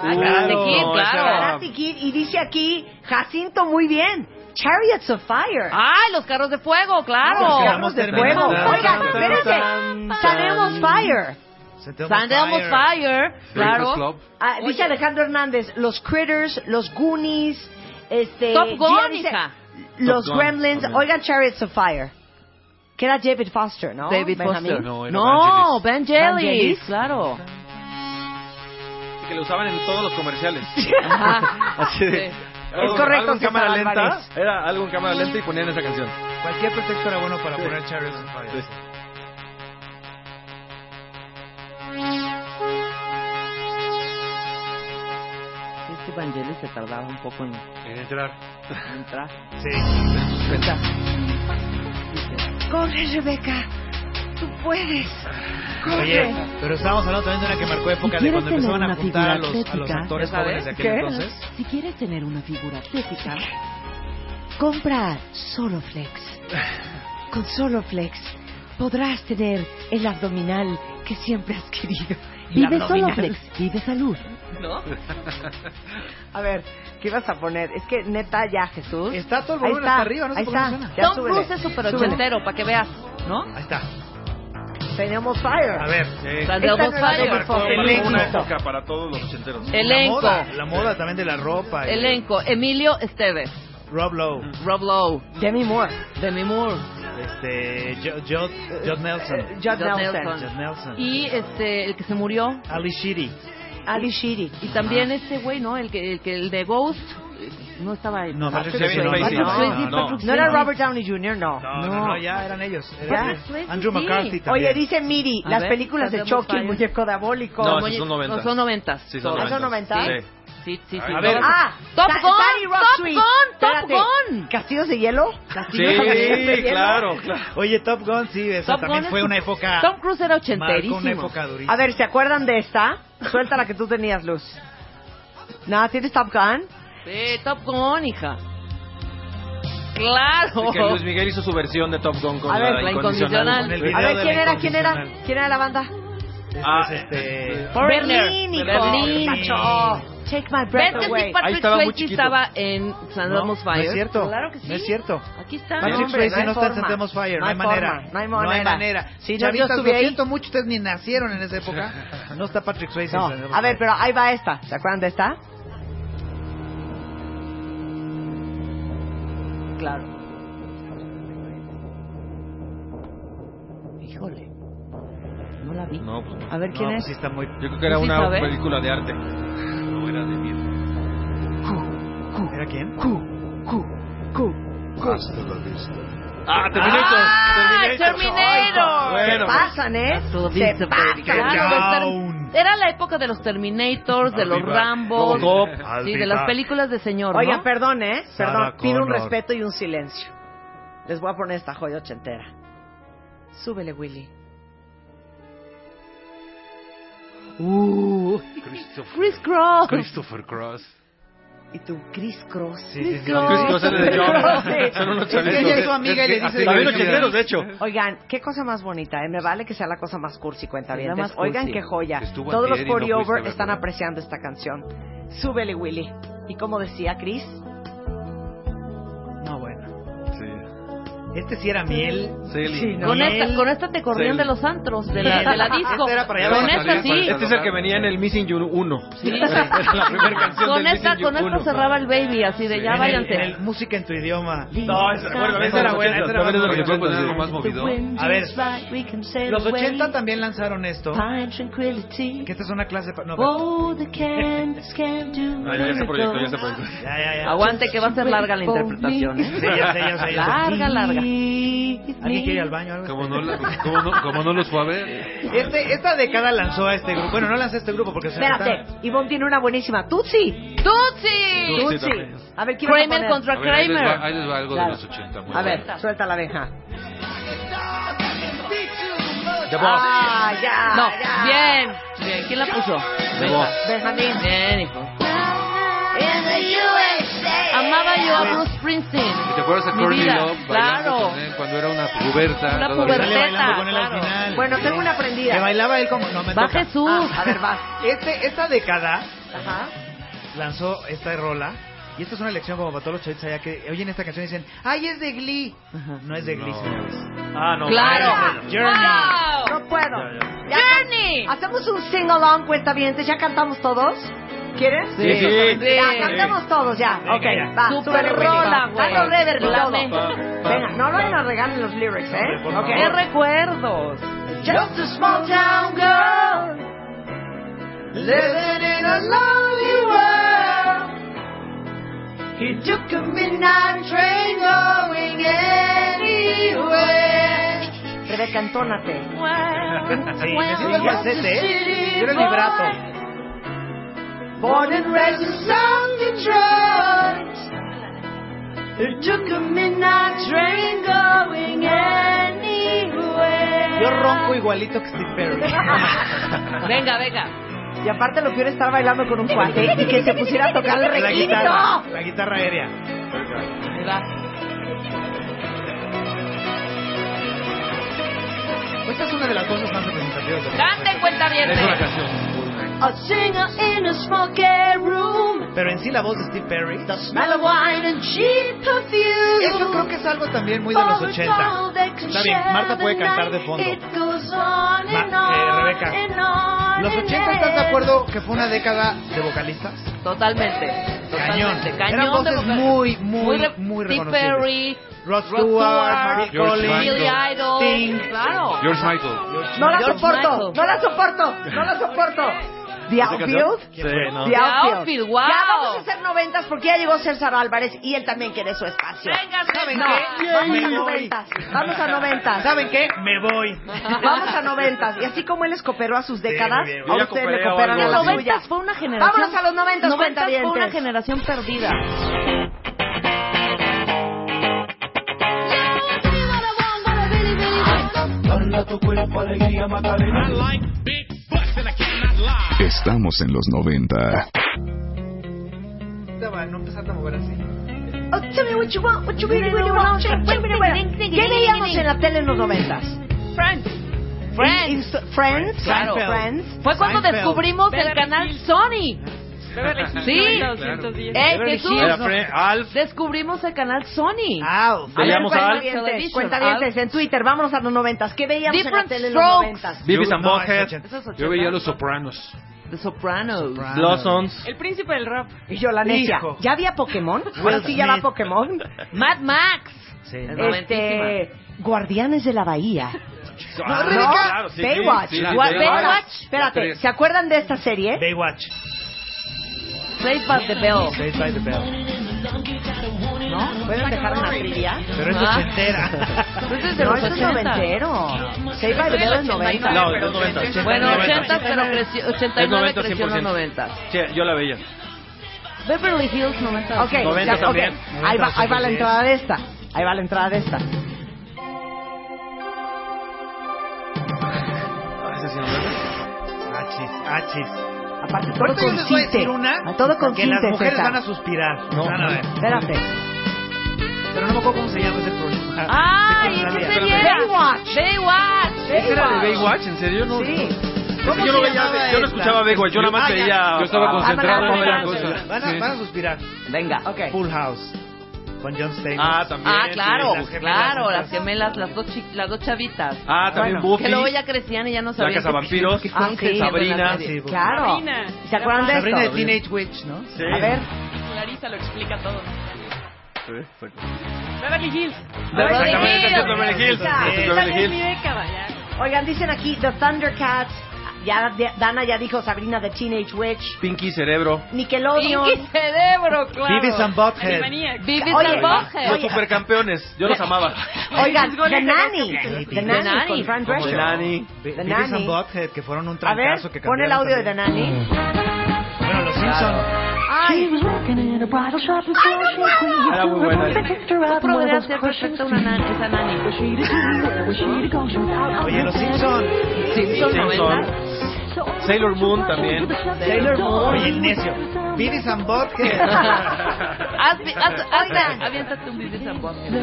Speaker 15: Ay, Karate Ah, Claro, Kid, claro.
Speaker 5: Karate Kid. Y dice aquí, Jacinto, muy bien. Chariots of Fire.
Speaker 15: Ah,
Speaker 10: ¡Ay, los carros de fuego, claro!
Speaker 5: Los carros de fuego. Oigan, espérense. Sanemos Fire.
Speaker 10: Sandeamos Fire, claro.
Speaker 5: Ah, dice Alejandro Hernández, los Critters, los Goonies, este...
Speaker 10: Top Gun,
Speaker 5: Gia dice,
Speaker 10: hija.
Speaker 5: Los
Speaker 10: Top Gun,
Speaker 5: Gremlins,
Speaker 10: también.
Speaker 5: oigan Chariots of Fire. Que era David Foster, ¿no?
Speaker 10: David
Speaker 5: Benjamín.
Speaker 10: Foster.
Speaker 17: No, era
Speaker 10: No, Ben
Speaker 5: Vangelis.
Speaker 10: Jelly, claro.
Speaker 17: Que lo usaban en todos los comerciales.
Speaker 10: Ajá.
Speaker 17: Así de-
Speaker 10: Sí.
Speaker 17: algo-
Speaker 5: Es correcto,
Speaker 17: algo en
Speaker 5: César
Speaker 17: cámara lenta.
Speaker 5: Álvarez.
Speaker 17: Era algo en cámara lenta y ponían esa canción.
Speaker 15: Cualquier pretexto era bueno para
Speaker 17: Sí.
Speaker 15: poner Chariots of Fire.
Speaker 10: Este Vangelis se tardaba un poco en
Speaker 17: En entrar.
Speaker 10: entrar.
Speaker 5: Corre, Rebeca. Tú puedes. Corre.
Speaker 15: Oye, pero estábamos hablando también de una que marcó época de cuando empezaban a apuntar a los, a los actores
Speaker 5: ¿sabes?
Speaker 15: jóvenes de aquel
Speaker 5: ¿Qué?
Speaker 15: entonces.
Speaker 5: Si quieres tener una figura atlética, compra Soloflex. Con Soloflex podrás tener el abdominal que siempre has querido.
Speaker 22: Vive
Speaker 5: El abdominal.
Speaker 22: Soloflex, vive salud.
Speaker 10: ¿no?
Speaker 5: A ver, ¿qué ibas a poner? Es que neta ya, Jesús.
Speaker 15: Está todo el
Speaker 5: Ahí
Speaker 15: volumen
Speaker 5: está,
Speaker 15: hasta arriba, no sé
Speaker 5: ahí
Speaker 15: por qué
Speaker 5: está.
Speaker 15: no suena.
Speaker 5: Ya
Speaker 10: Tom
Speaker 5: súbele,
Speaker 10: Cruise es súper
Speaker 5: súbele.
Speaker 10: ochentero, para que veas, ¿no?
Speaker 15: Ahí está.
Speaker 5: Tenemos fire.
Speaker 15: A ver, eh,
Speaker 10: La de Ojos Fire, por favor.
Speaker 17: Una
Speaker 10: Elenco.
Speaker 17: época para todos los ochenteros.
Speaker 10: Elenco.
Speaker 15: La moda, la moda también de la ropa. y-
Speaker 10: Elenco. Emilio Esteves.
Speaker 15: Rob Lowe.
Speaker 10: Rob Lowe.
Speaker 5: Demi Moore.
Speaker 10: Demi Moore.
Speaker 15: Este, Jo- Jo- Judd Nelson.
Speaker 10: eh, Judd Judd Nelson. Nelson.
Speaker 15: Judd Nelson.
Speaker 10: Y este, el que se murió.
Speaker 15: Ali Sheedy.
Speaker 5: Ali Shiri.
Speaker 10: Y también este güey, ¿no? El que, el que el de Ghost. eh, No estaba ahí.
Speaker 15: Ah, No, Patrick
Speaker 10: Patrick
Speaker 15: Swayze,
Speaker 10: Swayze,
Speaker 15: no, Ah,
Speaker 10: Patrick Swayze,
Speaker 15: no,
Speaker 10: Patrick
Speaker 5: No era
Speaker 10: Swayze.
Speaker 5: Robert Downey Jr., no.
Speaker 15: No, no, no, ya eran ellos. Era
Speaker 5: Ya.
Speaker 15: Andrew
Speaker 10: Sí.
Speaker 15: McCarthy también.
Speaker 5: Oye, dice Miri,
Speaker 10: A
Speaker 5: las
Speaker 10: ver,
Speaker 5: películas de
Speaker 10: Thunderbolt
Speaker 5: Chucky, el
Speaker 10: Fire.
Speaker 5: muñeco diabólico.
Speaker 10: No,
Speaker 12: No, esos son
Speaker 10: no,
Speaker 12: noventas.
Speaker 10: son noventas.
Speaker 12: Sí, son
Speaker 5: ¿Ah, son
Speaker 12: noventas.
Speaker 5: noventas?
Speaker 10: Sí, sí, sí.
Speaker 12: A ver.
Speaker 5: Ah,
Speaker 10: Top
Speaker 5: Sa-
Speaker 10: Gun,
Speaker 5: Saturday Rock
Speaker 10: Top
Speaker 5: Suite.
Speaker 10: Gun, Top
Speaker 5: Espérate,
Speaker 10: Gun.
Speaker 5: ¿Castillos de hielo?
Speaker 17: Sí, claro, claro.
Speaker 15: Oye, Top Gun, sí, eso
Speaker 10: Top
Speaker 15: también
Speaker 10: Gun
Speaker 15: fue
Speaker 10: es-
Speaker 15: una época...
Speaker 10: Tom Cruise era
Speaker 15: Marcó
Speaker 10: ochenterísimo.
Speaker 15: una época durísima.
Speaker 5: A ver, ¿se acuerdan de esta? Suelta la que tú tenías, Luz. Nada, ¿tienes Top Gun?
Speaker 10: Sí, Top Gun, hija. Claro.
Speaker 17: Que Luis Miguel hizo su versión de Top Gun con
Speaker 10: A ver,
Speaker 17: la,
Speaker 10: la
Speaker 17: incondicional.
Speaker 10: incondicional. Con el
Speaker 5: A ver,
Speaker 10: video de
Speaker 5: ¿quién
Speaker 10: la
Speaker 5: era? ¿Quién era? ¿Quién era la banda?
Speaker 17: Ah,
Speaker 15: este...
Speaker 10: Berlín,
Speaker 5: Berlín, hijo.
Speaker 10: Berlín.
Speaker 5: Tacho. Take my breath
Speaker 10: ¿Ves que
Speaker 5: away.
Speaker 10: sí,
Speaker 17: Ahí
Speaker 10: Patrick
Speaker 17: estaba muy
Speaker 10: Swayze
Speaker 17: chiquito.
Speaker 10: estaba en Sandamos
Speaker 15: No, no
Speaker 10: Fire?
Speaker 15: es cierto.
Speaker 10: Claro que sí.
Speaker 15: No es cierto.
Speaker 10: Aquí está.
Speaker 15: Patrick
Speaker 5: hombre,
Speaker 15: Swayze
Speaker 5: no
Speaker 15: no, está
Speaker 5: hay
Speaker 15: en
Speaker 5: forma.
Speaker 15: Sent Elmo's Fire, no
Speaker 5: No
Speaker 15: hay
Speaker 5: hay
Speaker 15: manera.
Speaker 5: forma, no hay
Speaker 15: No hay
Speaker 5: manera.
Speaker 15: manera.
Speaker 5: Si no,
Speaker 15: Chavitas,
Speaker 5: yo
Speaker 15: lo
Speaker 5: estuve ahí.
Speaker 15: siento mucho, ustedes ni nacieron en esa época. No está Patrick Swayze.
Speaker 5: No,
Speaker 15: en Sent Elmo's
Speaker 5: a ver,
Speaker 15: Fire.
Speaker 5: pero ahí va esta. ¿Se acuerdan de esta?
Speaker 10: Claro. Híjole. No la vi.
Speaker 17: No, pues,
Speaker 5: A ver, ¿quién
Speaker 17: no,
Speaker 5: es?
Speaker 17: pues sí está muy... Yo creo que era
Speaker 10: ¿Tú sí
Speaker 17: una
Speaker 10: sabes?
Speaker 17: película de arte. No era de miedo.
Speaker 15: ¿Era quién?
Speaker 17: Ah, Terminator.
Speaker 10: ¡Ah,
Speaker 5: Terminator.
Speaker 10: Terminator!
Speaker 17: Bueno,
Speaker 5: Se pasan, ¿eh? Se pasan.
Speaker 10: Claro, los ter- Era la época de los Terminators, de los
Speaker 17: Viva.
Speaker 10: Rambos,
Speaker 17: Robocop.
Speaker 10: sí, de las películas de señor, ¿no?
Speaker 5: Oigan, perdón, ¿eh?
Speaker 15: Sarah
Speaker 5: Perdón, pido un
Speaker 15: Connor.
Speaker 5: respeto y un silencio. Les voy a poner esta joya ochentera. Súbele, Willy.
Speaker 10: Uh, Chris Cross.
Speaker 11: Christopher Cross.
Speaker 5: Y tu Chris Cross.
Speaker 15: Sí, sí, sí.
Speaker 5: Cross.
Speaker 17: Chris Cross era de John.
Speaker 5: Sí.
Speaker 17: Son unos
Speaker 15: Es que
Speaker 17: chavitos.
Speaker 15: ella es su amiga y le
Speaker 17: Es que
Speaker 15: dice-
Speaker 17: También ochenteros, de hecho.
Speaker 5: Oigan, qué cosa más bonita, ¿eh? Me vale que sea la cosa más cursi, cuenta bien.
Speaker 10: Es la más cursi.
Speaker 5: Oigan, qué joya.
Speaker 11: Estuvo
Speaker 5: Todos los
Speaker 11: antier y no fuiste a
Speaker 5: over
Speaker 11: verlo.
Speaker 5: están apreciando esta canción. Súbele, Willy. Y como decía Chris,
Speaker 15: No, bueno. Este sí era miel.
Speaker 17: Sí.
Speaker 10: Con
Speaker 15: Miel.
Speaker 10: esta, con esta te corrían
Speaker 17: Sí.
Speaker 10: de los antros, de la, de la disco.
Speaker 15: Esta era para allá
Speaker 10: con
Speaker 15: para
Speaker 10: esta
Speaker 15: salir,
Speaker 10: sí.
Speaker 17: Este es el que venía en el Missing You 1.
Speaker 10: Sí.
Speaker 17: Era la primera canción
Speaker 10: Con
Speaker 17: del
Speaker 10: esta,
Speaker 17: Missing You
Speaker 10: con esta
Speaker 17: 1.
Speaker 10: cerraba el baby, así de ya
Speaker 15: En el-
Speaker 10: váyanse.
Speaker 15: en el música en tu idioma.
Speaker 17: No, esa bueno, esa era buena. Esa era
Speaker 11: También es de lo que
Speaker 17: buena.
Speaker 11: puede poner algo más movido.
Speaker 15: A ver, los 80 también lanzaron esto. Que esta es una clase pa- no,
Speaker 10: Oh.
Speaker 15: pero-
Speaker 5: Oh,
Speaker 17: Ah, ya, ya se proyectó, ya se proyectó.
Speaker 15: ya, ya, ya.
Speaker 10: Aguante que va a ser larga la interpretación. ¿eh?
Speaker 15: Sí, ya sé, ya sé, ya sé.
Speaker 10: Larga, larga.
Speaker 15: ¿Alguien quiere ir al baño o algo?
Speaker 11: Como no, la- como no, como no los fue a ver.
Speaker 15: Este, esta década lanzó a este grupo. Bueno, no lanzó a este grupo porque se
Speaker 5: espérate. Ivonne tiene una buenísima. Tutsi.
Speaker 10: ¡Tutsi!
Speaker 17: Tutsi
Speaker 5: Tutsi.
Speaker 17: también.
Speaker 5: A ver, ¿quién va a
Speaker 10: Kramer
Speaker 5: poner?
Speaker 10: contra
Speaker 11: A ver, ahí les
Speaker 10: Kramer.
Speaker 11: va, ahí les va algo
Speaker 5: Claro.
Speaker 11: de los 80. Muy
Speaker 5: A
Speaker 11: bueno.
Speaker 5: ver, suelta la abeja.
Speaker 17: The Boss.
Speaker 5: Ah, ya.
Speaker 10: No,
Speaker 5: ya.
Speaker 10: bien. Bien, ¿quién la puso?
Speaker 17: The Boss.
Speaker 5: Benjamín.
Speaker 10: Bien, hijo. Amaba yo a Bruce Springsteen.
Speaker 11: ¿Te acuerdas a
Speaker 10: Ah. Mi
Speaker 11: Courtney
Speaker 10: vida,
Speaker 11: Love? bailando
Speaker 10: Claro.
Speaker 11: con él Cuando era una puberta.
Speaker 10: Una
Speaker 11: todavía?
Speaker 10: puberta.
Speaker 15: Sale bailando
Speaker 10: Berteta,
Speaker 15: con él al
Speaker 10: claro.
Speaker 15: final.
Speaker 5: Bueno, tengo una
Speaker 15: Que
Speaker 5: prendida.
Speaker 15: bailaba él como. No, me
Speaker 10: Va
Speaker 15: toca.
Speaker 10: Jesús.
Speaker 5: Ah, a ver, va.
Speaker 15: Este, esta década
Speaker 5: Ajá.
Speaker 15: lanzó esta rola. Y esta es una lección como para todos los chavitos allá que oyen esta canción y dicen, ¡ay, es de Glee! No es de Glee,
Speaker 11: No.
Speaker 15: señores.
Speaker 17: Ah, no.
Speaker 10: Claro.
Speaker 15: Journey.
Speaker 10: Wow.
Speaker 5: No puedo. Ya
Speaker 10: Journey.
Speaker 5: can- Hacemos un sing along, cuenta bien. ¿Ya cantamos todos? ¿Quieres?
Speaker 17: Sí, sí.
Speaker 5: Ya, cantamos todos ya.
Speaker 15: Venga,
Speaker 5: ok,
Speaker 15: ya.
Speaker 5: va.
Speaker 10: Super
Speaker 5: súbele, Willy.
Speaker 10: rola, güey.
Speaker 5: Dando reverb y todo.
Speaker 10: Lame.
Speaker 5: Venga, no vayan a regalar los lyrics, ¿eh?
Speaker 15: Por
Speaker 5: Ok.
Speaker 10: ¡Qué
Speaker 15: favor.
Speaker 10: recuerdos!
Speaker 5: Just a small town girl living in a lonely world. He took a midnight train going anywhere. Rebeca, entónate.
Speaker 15: Sí, necesito el falsete, ¿eh? Yo era el vibrato.
Speaker 5: Born and raised in South Detroit. It took a midnight train going anywhere.
Speaker 15: Yo ronco igualito que Steve Perry.
Speaker 5: [laughs]
Speaker 10: Venga, venga.
Speaker 5: Y aparte lo peor es estar bailando con un cuate y que se pusiera a tocar el
Speaker 15: la
Speaker 5: requinto.
Speaker 15: guitarra, la guitarra aérea.
Speaker 10: Ahí va.
Speaker 15: Esta es una de las cosas más representativas de
Speaker 10: ¡Cante, cuenta bien!
Speaker 11: Es una canción. muy buena.
Speaker 7: hot singer in a smoky room.
Speaker 15: Pero en sí la voz de Steve Perry.
Speaker 7: Smell of wine and cheap perfume.
Speaker 15: Eso creo que es algo también muy de los 80. Está bien, Marta puede cantar de fondo. Ma- eh, Rebeca, ¿los 80 estás de acuerdo que fue una década de vocalistas?
Speaker 10: Totalmente.
Speaker 15: Cañón.
Speaker 10: totalmente.
Speaker 15: Eran
Speaker 10: Cañón de
Speaker 15: voces
Speaker 10: vocales.
Speaker 15: muy, muy,
Speaker 10: re-
Speaker 15: muy
Speaker 10: Steve
Speaker 15: reconocibles.
Speaker 10: Perry,
Speaker 15: Rod
Speaker 10: Rod
Speaker 15: Stewart,
Speaker 10: Stewart,
Speaker 15: Mary
Speaker 11: George
Speaker 15: Collins,
Speaker 10: Billy Idol.
Speaker 15: Sting.
Speaker 10: Claro.
Speaker 11: George Michael.
Speaker 5: No la
Speaker 10: George
Speaker 5: soporto,
Speaker 10: Michael.
Speaker 5: no la soporto, no la soporto. The Outfield.
Speaker 12: Sí,
Speaker 15: Ah.
Speaker 12: no.
Speaker 5: The Outfield.
Speaker 10: Outfield, wow.
Speaker 5: Ya vamos a hacer noventas porque ya llegó César Álvarez y él también quiere su espacio.
Speaker 10: Venga,
Speaker 5: ¿Saben
Speaker 10: César.
Speaker 5: qué?
Speaker 10: Yay.
Speaker 5: Vamos a
Speaker 10: Me voy.
Speaker 5: noventas. Vamos a noventas.
Speaker 15: ¿Saben qué? Me voy.
Speaker 5: Vamos a noventas. Y así como él les cooperó a sus décadas,
Speaker 15: muy bien,
Speaker 5: a
Speaker 15: yo
Speaker 5: ustedes
Speaker 15: cooperé
Speaker 5: le
Speaker 15: o
Speaker 5: cooperan a
Speaker 15: algo
Speaker 5: las
Speaker 15: así.
Speaker 5: suyas.
Speaker 10: Noventas fue una generación.
Speaker 5: Vámonos a los noventas,
Speaker 10: Noventas fue una
Speaker 5: cuentavientes.
Speaker 10: generación perdida.
Speaker 8: Dale tu cuerpo alegría, Macarena.
Speaker 9: Estamos en los 90.
Speaker 15: Ahorita va, No empezaste a mover así.
Speaker 5: Oh, tell me what you want, what you really, really want. Check, check, check, check. ¿Qué veíamos en la tele en los noventas?
Speaker 10: Friends.
Speaker 5: In- in- Friends.
Speaker 10: Claro.
Speaker 5: Friends.
Speaker 10: Fue cuando
Speaker 5: Seinfeld.
Speaker 10: descubrimos el
Speaker 5: Beverly
Speaker 10: canal Sony. Sí. Eh,
Speaker 5: Beverly
Speaker 10: Jesús.
Speaker 5: Hills. Ah.
Speaker 10: no. Descubrimos el canal Sony.
Speaker 15: Ah,
Speaker 5: Au.
Speaker 10: A ver,
Speaker 12: Veíamos
Speaker 10: cuenta
Speaker 12: al-
Speaker 5: Cuentavientes,
Speaker 10: bien, television.
Speaker 5: cuentavientes, en Twitter, vámonos a los noventas. ¿Qué veíamos
Speaker 10: Different
Speaker 5: en la tele en los
Speaker 10: Strokes.
Speaker 5: noventas?
Speaker 11: Vivis
Speaker 12: Yo-
Speaker 11: and
Speaker 12: no,
Speaker 11: Butthead.
Speaker 12: es ochenta.
Speaker 11: Yo veía Los Sopranos.
Speaker 10: The Sopranos.
Speaker 12: Blossoms.
Speaker 13: El príncipe del rap.
Speaker 5: Y yo, la necia,
Speaker 13: Hijo.
Speaker 5: ¿ya había Pokémon? Ahora sí ya va Pokémon.
Speaker 10: Mad Max.
Speaker 15: ¿Eh?
Speaker 5: Este, Guardianes de la Bahía.
Speaker 12: Ah,
Speaker 5: ¿No?
Speaker 12: claro, sí, sí,
Speaker 5: Baywatch.
Speaker 12: sí,
Speaker 5: Gua-
Speaker 12: sí,
Speaker 5: Baywatch.
Speaker 12: sí.
Speaker 5: Espérate, ¿se acuerdan de esta serie?
Speaker 15: Baywatch.
Speaker 10: Saved by the Bell.
Speaker 15: Saved by the Bell.
Speaker 5: ¿No? ¿Pueden dejar una trivia?
Speaker 15: Pero es
Speaker 10: Ah.
Speaker 15: ochentera.
Speaker 10: Entonces, Pues de
Speaker 5: No,
Speaker 10: los
Speaker 5: eso es
Speaker 10: 80.
Speaker 5: noventero. Saved by the Bell es noventa.
Speaker 12: No, es los 90.
Speaker 10: Bueno,
Speaker 12: 80,
Speaker 10: 80, pero creció, 89
Speaker 12: Es 90,
Speaker 10: creció en los
Speaker 12: 100%.
Speaker 10: 90.
Speaker 12: Sí, yo la veía.
Speaker 10: Beverly Hills 90.
Speaker 5: Ok, ya,
Speaker 12: Noventa
Speaker 5: ok.
Speaker 12: también.
Speaker 5: Ahí va, ahí va
Speaker 12: 90.
Speaker 5: la entrada de esta. Ahí va la entrada de esta.
Speaker 15: Achis, achis.
Speaker 5: Aparte, todo
Speaker 15: Ahorita yo les voy a
Speaker 5: consiste.
Speaker 15: decir una que
Speaker 5: Todo
Speaker 15: las
Speaker 5: consiste,
Speaker 15: mujeres
Speaker 5: César.
Speaker 15: van a suspirar.
Speaker 5: No.
Speaker 15: Van a ver.
Speaker 5: Espérate.
Speaker 15: Pero no me acuerdo cómo se llama ese programa.
Speaker 10: ¡Ay,
Speaker 15: Sí,
Speaker 10: ¿en qué
Speaker 15: pero
Speaker 10: serie
Speaker 15: no
Speaker 10: era?
Speaker 5: Baywatch.
Speaker 10: Baywatch.
Speaker 5: ¿Ese
Speaker 17: ¿Era de Baywatch? ¿En serio? No.
Speaker 5: Sí.
Speaker 17: Es que yo no veía, yo no escuchaba Bego, yo nada más
Speaker 15: Ah, ya.
Speaker 17: veía.
Speaker 11: Yo estaba
Speaker 17: Ah,
Speaker 11: concentrado en otra
Speaker 15: veía. Van
Speaker 11: cosa.
Speaker 15: a,
Speaker 11: Sí.
Speaker 15: van a suspirar.
Speaker 10: Venga, ok.
Speaker 15: Full House. Con John Stamos.
Speaker 12: Ah, también.
Speaker 10: Ah, claro,
Speaker 15: sí, las gemelas,
Speaker 10: claro,
Speaker 15: entonces.
Speaker 10: las gemelas, las dos, chi- las dos chavitas.
Speaker 12: Ah, también Buffy.
Speaker 10: Que luego ya crecían y ya no sabían.
Speaker 12: Cazavampiros.
Speaker 10: que- que estaban
Speaker 12: Ah, sí,
Speaker 10: creciendo en la
Speaker 12: Sabrina.
Speaker 10: serie.
Speaker 12: Sí,
Speaker 5: Claro.
Speaker 19: Sabrina.
Speaker 5: ¿Se acuerdan de
Speaker 15: Sabrina de
Speaker 5: esto?
Speaker 15: Teenage Witch, ¿no?
Speaker 12: Sí.
Speaker 5: A ver.
Speaker 19: Clarisa lo explica todo.
Speaker 12: Sí, exacto.
Speaker 19: Beverly Hills.
Speaker 10: Beverly
Speaker 12: Exactamente,
Speaker 10: Hills.
Speaker 12: es Beverly Hills.
Speaker 5: Sí.
Speaker 12: Es
Speaker 19: Esa
Speaker 12: Beverly
Speaker 19: es mi
Speaker 12: Hills.
Speaker 19: década ya.
Speaker 5: Oigan, dicen aquí The Thundercats. Ya, Dana ya dijo Sabrina the Teenage Witch.
Speaker 12: Pinky Cerebro.
Speaker 5: Nickelodeon.
Speaker 10: Pinky cerebro, claro.
Speaker 15: Vivis and Butthead.
Speaker 19: Animaniacs.
Speaker 10: Vivis
Speaker 5: Oye,
Speaker 10: and Butthead.
Speaker 12: Los supercampeones. Yo los amaba.
Speaker 5: Oigan,
Speaker 19: Los goles
Speaker 5: The
Speaker 19: de los
Speaker 5: Nanny.
Speaker 19: campeones.
Speaker 5: The
Speaker 10: The
Speaker 5: Nanny
Speaker 10: Nanny.
Speaker 5: con Fran
Speaker 12: Como
Speaker 5: Drescher.
Speaker 12: Nani.
Speaker 15: Be-
Speaker 5: The
Speaker 15: Beavis
Speaker 5: Nanny.
Speaker 15: and Butthead, que fueron un
Speaker 5: A ver,
Speaker 15: trancazo que
Speaker 5: pon el audio de The
Speaker 15: cambiaron
Speaker 5: Nanny.
Speaker 15: también. Bueno, los Simpsons.
Speaker 5: Ay,
Speaker 12: Era muy buena.
Speaker 10: Tú podrías ser perfecta una nana, esa nani.
Speaker 15: Oye, los Simpsons.
Speaker 10: Simpson 90.
Speaker 12: Sailor Moon también.
Speaker 5: Sailor Moon.
Speaker 15: Oye, el necio. Beavis and
Speaker 10: [laughs]
Speaker 15: Butthead.
Speaker 10: Haz, haz, haz, aviéntate un Vivis and Butthead.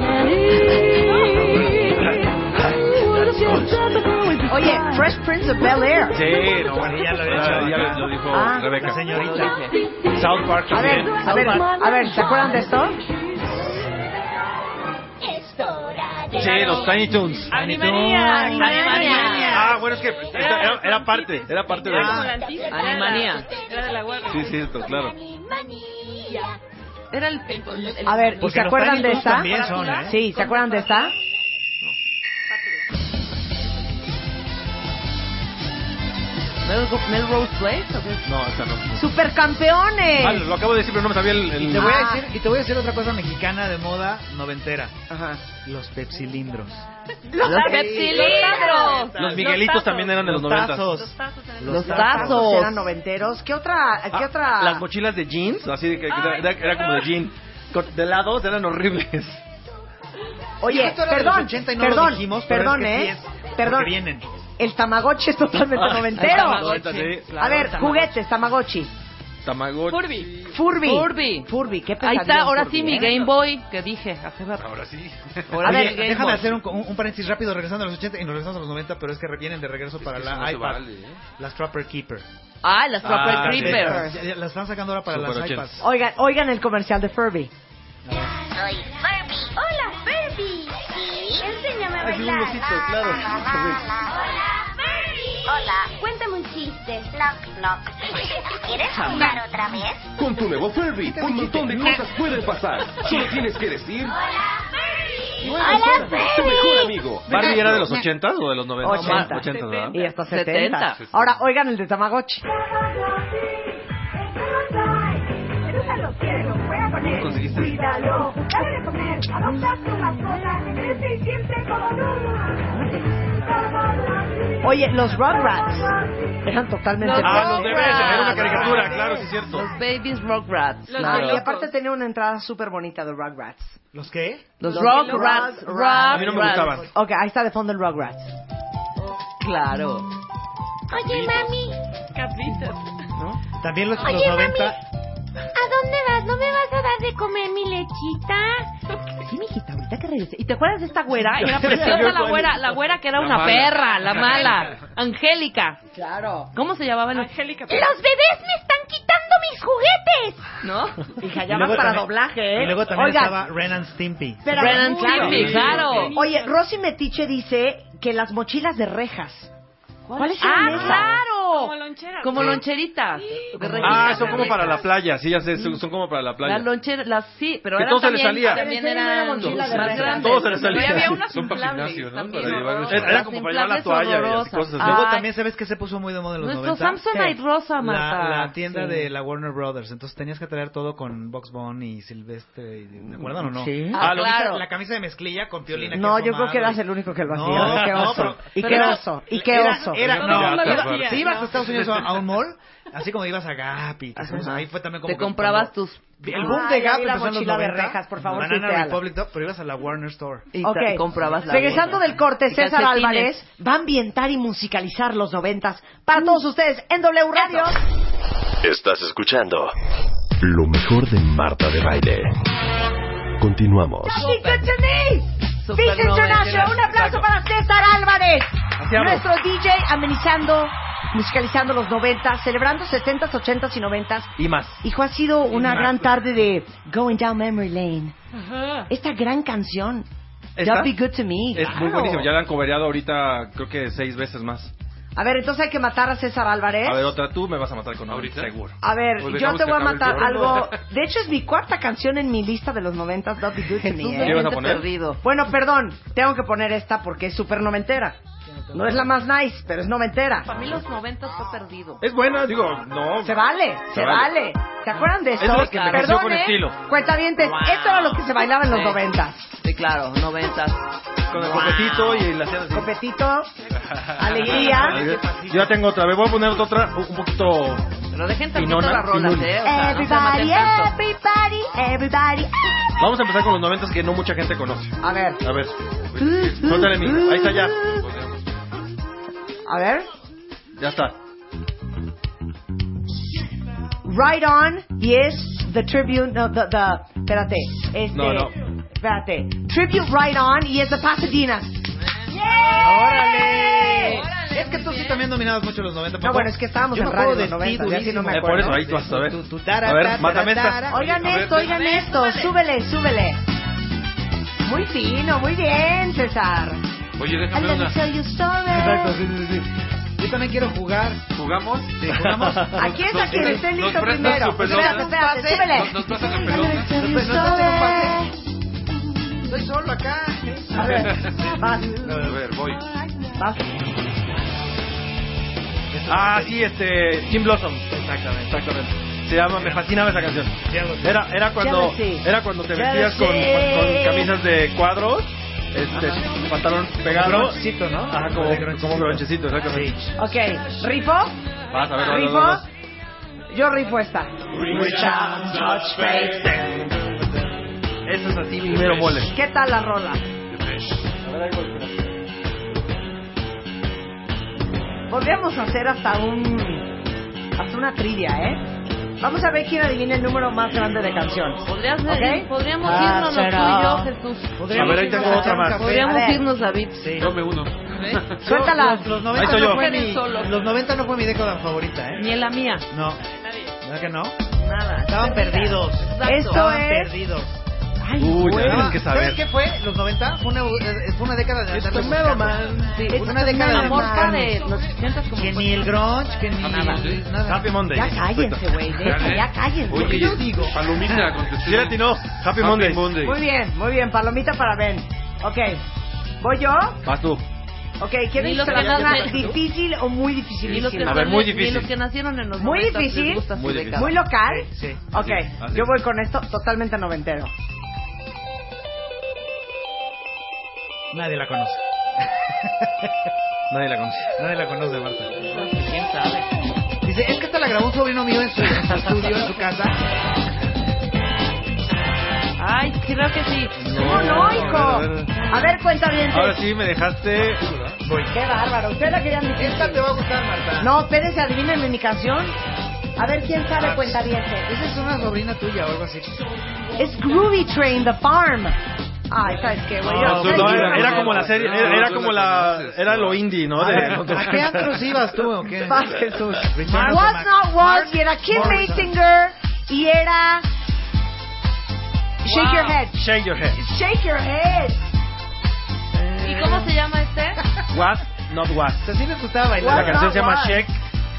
Speaker 5: Oye, Fresh Prince of Bel Air.
Speaker 12: Sí, no,
Speaker 15: Bueno, ya lo he
Speaker 12: Ah,
Speaker 15: hecho.
Speaker 12: ya lo- lo dijo
Speaker 5: Ah,
Speaker 12: Rebeca.
Speaker 15: La señorita.
Speaker 12: South Park
Speaker 5: A ver,
Speaker 12: también.
Speaker 5: a ver, a ver, ¿se acuerdan de esto?
Speaker 12: Sí, los Tiny Toons.
Speaker 19: Animaniacs.
Speaker 10: Animaniacs.
Speaker 12: Ah, bueno, es que
Speaker 15: pues,
Speaker 12: era, era parte, era parte de
Speaker 19: Era volantista.
Speaker 10: Animaniacs.
Speaker 18: Este
Speaker 19: Era de la hueva.
Speaker 12: Sí, cierto, claro.
Speaker 10: Era el, el- el-
Speaker 5: A ver, ¿y
Speaker 15: Porque
Speaker 5: se
Speaker 15: los
Speaker 5: acuerdan
Speaker 15: Tiny
Speaker 5: de
Speaker 15: Toons
Speaker 5: esta?
Speaker 15: también son, ¿eh?
Speaker 5: Sí, ¿se acuerdan de esta?
Speaker 10: Melgo- Melrose Place, ¿o qué?
Speaker 12: No, esta no. Vale,
Speaker 5: ¡Supercampeones!
Speaker 12: lo acabo de decir, pero no me sabía el... el-
Speaker 15: Te voy
Speaker 5: Ah.
Speaker 15: a decir, y te voy a decir otra cosa mexicana de moda noventera.
Speaker 10: Ajá.
Speaker 15: Los pepsilindros.
Speaker 10: Los pepsilindros.
Speaker 12: Los Miguelitos también eran de los 90.
Speaker 15: tazos.
Speaker 19: tazos eran
Speaker 10: Los
Speaker 5: Tazos
Speaker 10: tazos.
Speaker 5: eran noventeros. ¿Qué otra? ¿Qué
Speaker 12: Ah,
Speaker 5: otra?
Speaker 12: Las mochilas de jeans, así de que que
Speaker 19: Ay,
Speaker 12: era, era como de jean. Con- De lados eran horribles.
Speaker 5: Oye,
Speaker 15: Esto era de los
Speaker 5: perdón,
Speaker 15: 80 y no lo
Speaker 5: perdón,
Speaker 15: dijimos, pero
Speaker 5: perdón,
Speaker 15: es que sí
Speaker 5: ¿eh?
Speaker 15: es, porque
Speaker 5: Perdón.
Speaker 15: vienen.
Speaker 5: El Tamagotchi es totalmente
Speaker 12: Ah,
Speaker 5: noventero.
Speaker 12: el Tamagotchi,
Speaker 5: A ver,
Speaker 10: Tamagotchi.
Speaker 5: juguetes, Tamagotchi.
Speaker 17: Tamagotchi.
Speaker 10: Furby. Furby.
Speaker 5: Furby. qué
Speaker 10: Ahí
Speaker 5: pesadilla
Speaker 10: está,
Speaker 5: un
Speaker 10: ahora
Speaker 5: Furby,
Speaker 10: sí mi
Speaker 5: ¿eh?
Speaker 10: Game Boy que dije hace rato.
Speaker 17: [laughs]
Speaker 10: Ahora sí.
Speaker 15: Oye,
Speaker 10: Ahora el Game
Speaker 15: déjame
Speaker 10: Boy.
Speaker 15: hacer un, un- un paréntesis rápido, regresando a los 80 y nos regresamos a los 90, pero es que vienen de regreso para
Speaker 17: que
Speaker 15: la
Speaker 17: eso no se
Speaker 15: iPad.
Speaker 17: vale, ¿eh?
Speaker 15: Las Trapper Keeper.
Speaker 10: Ah, las Trapper
Speaker 15: Ah,
Speaker 10: Creepers.
Speaker 15: ya- ya- Las están sacando ahora para
Speaker 17: Super
Speaker 15: las
Speaker 17: ochentas.
Speaker 15: iPads.
Speaker 5: Oigan, oigan el comercial de Furby.
Speaker 18: Soy Furby. Hola, Furby. Sí. Enséñame a
Speaker 8: Es un
Speaker 18: bailar.
Speaker 8: osito, claro.
Speaker 18: Hola, Furby. Hola, cuéntame un chiste. Knock, [laughs] knock. ¿Quieres jugar otra vez?
Speaker 20: Con tu nuevo Furby,
Speaker 5: Este
Speaker 20: un montón de cosas pueden pasar. Solo tienes que decir...
Speaker 18: Hola,
Speaker 20: Tu mejor
Speaker 18: Furby.
Speaker 20: amigo.
Speaker 17: ¿Barbie era de los 80 o de los 90?
Speaker 5: 80.
Speaker 17: 80, ¿verdad?
Speaker 5: Y hasta 70.
Speaker 17: 70.
Speaker 5: Ahora, oigan el de Tamagotchi.
Speaker 8: Cuídalo, dale de comer, adopta tu mascota, crece y siempre como nunca.
Speaker 5: Oye, los Rugrats eran totalmente...
Speaker 17: Ah, los bebés, era una
Speaker 5: Rugrats.
Speaker 17: caricatura, claro, sí es cierto.
Speaker 10: Los Babies Rugrats.
Speaker 5: Claro. Ah, Y aparte tenía una entrada súper bonita de Rugrats.
Speaker 15: ¿Los qué?
Speaker 10: Los Rugrats, Rugrats.
Speaker 15: A mí no me gustaban.
Speaker 5: Ok, ahí está de fondo el Rugrats.
Speaker 10: Claro.
Speaker 5: [laughs]
Speaker 18: Oye, mami.
Speaker 15: También los, los
Speaker 18: Oye, mami.
Speaker 15: 90.
Speaker 18: ¿A dónde vas? ¿No me vas a dar de comer mi
Speaker 10: [laughs]
Speaker 18: lechita?
Speaker 5: Sí, mijita, ahorita que regrese. ¿Y te acuerdas de esta güera? Era
Speaker 10: Era preciosa la
Speaker 5: güera.
Speaker 10: güera, la güera que era
Speaker 5: La
Speaker 10: una
Speaker 5: mala.
Speaker 10: perra,
Speaker 15: [laughs]
Speaker 10: la mala. Angélica.
Speaker 5: [laughs] Claro.
Speaker 10: ¿Cómo se llamaba? Angélica.
Speaker 18: Los bebés me están quitando mis juguetes.
Speaker 10: ¿No? Hija,
Speaker 15: Y
Speaker 10: ya
Speaker 15: luego
Speaker 10: vas para
Speaker 15: también-
Speaker 10: doblaje, ¿eh?
Speaker 15: Y luego también
Speaker 5: Oigan.
Speaker 15: estaba Ren and Stimpy.
Speaker 5: Pero-
Speaker 10: Brennan Clampy,
Speaker 5: Sí.
Speaker 10: claro.
Speaker 5: Oye, Rosy Metiche dice que las mochilas de rejas. ¿Cuáles eran
Speaker 10: Ah,
Speaker 5: esas?
Speaker 10: claro.
Speaker 19: Como lonchera.
Speaker 10: Como
Speaker 19: Sí.
Speaker 10: loncheritas. De
Speaker 17: Ah,
Speaker 10: rejitas,
Speaker 17: son
Speaker 10: de
Speaker 17: como
Speaker 10: rejas.
Speaker 17: para la playa, sí, ya sé, son son como para la
Speaker 10: Las
Speaker 17: playa.
Speaker 10: loncheras, las sí, pero
Speaker 17: Que
Speaker 10: eran
Speaker 17: todo se les
Speaker 10: también,
Speaker 17: salía.
Speaker 10: también
Speaker 17: Pero
Speaker 10: eran
Speaker 17: Todo
Speaker 10: más
Speaker 17: se les salía.
Speaker 10: grandes.
Speaker 17: Todo se les salía.
Speaker 10: Pero había unas
Speaker 17: Son para
Speaker 10: inflables
Speaker 17: gimnasio, ¿no?
Speaker 10: también,
Speaker 17: Para llevar-
Speaker 10: horrorosos.
Speaker 17: Era como para llevar la
Speaker 10: Las
Speaker 17: toalla y
Speaker 10: horrorosas.
Speaker 17: cosas
Speaker 10: Ay,
Speaker 15: Luego también, ¿sabes que se puso muy de moda en los
Speaker 10: Nuestro
Speaker 15: 90?
Speaker 10: Samsonite
Speaker 15: ¿Qué?
Speaker 10: rosa,
Speaker 15: La-
Speaker 10: Marta.
Speaker 15: La, tienda
Speaker 10: Sí.
Speaker 15: de la Warner Brothers. Entonces tenías que traer todo con Box Bunny y Silvestre. y- ¿Me acuerdan o no?
Speaker 5: Sí.
Speaker 10: Ah,
Speaker 15: lo que
Speaker 10: claro.
Speaker 15: hice- La camisa de mezclilla con piolina.
Speaker 5: No, yo creo que eras el único que lo hacía. qué oso. y qué oso. Y qué oso.
Speaker 15: Era,
Speaker 17: Todo
Speaker 15: no,
Speaker 17: el mundo lo
Speaker 15: era-
Speaker 17: hacía,
Speaker 15: si ibas
Speaker 17: ¿no?
Speaker 15: a Estados Unidos a un mall, así como ibas a Gap y que somos- ahí fue también como
Speaker 10: Te
Speaker 15: que
Speaker 10: comprabas
Speaker 15: cuando-
Speaker 10: tus-
Speaker 15: El boom
Speaker 5: Ay,
Speaker 15: de Gap empezó
Speaker 5: ahí Ah, la
Speaker 15: en los
Speaker 5: mochila de
Speaker 15: 90.
Speaker 5: rejas, por favor,
Speaker 15: Banana
Speaker 5: tuiteala.
Speaker 15: Republic, no, pero ibas a la Warner Store.
Speaker 10: Y
Speaker 5: Ok.
Speaker 10: te comprabas la
Speaker 5: Regresando
Speaker 10: bolsa.
Speaker 5: del corte,
Speaker 10: Y
Speaker 5: César
Speaker 10: calcetines.
Speaker 5: Álvarez va a ambientar y musicalizar los noventas para
Speaker 10: Mm.
Speaker 5: todos ustedes en W Radio.
Speaker 4: Estás escuchando lo mejor de Marta de Baile. Continuamos.
Speaker 5: Talking good to me.
Speaker 10: Super
Speaker 5: Peace International.
Speaker 10: noventeras.
Speaker 5: Un aplauso para César Álvarez.
Speaker 10: amo.
Speaker 5: Nuestro DJ amenizando, musicalizando los noventas, celebrando 60s, 80s y 90s.
Speaker 17: Y más.
Speaker 5: Hijo, ha sido una
Speaker 17: más.
Speaker 5: gran tarde de Going Down Memory Lane.
Speaker 10: Ajá.
Speaker 5: Esta gran canción.
Speaker 17: ¿Esta?
Speaker 5: Don't be good to me.
Speaker 17: Es muy
Speaker 5: claro.
Speaker 17: buenísimo, ya la han cobereado ahorita creo que seis veces más.
Speaker 5: A ver, entonces hay que matar a César Álvarez.
Speaker 17: A ver, otra, tú me vas a matar con ahorita, seguro.
Speaker 5: ¿Eh? A ver,
Speaker 17: Pues
Speaker 5: yo
Speaker 17: dejamos
Speaker 5: te
Speaker 17: que
Speaker 5: voy a
Speaker 17: acabe el
Speaker 5: matar
Speaker 17: programa. [laughs]
Speaker 5: algo. De hecho, es mi cuarta canción en mi lista de los noventas, Don't Be Good to Me. ¿eh?
Speaker 17: ¿Qué ibas a poner?
Speaker 5: Bueno, perdón, tengo que poner esta porque es súper noventera. No es la más nice, pero es noventera.
Speaker 10: Para mí los 90 fue perdido.
Speaker 17: Es buena, digo, no.
Speaker 5: Se vale, se
Speaker 17: Se vale.
Speaker 5: vale. ¿Se acuerdan de
Speaker 17: Es
Speaker 5: esto?
Speaker 17: lo que me nació
Speaker 5: Perdón,
Speaker 17: con
Speaker 5: ¿eh?
Speaker 17: estilo.
Speaker 5: Cuentavientes, esto era lo que se bailaba en los
Speaker 10: Sí.
Speaker 5: noventas.
Speaker 10: Sí, claro, 90.
Speaker 17: Con el
Speaker 10: Wow.
Speaker 17: copetito y la hacían así.
Speaker 5: Copetito, alegría.
Speaker 17: Yo ya tengo otra, me voy a poner otra un poquito.
Speaker 10: Pero dejen tantito
Speaker 17: Pinona,
Speaker 10: las rolas,
Speaker 17: pinuna.
Speaker 10: ¿eh? O sea, no se maten
Speaker 5: Everybody,
Speaker 10: tanto.
Speaker 5: everybody, everybody.
Speaker 17: Vamos a empezar con los noventas que no mucha gente conoce.
Speaker 5: A ver,
Speaker 17: A ver. Suéltale mi. Ahí está ya.
Speaker 5: a ver.
Speaker 17: Ya está.
Speaker 5: Right on y es The Tribune, no, the, the, espérate, este,
Speaker 17: No, no.
Speaker 5: espérate, Tribute Right on y es The Pasadenas.
Speaker 15: ¡Órale! Es que tú sí también dominabas mucho los 90.
Speaker 5: No, bueno, es que estábamos
Speaker 15: Yo
Speaker 5: en
Speaker 15: me
Speaker 5: radio
Speaker 15: acuerdo
Speaker 5: en los
Speaker 15: de ti
Speaker 5: 90, ya sí no me
Speaker 17: Eh,
Speaker 5: acuerdo.
Speaker 17: por eso ahí tú vas a saber.
Speaker 15: Tu- tu tara,
Speaker 17: A
Speaker 15: tara,
Speaker 17: ver, mátame
Speaker 15: tara.
Speaker 17: esta.
Speaker 5: Oigan
Speaker 17: A ver,
Speaker 5: esto, oigan esto, súbele, súbele. Muy fino, muy bien, César.
Speaker 11: Oye,
Speaker 5: And
Speaker 11: déjame
Speaker 5: let me
Speaker 11: una.
Speaker 5: tell you story.
Speaker 15: Exacto, sí, sí, sí. Yo también quiero jugar.
Speaker 11: ¿Jugamos?
Speaker 15: Sí, jugamos.
Speaker 5: ¿A quién es a quien esté
Speaker 11: Nos
Speaker 5: listo
Speaker 11: prestas
Speaker 5: primero?
Speaker 11: tu pelota.
Speaker 5: Espérate, espérate, súbele.
Speaker 11: Nos- nos pasas la
Speaker 5: And let me
Speaker 11: pelota.
Speaker 5: tell you
Speaker 15: Nos pasas un pase.
Speaker 5: story.
Speaker 15: Estoy solo acá. ¿eh?
Speaker 5: A [laughs] ver, vas,
Speaker 11: A ver, voy.
Speaker 5: vas.
Speaker 17: Ah, sí, este. Jim Blossom. Exactamente, exactamente. Se llama, me fascinaba esa canción. Era, era cuando,
Speaker 5: Jealousy.
Speaker 17: era cuando te vestías con,
Speaker 5: Jealousy.
Speaker 17: con- con camisas de cuadros, este, pantalón pegado,
Speaker 15: Bronchecito, ¿no?
Speaker 17: ajá, como,
Speaker 15: De bronchecito.
Speaker 17: como bronchecito, exactamente.
Speaker 5: Ok, ¿rifo?
Speaker 17: Vas a ver, vas, vas,
Speaker 5: ¿Rifo?
Speaker 17: vas.
Speaker 5: Yo rifo esta.
Speaker 17: Eso es así, mi mero mole.
Speaker 5: ¿Qué tal la rola? Podríamos hacer hasta un... Hasta una trivia, ¿eh? Vamos a ver quién adivina el número más grande de canciones.
Speaker 10: Podrías-
Speaker 5: ¿Ok?
Speaker 10: Podríamos
Speaker 5: Ah,
Speaker 10: irnos
Speaker 5: será.
Speaker 10: tú y yo, Jesús.
Speaker 5: Podríamos A ver, ahí irnos tengo a otra echar un más. café.
Speaker 10: Podríamos
Speaker 5: A ver.
Speaker 10: irnos a VIP.
Speaker 12: Dame uno.
Speaker 5: Suéltala.
Speaker 15: Los, los
Speaker 12: Ahí
Speaker 15: 90
Speaker 12: estoy
Speaker 15: no
Speaker 12: yo.
Speaker 15: fue
Speaker 12: Queden
Speaker 15: mi,
Speaker 12: solos.
Speaker 15: los 90 no fue mi década favorita, ¿eh?
Speaker 10: Ni en la mía.
Speaker 15: No. ¿Verdad que no?
Speaker 5: Nada.
Speaker 15: Estaban perdidos.
Speaker 5: Exacto.
Speaker 15: Estaban
Speaker 5: Esto es-
Speaker 15: perdidos.
Speaker 5: Ay,
Speaker 15: Uy,
Speaker 5: güey.
Speaker 15: ya tienes que saber. ¿Sabes qué fue? ¿Los 90? Fue una, eh, fue una década de
Speaker 5: Esto
Speaker 15: adelantarnos
Speaker 5: mero,
Speaker 15: a
Speaker 5: man.
Speaker 15: cambios. Fue
Speaker 5: Sí, esto
Speaker 15: una
Speaker 5: es
Speaker 15: década
Speaker 5: mero.
Speaker 15: de
Speaker 5: Amor,
Speaker 15: adelantarnos.
Speaker 5: de los 80 como
Speaker 15: Que ni el grunge, que ni
Speaker 11: Nada.
Speaker 15: nada.
Speaker 11: Happy Monday.
Speaker 5: Ya cállense,
Speaker 11: [laughs]
Speaker 5: güey, deja, ya cállense.
Speaker 11: Oye,
Speaker 5: Yo digo.
Speaker 17: [laughs]
Speaker 11: Palomita, contesté.
Speaker 17: Sí, le atinó. Happy Mondays.
Speaker 5: Muy bien, muy bien. Palomita para Ben. Ok. ¿Voy yo?
Speaker 17: Vas tú.
Speaker 5: Ok, ¿quieren
Speaker 10: Ni
Speaker 5: que
Speaker 10: los
Speaker 5: se la
Speaker 10: que nacen-
Speaker 5: ponga difícil o muy difícil?
Speaker 10: Ni los que
Speaker 5: A
Speaker 10: son
Speaker 5: ver,
Speaker 10: de-
Speaker 5: muy
Speaker 10: Ni
Speaker 5: difícil.
Speaker 10: los que nacieron en los
Speaker 5: Muy
Speaker 10: 90 les
Speaker 5: difícil,
Speaker 10: gusta su
Speaker 5: muy,
Speaker 10: década.
Speaker 5: local.
Speaker 15: Sí.
Speaker 5: Ok,
Speaker 10: así
Speaker 5: yo
Speaker 10: es.
Speaker 5: voy con esto totalmente noventero.
Speaker 15: Nadie la conoce.
Speaker 17: Nadie la conoce.
Speaker 15: Nadie la conoce, Marta.
Speaker 10: ¿Quién sabe?
Speaker 15: Dice, es que esta la grabó un sobrino mío en su, en su estudio, en su casa.
Speaker 10: Ay, creo que sí.
Speaker 5: ¿Cómo ¡Oh, no, hijo? A ver, cuenta bien.
Speaker 17: Ahora sí me dejaste. Voy.
Speaker 5: Qué bárbaro. Ustedes la querían difícil.
Speaker 15: Esta te va a gustar, Marta.
Speaker 5: No, espérense, adivínenme mi canción. A ver quién sabe, cuenta bien.
Speaker 15: Esa es una sobrina tuya o algo así.
Speaker 5: Es Groovy Train, The Farm. Ay, ¿sabes qué, güey? Yo-
Speaker 17: No, tú no, era, era como la serie, era, era como la, era lo indie, ¿no?
Speaker 15: A,
Speaker 17: De-
Speaker 15: ver, ¿a qué antros ibas tú o qué?
Speaker 5: Paz, Jesús.
Speaker 15: Richard
Speaker 5: Was
Speaker 15: Mac-
Speaker 5: Not Was, y era Kim
Speaker 15: Morrison.
Speaker 5: Basinger, y era... Shake
Speaker 17: Wow.
Speaker 5: Your Head.
Speaker 17: Shake your head.
Speaker 5: Shake Your Head.
Speaker 17: Eh.
Speaker 10: ¿Y cómo se llama este?
Speaker 17: What? Not what.
Speaker 15: O sea, sí les gustaba bailar.
Speaker 17: La canción se llama
Speaker 5: What?
Speaker 17: Shake,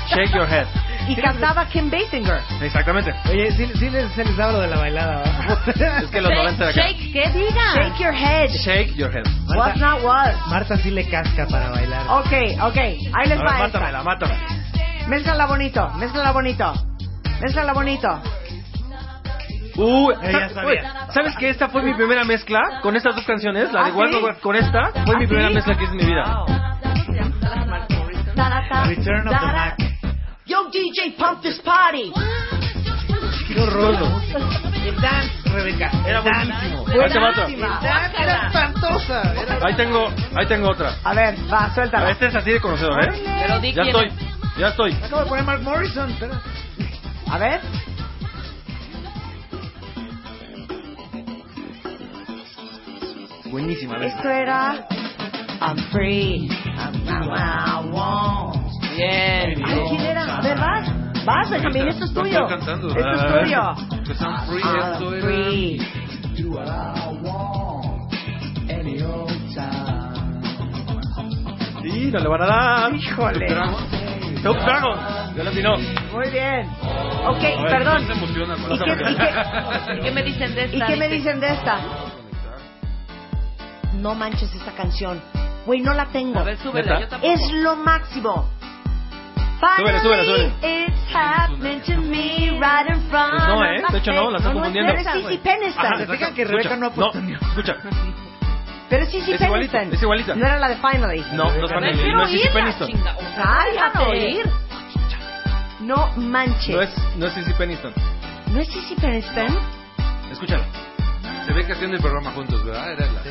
Speaker 17: Shake Your Head.
Speaker 5: Y cantaba Kim Basinger.
Speaker 17: Exactamente.
Speaker 15: Oye, sí, sí les, se les daba lo de la bailada, ¿verdad?
Speaker 17: Es que los 90 de acá.
Speaker 10: Shake, ¿qué diga?
Speaker 5: Shake Your Head.
Speaker 17: Shake Your Head.
Speaker 5: Was Not Was.
Speaker 15: Marta sí le casca para bailar.
Speaker 5: Ok, ok. Ahí les
Speaker 17: A ver,
Speaker 5: va esta.
Speaker 17: mátamela, mátamela.
Speaker 5: Mézclala bonito, mézclala bonito. Mézclala bonito.
Speaker 17: Uh,
Speaker 15: Eh, ya
Speaker 17: ¿sabes-
Speaker 15: sabía.
Speaker 17: oye, ¿sabes que esta fue mi primera mezcla con estas dos canciones? La de
Speaker 5: ¿Ah,
Speaker 17: What
Speaker 5: sí?
Speaker 17: Not What con esta fue mi
Speaker 5: ¿Ah,
Speaker 17: primera
Speaker 5: sí?
Speaker 17: mezcla que hice en mi vida.
Speaker 5: Tarata,
Speaker 15: Return of the
Speaker 5: tarata.
Speaker 15: Mac.
Speaker 5: Yo, DJ, pump this party.
Speaker 15: Qué horror. El dance, Rebeca. El
Speaker 17: Era
Speaker 15: dance.
Speaker 17: buenísimo. Ahí te va otra.
Speaker 5: Buenísima.
Speaker 15: El dance era espantosa. Era-
Speaker 17: Ahí tengo, ahí tengo otra.
Speaker 5: A ver, va, suéltala.
Speaker 17: Este es así de conocido, ¿eh?
Speaker 10: Pero di
Speaker 17: Ya
Speaker 10: quién
Speaker 17: estoy,
Speaker 10: es.
Speaker 17: ya estoy.
Speaker 15: Acabo de poner Mark Morrison. espera.
Speaker 5: A ver.
Speaker 17: Buenísima, ¿ves?
Speaker 5: Esto era... I'm free. I'm what I want.
Speaker 10: Bien.
Speaker 5: Ay, ¿quién era? A ver, vas. Vas, Benjamín, esto es
Speaker 11: No
Speaker 5: tuyo.
Speaker 11: estoy cantando.
Speaker 5: Esto es tuyo.
Speaker 11: Que son free, esto
Speaker 5: I'm
Speaker 11: era-
Speaker 5: free.
Speaker 17: Sí, no le van a dar.
Speaker 5: Híjole.
Speaker 17: Top Dragon. Ya la atinó.
Speaker 5: Muy bien. Ok,
Speaker 11: Oh, A ver,
Speaker 5: perdón.
Speaker 11: no se emociona con
Speaker 5: ¿Y
Speaker 11: esa
Speaker 5: qué-
Speaker 11: mujer.
Speaker 5: y qué-
Speaker 10: ¿Y qué me dicen de esta?
Speaker 5: ¿Y qué me
Speaker 10: Dice,
Speaker 5: dicen de esta? No manches esta canción. Güey, no la tengo.
Speaker 10: A ver, súbela, yo tampoco.
Speaker 5: Es lo máximo.
Speaker 17: Súbele, súbele, súbele.
Speaker 5: Finally, It's happening to me right in front
Speaker 17: Pues no,
Speaker 5: of
Speaker 17: ¿eh?
Speaker 5: my
Speaker 17: De hecho, no, la
Speaker 5: face.
Speaker 17: estoy
Speaker 5: no,
Speaker 17: confundiendo.
Speaker 5: Pero es Sissy
Speaker 17: Ajá,
Speaker 15: Se
Speaker 5: Peniston.
Speaker 15: fijan
Speaker 17: exacto.
Speaker 15: que Rebeca
Speaker 17: Escucha,
Speaker 15: no ha puesto
Speaker 17: no,
Speaker 15: ni-
Speaker 17: Escucha.
Speaker 5: Pero es Sissy
Speaker 17: Es igualita,
Speaker 5: Peniston.
Speaker 17: es igualita.
Speaker 5: No era la de Finally.
Speaker 17: No, no es para mí. No es Sissy Peniston.
Speaker 5: Cállate. No manches.
Speaker 17: No es, no es Sissy Peniston.
Speaker 5: ¿No es Sissy Peniston?
Speaker 17: Escúchala.
Speaker 12: Se ve que hacían el programa juntos, ¿verdad? Era la,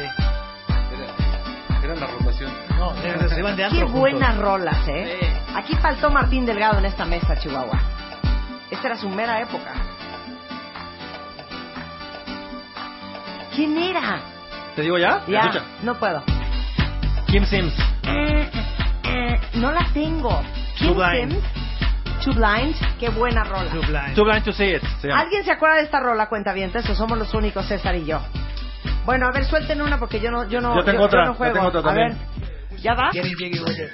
Speaker 12: era, era la rotación.
Speaker 15: No, se- se iban de
Speaker 5: Qué
Speaker 15: antro juntos.
Speaker 5: buenas rolas, ¿eh? Aquí faltó Martín Delgado en esta mesa, Chihuahua. Esta era su mera época. ¿Quién era?
Speaker 17: ¿Te digo ya?
Speaker 5: Ya,
Speaker 17: Escucha.
Speaker 5: no puedo.
Speaker 17: Kim Sims.
Speaker 5: Eh, eh, no la tengo.
Speaker 17: Too
Speaker 5: ¿Quién
Speaker 17: Blind.
Speaker 5: Sims? Too Blind. Qué buena rola.
Speaker 15: Too blind.
Speaker 17: Too Blind to See It. Se llama.
Speaker 5: ¿Alguien se acuerda de esta rola, cuentavientes? O somos los únicos, César y yo. Bueno, a ver, suelten una porque yo no, yo no,
Speaker 17: Yo tengo otra,
Speaker 5: no
Speaker 17: yo
Speaker 5: juego.
Speaker 17: tengo otra también.
Speaker 5: A ver, ¿ya va?
Speaker 15: Quieren llegue y huele.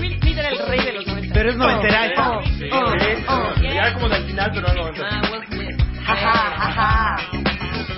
Speaker 10: Will Smith era el rey de los 90.
Speaker 15: Pero es noventera esta.
Speaker 5: Oh, oh, oh.
Speaker 17: Ya como del final, pero no. no.
Speaker 10: Ah, Will Smith.
Speaker 5: Ajá, ajá.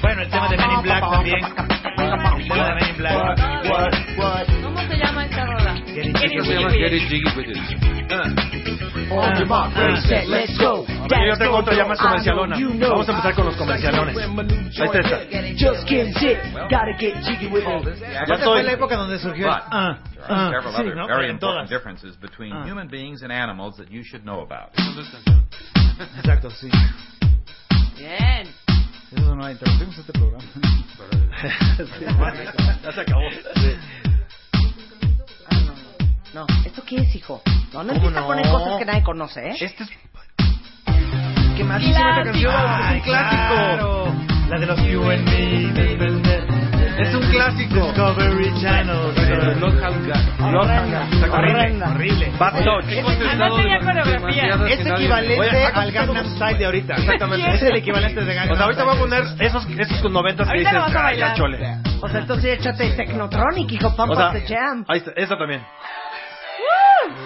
Speaker 15: Bueno, el tema de Men in Black también. El tema de Men in Black.
Speaker 10: ¿Cómo se llama esta rola?
Speaker 15: Quieren
Speaker 10: Get
Speaker 15: llegue y
Speaker 10: it,
Speaker 12: Se llama
Speaker 10: Will.
Speaker 12: Get It Jiggy With It.
Speaker 5: On your mark, ready, set, let's go.
Speaker 17: Oye, yo tengo otra ya más
Speaker 5: I know
Speaker 17: comercialona.
Speaker 5: Ah, you know.
Speaker 17: Vamos a empezar con los comercialones. Ahí está esta.
Speaker 5: Just can't sit, gotta get jiggy with it.
Speaker 17: Ya
Speaker 15: Aparte
Speaker 17: estoy.
Speaker 15: fue la época donde surgió el...
Speaker 21: But
Speaker 15: Ah,
Speaker 21: there
Speaker 15: ah,
Speaker 21: are several
Speaker 15: sí,
Speaker 21: other
Speaker 15: ¿no?
Speaker 21: very
Speaker 15: En
Speaker 21: important
Speaker 15: todas.
Speaker 21: differences between
Speaker 15: Ah.
Speaker 21: human beings and animals that you should know about.
Speaker 15: Exacto, sí.
Speaker 17: [laughs]
Speaker 10: Bien.
Speaker 15: Eso no, interrumpimos este programa.
Speaker 17: Ya se acabó.
Speaker 5: No, ¿esto qué es, hijo? No, no empieza a poner
Speaker 15: no?
Speaker 17: ¿Eh?
Speaker 5: cosas que nadie conoce, ¿eh?
Speaker 17: Este es.
Speaker 15: quemadísima esta canción.
Speaker 8: Ay,
Speaker 15: Es un clásico. La de los You and Me, baby. Es un clásico. Discovery Channel. Horrible. Horrible.
Speaker 17: Bad Touch.
Speaker 15: Oye,
Speaker 17: Además
Speaker 15: contestado
Speaker 17: tenía
Speaker 15: de
Speaker 17: coreografía.
Speaker 15: demasiadas
Speaker 17: Es
Speaker 15: escenarios.
Speaker 17: equivalente
Speaker 15: Oye,
Speaker 17: al
Speaker 15: ¿a cuánto
Speaker 17: Gangnam
Speaker 15: te-
Speaker 17: Style de ahorita.
Speaker 15: Exactamente.
Speaker 17: Es el equivalente de Gangnam O sea, ahorita voy a poner
Speaker 15: Style.
Speaker 17: esos, esos con noventas que
Speaker 15: Ahorita
Speaker 17: dices,
Speaker 15: lo vas a
Speaker 17: "Ah, ya
Speaker 15: bailar".
Speaker 17: chole.
Speaker 5: O sea, entonces échate Technotronic, hijo, pump
Speaker 17: O sea,
Speaker 5: up the jam.
Speaker 17: Ahí está, esa también.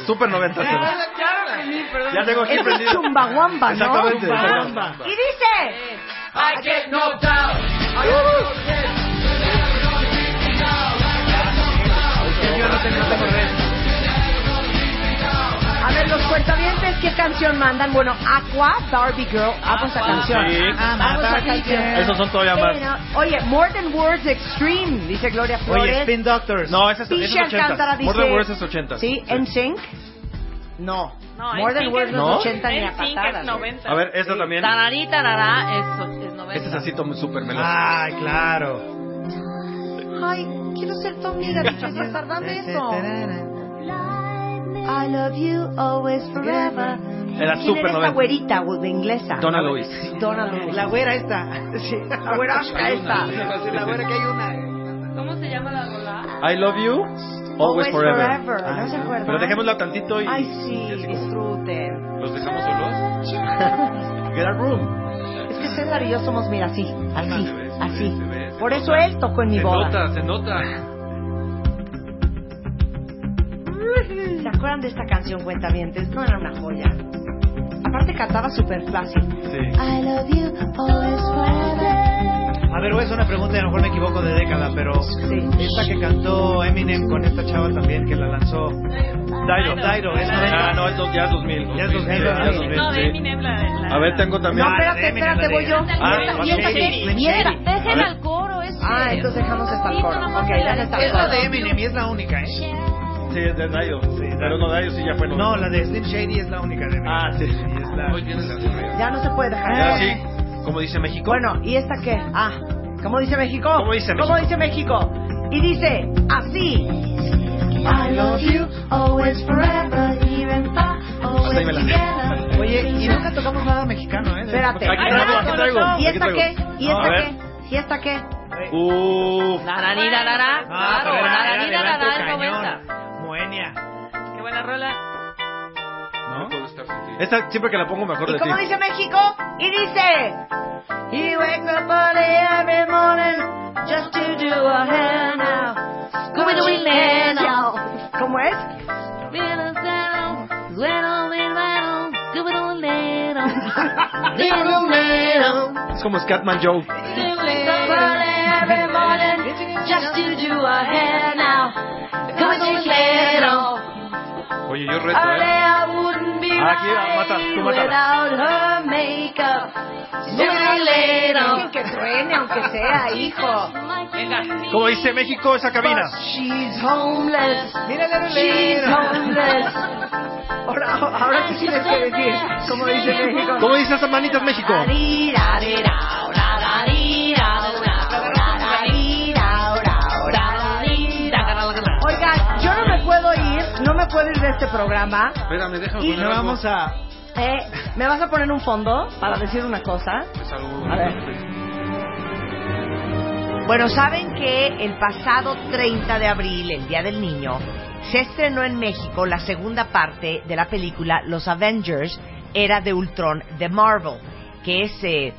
Speaker 17: Super noventas. Ya tengo aquí
Speaker 5: Es un
Speaker 17: prendido.
Speaker 5: chumbawamba, ¿no?
Speaker 17: Exactamente,
Speaker 5: Chumbawamba.
Speaker 17: exactamente.
Speaker 5: Y dice...
Speaker 8: I get no doubt. I get no
Speaker 5: A ver, los cuentavientes, ¿qué canción mandan? Bueno, Aqua, Barbie Girl, amo esa canción.
Speaker 12: sí.
Speaker 5: Amo
Speaker 10: Ah,
Speaker 5: esa
Speaker 15: Barbie
Speaker 5: canción.
Speaker 15: Girl. Esos
Speaker 12: son todavía más.
Speaker 5: Pero, Oye, More Than Words Extreme, dice Gloria Flores.
Speaker 15: Oye, Spin Doctors.
Speaker 17: No, esa es, esa es
Speaker 5: Pichi
Speaker 17: 80.
Speaker 5: Alcántara dice...
Speaker 17: More than Words es 80.
Speaker 5: ¿Sí? ¿En Sync? No.
Speaker 10: No,
Speaker 5: More Than
Speaker 10: NSYNC
Speaker 5: Words
Speaker 10: es-
Speaker 5: no
Speaker 17: ¿No?
Speaker 5: es 80 ni ¿eh? a
Speaker 10: NSYNC es
Speaker 5: patadas.
Speaker 10: 90.
Speaker 17: A ver, esta también.
Speaker 10: Tararí, tarará, es, es 90.
Speaker 17: Este es así como super melódico.
Speaker 15: Ay, claro.
Speaker 5: Ay, quiero ser tu amiga, bicho, ya tardame eso. I love you always forever.
Speaker 17: Era
Speaker 5: ¿Quién
Speaker 17: súper
Speaker 5: era esta
Speaker 17: noventa.
Speaker 5: güerita güe- de inglesa?
Speaker 17: Donna Lewis.
Speaker 5: Donna Lewis.
Speaker 15: La güera esta.
Speaker 5: [laughs] Sí, la güera Ashka esta. La güera que hay una.
Speaker 19: ¿Cómo se llama la bola?
Speaker 17: I love you, always,
Speaker 5: Always
Speaker 17: forever.
Speaker 5: forever, ¿no
Speaker 17: Ah,
Speaker 5: se acuerdan?
Speaker 17: Pero dejémosla tantito y
Speaker 5: Ay, sí, disfruten.
Speaker 17: los dejamos solos. Get a room.
Speaker 5: Es que César y yo somos, mira, así, así, así. Por eso él tocó en mi
Speaker 17: Se
Speaker 5: boda.
Speaker 17: nota, se nota.
Speaker 5: ¿Se acuerdan de esta canción, cuentavientes? No era una joya. Aparte cantaba súper fácil. I love you always forever.
Speaker 15: A ver, voy a hacer una pregunta y a lo mejor me equivoco de década, pero esta que cantó Eminem con esta chava también que la lanzó.
Speaker 17: Dairo.
Speaker 15: Dairo, es
Speaker 17: Ah, no, es dos- ya es 2000. Ya es
Speaker 15: 2000,
Speaker 18: Ah,
Speaker 17: ya es 2000,
Speaker 19: No,
Speaker 17: sí.
Speaker 19: de Eminem, la de la...
Speaker 17: A ver, tengo también.
Speaker 5: No, espérate, espérate, voy yo.
Speaker 17: Ah,
Speaker 5: Y esta-
Speaker 17: ok.
Speaker 5: y esta que- y esta-
Speaker 19: Dejen
Speaker 17: A ver.
Speaker 19: al coro, es...
Speaker 5: Ah, entonces dejamos esta al coro. Ok, dale esta al
Speaker 15: Es la
Speaker 5: coro.
Speaker 15: de Eminem y es la única, ¿eh?
Speaker 17: Sí, es de Dairo. Pero no, Dairo sí ya fue.
Speaker 15: No, la de Slim Shady es la única de Eminem.
Speaker 17: Ah, sí. es la... Hoy tienes la de Dairo.
Speaker 5: Ya no se puede
Speaker 17: Ya
Speaker 5: dejar.
Speaker 17: Ah, sí, como dice México.
Speaker 5: Bueno, ¿y esta qué? Ah, ¿cómo dice México? ¿Cómo
Speaker 17: dice
Speaker 5: ¿Cómo dice México? Y dice así. I love you always forever, even
Speaker 17: Hasta ahí me la sé.
Speaker 15: Oye, y nunca tocamos nada mexicano, ¿eh?
Speaker 5: Espérate.
Speaker 15: Aquí traigo, aquí traigo,
Speaker 5: ¿Y
Speaker 15: aquí
Speaker 5: esta
Speaker 15: traigo.
Speaker 5: qué? ¿Y esta
Speaker 15: A ver.
Speaker 5: qué? ¿Y esta qué?
Speaker 17: Uf.
Speaker 10: Tararí, tarará, claro,
Speaker 15: Ah, pero era-
Speaker 10: tararí,
Speaker 15: era
Speaker 10: tarará,
Speaker 15: adelante,
Speaker 10: es 90.
Speaker 15: Moenia.
Speaker 19: Qué buena rola.
Speaker 17: ¿No? Esta siempre que la pongo me acuerdo
Speaker 5: ¿Y
Speaker 17: de ti.
Speaker 5: cómo dice México? Y dice. You wake up early every morning just to do a handout.
Speaker 10: Scooby Doo Leno.
Speaker 5: ¿Cómo es?
Speaker 17: [laughs] Es como Scatman Joe. Oye, yo reto, ¿eh? Ah, Aquí, ah, mata, tú mátala.
Speaker 5: Dejen que truene, aunque [laughs] sea, hijo.
Speaker 19: Venga.
Speaker 17: Como dice México, esa cabina.
Speaker 5: She's homeless. She's homeless. Ahora, ahora sí tienes que decir, como dice México.
Speaker 17: ¿Cómo dice esas manitas México?
Speaker 5: Oigan, yo no me puedo ir, no me puedo ir de este programa.
Speaker 17: Espérame, déjame
Speaker 5: Y
Speaker 17: poner
Speaker 5: no
Speaker 17: algo.
Speaker 5: vamos a... Eh, ¿Me vas a poner un fondo para decir una cosa?
Speaker 17: Es algo-
Speaker 5: A ver. Bueno, saben que el pasado 30 de abril, el Día del Niño, se estrenó en México la segunda parte de la película Los Avengers, Era de Ultron de Marvel, que es, eh,